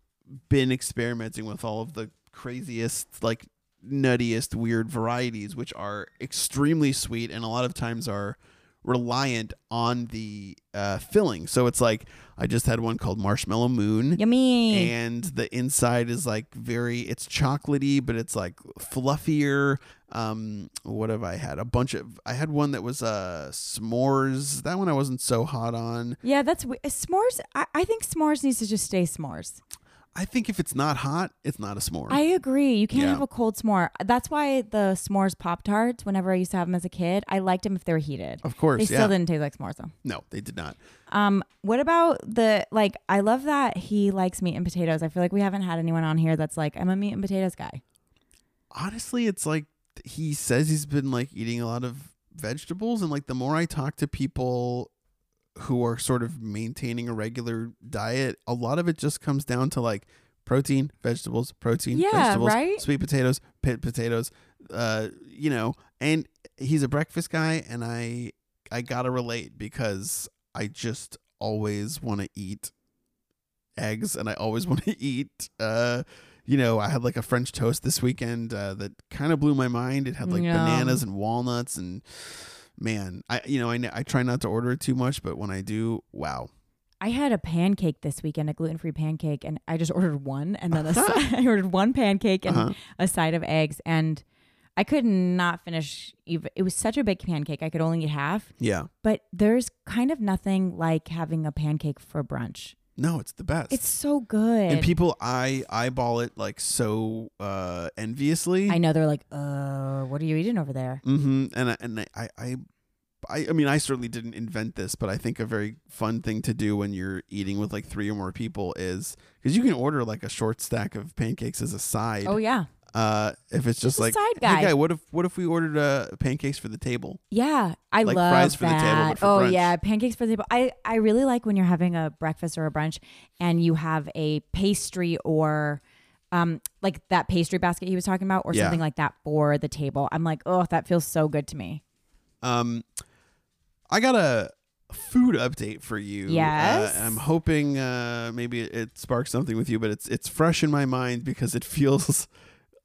Speaker 2: been experimenting with all of the craziest, like nuttiest, weird varieties, which are extremely sweet and a lot of times are reliant on the uh, filling. So it's like I just had one called Marshmallow Moon.
Speaker 1: Yummy.
Speaker 2: And the inside is like very, it's chocolatey, but it's like fluffier. Um, what have I had? A bunch of, I had one that was uh s'mores. That one I wasn't so hot on.
Speaker 1: yeah, that's we- s'mores. I, I think s'mores needs to just stay s'mores.
Speaker 2: I think if it's not hot, it's not a s'more.
Speaker 1: I agree. You can't
Speaker 2: Yeah.
Speaker 1: have a cold s'more. That's why the s'mores pop tarts. Whenever I used to have them as a kid, I liked them if they were heated.
Speaker 2: of course,
Speaker 1: They
Speaker 2: yeah.
Speaker 1: still didn't taste like s'mores though.
Speaker 2: No, they did not.
Speaker 1: Um, what about the like? I love that he likes meat and potatoes. I feel like we haven't had anyone on here that's like I'm a meat and potatoes guy.
Speaker 2: honestly, it's like he says he's been like eating a lot of vegetables, and like the more I talk to people who are sort of maintaining a regular diet, a lot of it just comes down to like protein, vegetables, protein,
Speaker 1: Yeah,
Speaker 2: vegetables,
Speaker 1: right?
Speaker 2: sweet potatoes, pit potatoes, uh, you know. And he's a breakfast guy, and I I gotta relate because I just always want to eat eggs, and I always want to eat uh you know, I had like a French toast this weekend uh, that kind of blew my mind. It had like
Speaker 1: Yum.
Speaker 2: bananas and walnuts, and man, I you know I, I try not to order it too much, but when I do, wow,
Speaker 1: I had a pancake this weekend, a gluten free pancake, and I just ordered one, and then a si- I ordered one pancake and
Speaker 2: Uh-huh.
Speaker 1: a side of eggs, and I could not finish. Even it was such a big pancake, I could only eat half.
Speaker 2: yeah,
Speaker 1: But there's kind of nothing like having a pancake for brunch.
Speaker 2: no, it's the best.
Speaker 1: It's so good.
Speaker 2: and people I eyeball it like so uh, enviously.
Speaker 1: I know they're like, "Uh, what are you eating over there?"
Speaker 2: Mm-hmm. And I, and I, I, I, I mean, I certainly didn't invent this, but I think a very fun thing to do when you're eating with like three or more people is because you can order like a short stack of pancakes as a side.
Speaker 1: Oh yeah,
Speaker 2: Uh, if it's just
Speaker 1: a
Speaker 2: like,
Speaker 1: side
Speaker 2: hey
Speaker 1: guy."
Speaker 2: guy, what if what if we ordered uh, pancakes for the table?
Speaker 1: yeah. I
Speaker 2: Like
Speaker 1: love
Speaker 2: fries for the
Speaker 1: that.
Speaker 2: table, but for
Speaker 1: oh
Speaker 2: brunch.
Speaker 1: yeah, pancakes for the table. I I really like when you're having a breakfast or a brunch and you have a pastry or. Um, like that pastry basket he was talking about, or
Speaker 2: Yeah.
Speaker 1: something like that for the table. I'm like, oh, that feels so good to me.
Speaker 2: Um, I got a food update for you. Uh,
Speaker 1: Yes.
Speaker 2: I'm hoping uh, maybe it, it sparks something with you, but it's it's fresh in my mind because it feels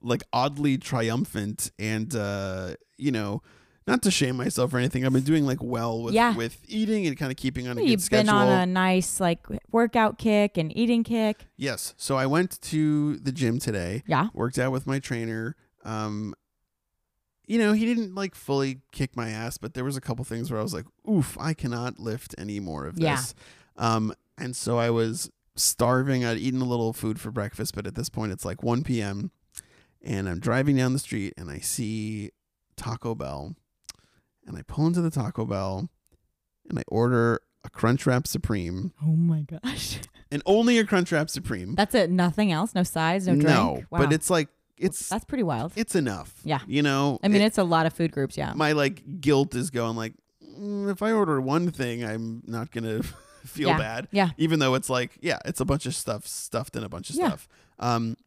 Speaker 2: like oddly triumphant and uh, you know. Not to shame myself or anything. I've been doing like well with,
Speaker 1: Yeah.
Speaker 2: with eating and kind of keeping on a good
Speaker 1: You've been
Speaker 2: schedule.
Speaker 1: on a nice like workout kick and eating kick.
Speaker 2: Yes. So I went to the gym today.
Speaker 1: Yeah.
Speaker 2: Worked out with my trainer. Um you know, he didn't like fully kick my ass, but there was a couple things where I was like, "Oof, I cannot lift any more of
Speaker 1: Yeah.
Speaker 2: this." Um and so I was starving. I'd eaten a little food for breakfast, but at this point it's like 1 p.m. and I'm driving down the street and I see Taco Bell. And I pull into the Taco Bell and I order a Crunchwrap Supreme
Speaker 1: Oh my gosh.
Speaker 2: and only a Crunchwrap Supreme
Speaker 1: That's it. Nothing else. No sides. No drink. Wow.
Speaker 2: but it's like it's
Speaker 1: that's pretty wild.
Speaker 2: it's enough.
Speaker 1: Yeah.
Speaker 2: you know.
Speaker 1: I mean,
Speaker 2: It-
Speaker 1: it's a lot of food groups. Yeah.
Speaker 2: my like guilt is going like, "Mm, if I order one thing, I'm not gonna feel
Speaker 1: Yeah.
Speaker 2: bad.
Speaker 1: Yeah.
Speaker 2: even though it's like, yeah, it's a bunch of stuff stuffed in a bunch of
Speaker 1: Yeah.
Speaker 2: stuff. Um,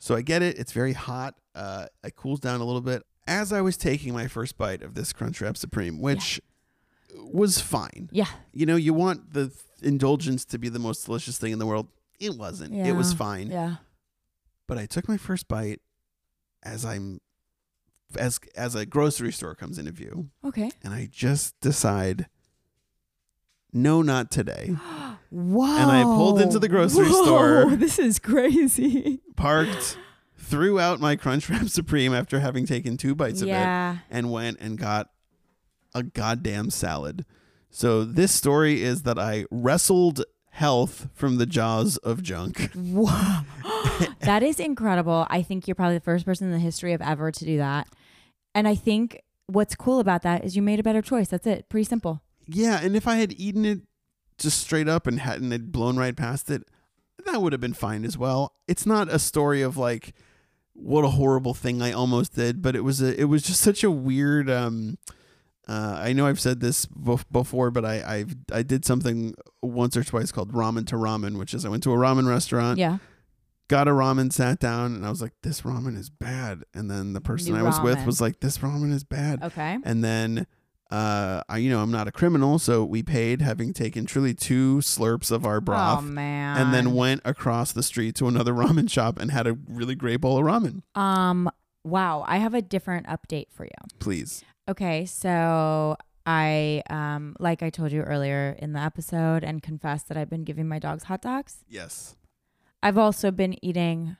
Speaker 2: so I get it. It's very hot. Uh, it cools down a little bit. As I was taking my first bite of this Crunchwrap Supreme, which was fine.
Speaker 1: Yeah.
Speaker 2: You know, you want the th- indulgence to be the most delicious thing in the world. It wasn't. It was
Speaker 1: Yeah.
Speaker 2: fine
Speaker 1: Yeah.
Speaker 2: but I took my first bite as I'm as as a grocery store comes into view,
Speaker 1: Okay.
Speaker 2: and I just decide, no, not today.
Speaker 1: Wow.
Speaker 2: I pulled into the grocery
Speaker 1: Whoa,
Speaker 2: store.
Speaker 1: This is crazy.
Speaker 2: Parked, threw out my Crunchwrap Supreme after having taken two bites of
Speaker 1: yeah.
Speaker 2: it, and went and got a goddamn salad. So this story is that I wrestled health from the jaws of junk.
Speaker 1: Wow. that is incredible. I think you're probably the first person in the history of ever to do that. And I think what's cool about that is you made a better choice. That's it. Pretty simple.
Speaker 2: Yeah, and if I had eaten it just straight up and hadn't had blown right past it, that would have been fine as well. It's not a story of like what a horrible thing I almost did, but it was a it was just such a weird um uh, I know I've said this bef- before, but I I've, I did something once or twice called ramen to ramen, which is I went to a ramen restaurant,
Speaker 1: Yeah.
Speaker 2: got a ramen, sat down, and I was like, "This ramen is bad." And then the person
Speaker 1: New
Speaker 2: I was with
Speaker 1: ramen.
Speaker 2: was like, "This ramen is bad."
Speaker 1: Okay.
Speaker 2: And then, uh, I, you know, I'm not a criminal, so we paid, having taken truly two slurps of our
Speaker 1: Oh
Speaker 2: broth,
Speaker 1: man.
Speaker 2: and then went across the street to another ramen shop and had a really great bowl of ramen.
Speaker 1: um wow, I have a different update for you.
Speaker 2: Please,
Speaker 1: Okay, so I um like I told you earlier in the episode and confessed that I've been giving my dogs hot dogs.
Speaker 2: yes,
Speaker 1: I've also been eating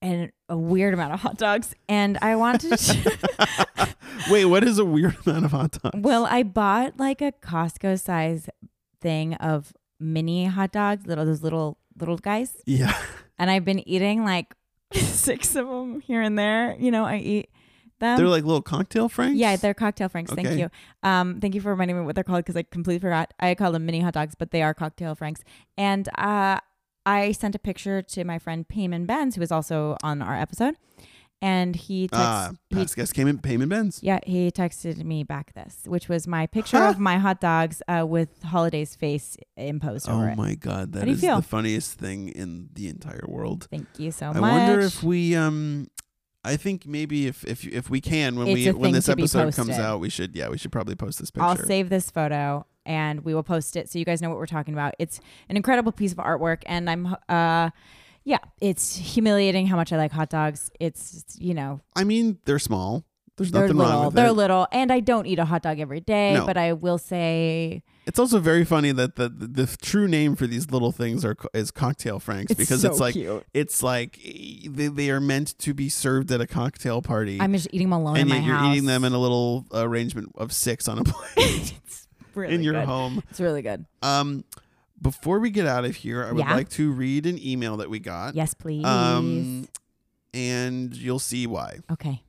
Speaker 1: an, a weird amount of hot dogs and I wanted to Um,
Speaker 2: Wait, what is a weird amount of hot dogs?
Speaker 1: Well, I bought like a Costco size thing of mini hot dogs, little those little little guys,
Speaker 2: yeah,
Speaker 1: and I've been eating like six of them here and there. You know, I eat them.
Speaker 2: they're like little cocktail franks.
Speaker 1: yeah, they're cocktail franks.
Speaker 2: Okay.
Speaker 1: Thank you. Um, thank you for reminding me what they're called because I completely forgot. I call them mini hot dogs, but they are cocktail franks. And uh, I sent a picture to my friend Payman Benz, who is also on our episode, and he texts,
Speaker 2: ah,
Speaker 1: he
Speaker 2: past guest came in payment bends.
Speaker 1: yeah, he texted me back this, which was my picture of my hot dogs uh, with Holiday's face imposed
Speaker 2: Oh
Speaker 1: over it.
Speaker 2: my god, that
Speaker 1: do you
Speaker 2: is
Speaker 1: feel?
Speaker 2: the funniest thing in the entire world.
Speaker 1: Thank you so
Speaker 2: I
Speaker 1: much.
Speaker 2: wonder if we um I think maybe if if if we can when
Speaker 1: It's
Speaker 2: we
Speaker 1: a
Speaker 2: when
Speaker 1: thing
Speaker 2: this
Speaker 1: to be
Speaker 2: episode comes
Speaker 1: posted.
Speaker 2: out we should yeah we should probably post this picture.
Speaker 1: I'll save this photo and we will post it so you guys know what we're talking about. It's an incredible piece of artwork, and I'm, uh, yeah, it's humiliating how much I like hot dogs. It's you know
Speaker 2: I mean they're small. There's
Speaker 1: they're
Speaker 2: nothing wrong
Speaker 1: little,
Speaker 2: with
Speaker 1: they're
Speaker 2: it.
Speaker 1: little, and I don't eat a hot dog every day,
Speaker 2: No.
Speaker 1: but I will say
Speaker 2: it's also very funny that the, the the true name for these little things are co- is cocktail franks because
Speaker 1: so
Speaker 2: it's like
Speaker 1: cute.
Speaker 2: it's like eh, they, they are meant to be served at a cocktail party.
Speaker 1: I'm just eating them alone
Speaker 2: and
Speaker 1: in my
Speaker 2: yet you're
Speaker 1: house.
Speaker 2: eating them in a little arrangement of six on a plate
Speaker 1: really
Speaker 2: in your
Speaker 1: good.
Speaker 2: home.
Speaker 1: It's really good.
Speaker 2: Um, before we get out of here, I would
Speaker 1: Yeah.
Speaker 2: like to read an email that we got.
Speaker 1: Yes, please.
Speaker 2: Uh, Um, and you'll see why.
Speaker 1: okay.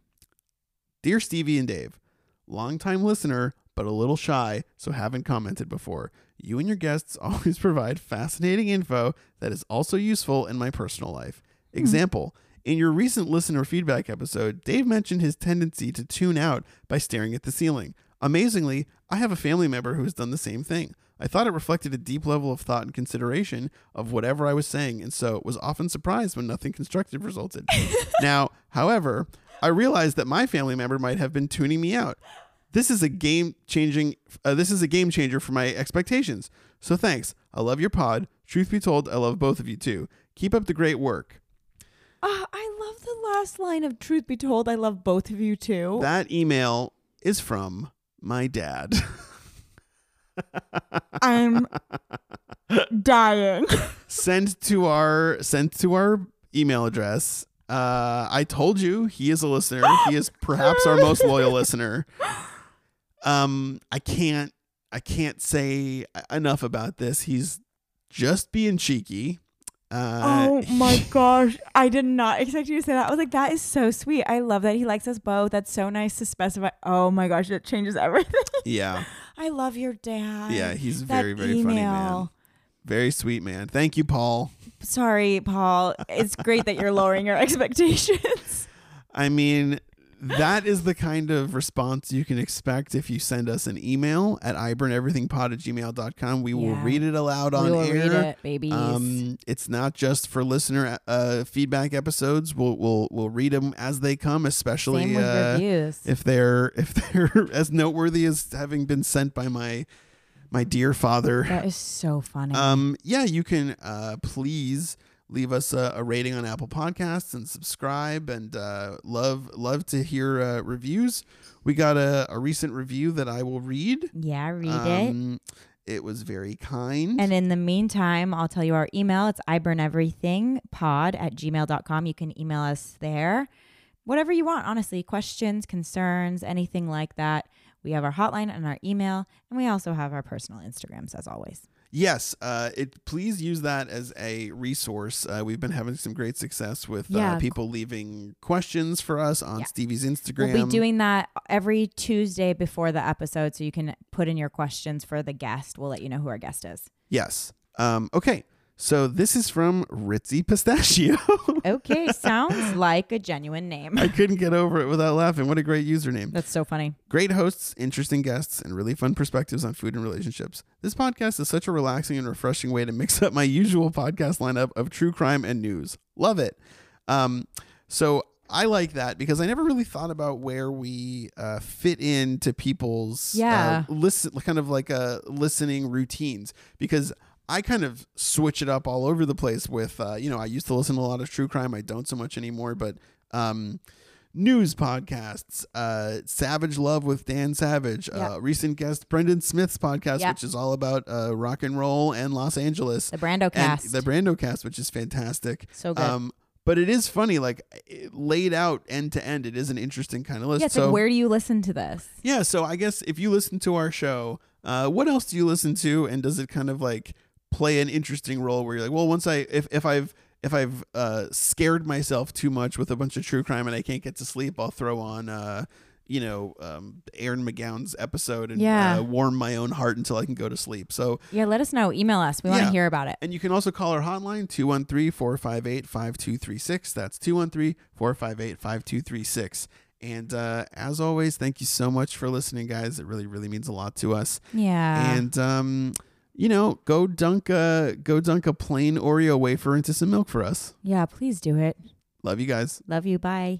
Speaker 2: Dear Stevie and Dave, longtime listener, but a little shy, so haven't commented before. You and your guests always provide fascinating info that is also useful in my personal life. Example In your recent listener feedback episode, Dave mentioned his tendency to tune out by staring at the ceiling. Amazingly, I have a family member who has done the same thing. I thought it reflected a deep level of thought and consideration of whatever I was saying, and so was often surprised when nothing constructive resulted. now, however, I realized that my family member might have been tuning me out. This is a game changing. Uh, this is a game changer for my expectations. So thanks. I love your pod. Truth be told, I love both of you too. Keep up the great work.
Speaker 1: Ah, I love the last line of "Truth be told, I love both of you too."
Speaker 2: That email is from my dad.
Speaker 1: I'm dying.
Speaker 2: sent to our sent to our email address. Uh, I told you he is a listener. he is perhaps our most loyal listener. Um, I can't I can't say enough about this. He's just being cheeky. Uh,
Speaker 1: oh my gosh, I did not expect you to say that. I was like, that is so sweet. I love that he likes us both. That's so nice to specify. Oh my gosh, it changes everything.
Speaker 2: Yeah,
Speaker 1: I love your dad.
Speaker 2: yeah, he's
Speaker 1: Oh, That
Speaker 2: very very funny man.
Speaker 1: email.
Speaker 2: Very sweet man. Thank you, Paul.
Speaker 1: Sorry, Paul. It's great that you're lowering your expectations.
Speaker 2: I mean, that is the kind of response you can expect if you send us an email at iburneverythingpod at gmail.com. We will
Speaker 1: Yeah.
Speaker 2: read it aloud on air.
Speaker 1: babies.
Speaker 2: Um, it's not just for listener uh, feedback episodes. We'll we'll we'll read them as they come, especially uh,
Speaker 1: reviews.
Speaker 2: if they're if they're as noteworthy as having been sent by my my dear father.
Speaker 1: that is so funny.
Speaker 2: Um, yeah, you can uh, please leave us a, a rating on Apple Podcasts and subscribe and uh, love love to hear uh, reviews. We got a, a recent review that I will read.
Speaker 1: yeah, read it.
Speaker 2: Um, It was very kind.
Speaker 1: And in the meantime, I'll tell you our email. It's iburneverythingpod at gmail.com. You can email us there. Whatever you want, honestly, questions, concerns, anything like that. We have our hotline and our email, and we also have our personal Instagrams as always.
Speaker 2: yes, uh, it please use that as a resource. Uh, we've been having some great success with
Speaker 1: Yeah.
Speaker 2: uh, people leaving questions for us on
Speaker 1: Yeah.
Speaker 2: Stevie's Instagram.
Speaker 1: We'll be doing that every Tuesday before the episode, so you can put in your questions for the guest. We'll let you know who our guest is.
Speaker 2: yes. Um, okay. So this is from Ritzy Pistachio.
Speaker 1: Okay, sounds like a genuine name.
Speaker 2: I couldn't get over it without laughing. What a great username.
Speaker 1: That's so funny.
Speaker 2: Great hosts, interesting guests, and really fun perspectives on food and relationships. This podcast is such a relaxing and refreshing way to mix up my usual podcast lineup of true crime and news. Love it. Um, so I like that because I never really thought about where we uh, fit into people's
Speaker 1: Yeah.
Speaker 2: uh, listen, kind of like uh, listening routines because. I kind of switch it up all over the place with, uh, you know, I used to listen to a lot of true crime. I don't so much anymore, but um, news podcasts, uh, Savage Love with Dan Savage,
Speaker 1: Yeah.
Speaker 2: uh, recent guest Brendan Smith's podcast,
Speaker 1: Yeah.
Speaker 2: which is all about uh, rock and roll and Los Angeles,
Speaker 1: The Brando
Speaker 2: and
Speaker 1: cast.
Speaker 2: the Um, Brando cast, which is fantastic.
Speaker 1: so good.
Speaker 2: but it is funny, like it laid out end to end. It is an interesting kind of list.
Speaker 1: yeah, it's
Speaker 2: so
Speaker 1: like where do you listen to this?
Speaker 2: yeah, so I guess if you listen to our show, uh, what else do you listen to, and does it kind of like play an interesting role where you're like, well, once I if if I've if I've uh, scared myself too much with a bunch of true crime and I can't get to sleep, I'll throw on. Uh, you know, um, Aaron McGowan's episode and
Speaker 1: Yeah.
Speaker 2: uh, warm my own heart until I can go to sleep. So,
Speaker 1: Yeah, let us know. Email us. We want
Speaker 2: Yeah.
Speaker 1: to hear about it.
Speaker 2: and you can also call our hotline 213 458 5236. That's 213 458 5236. And uh, as always, thank you so much for listening, guys. It really, really means a lot to us.
Speaker 1: Yeah.
Speaker 2: and, um, you know, go dunk a go dunk a plain Oreo wafer into some milk for us.
Speaker 1: yeah, please do it.
Speaker 2: Love you guys.
Speaker 1: Love you. Bye.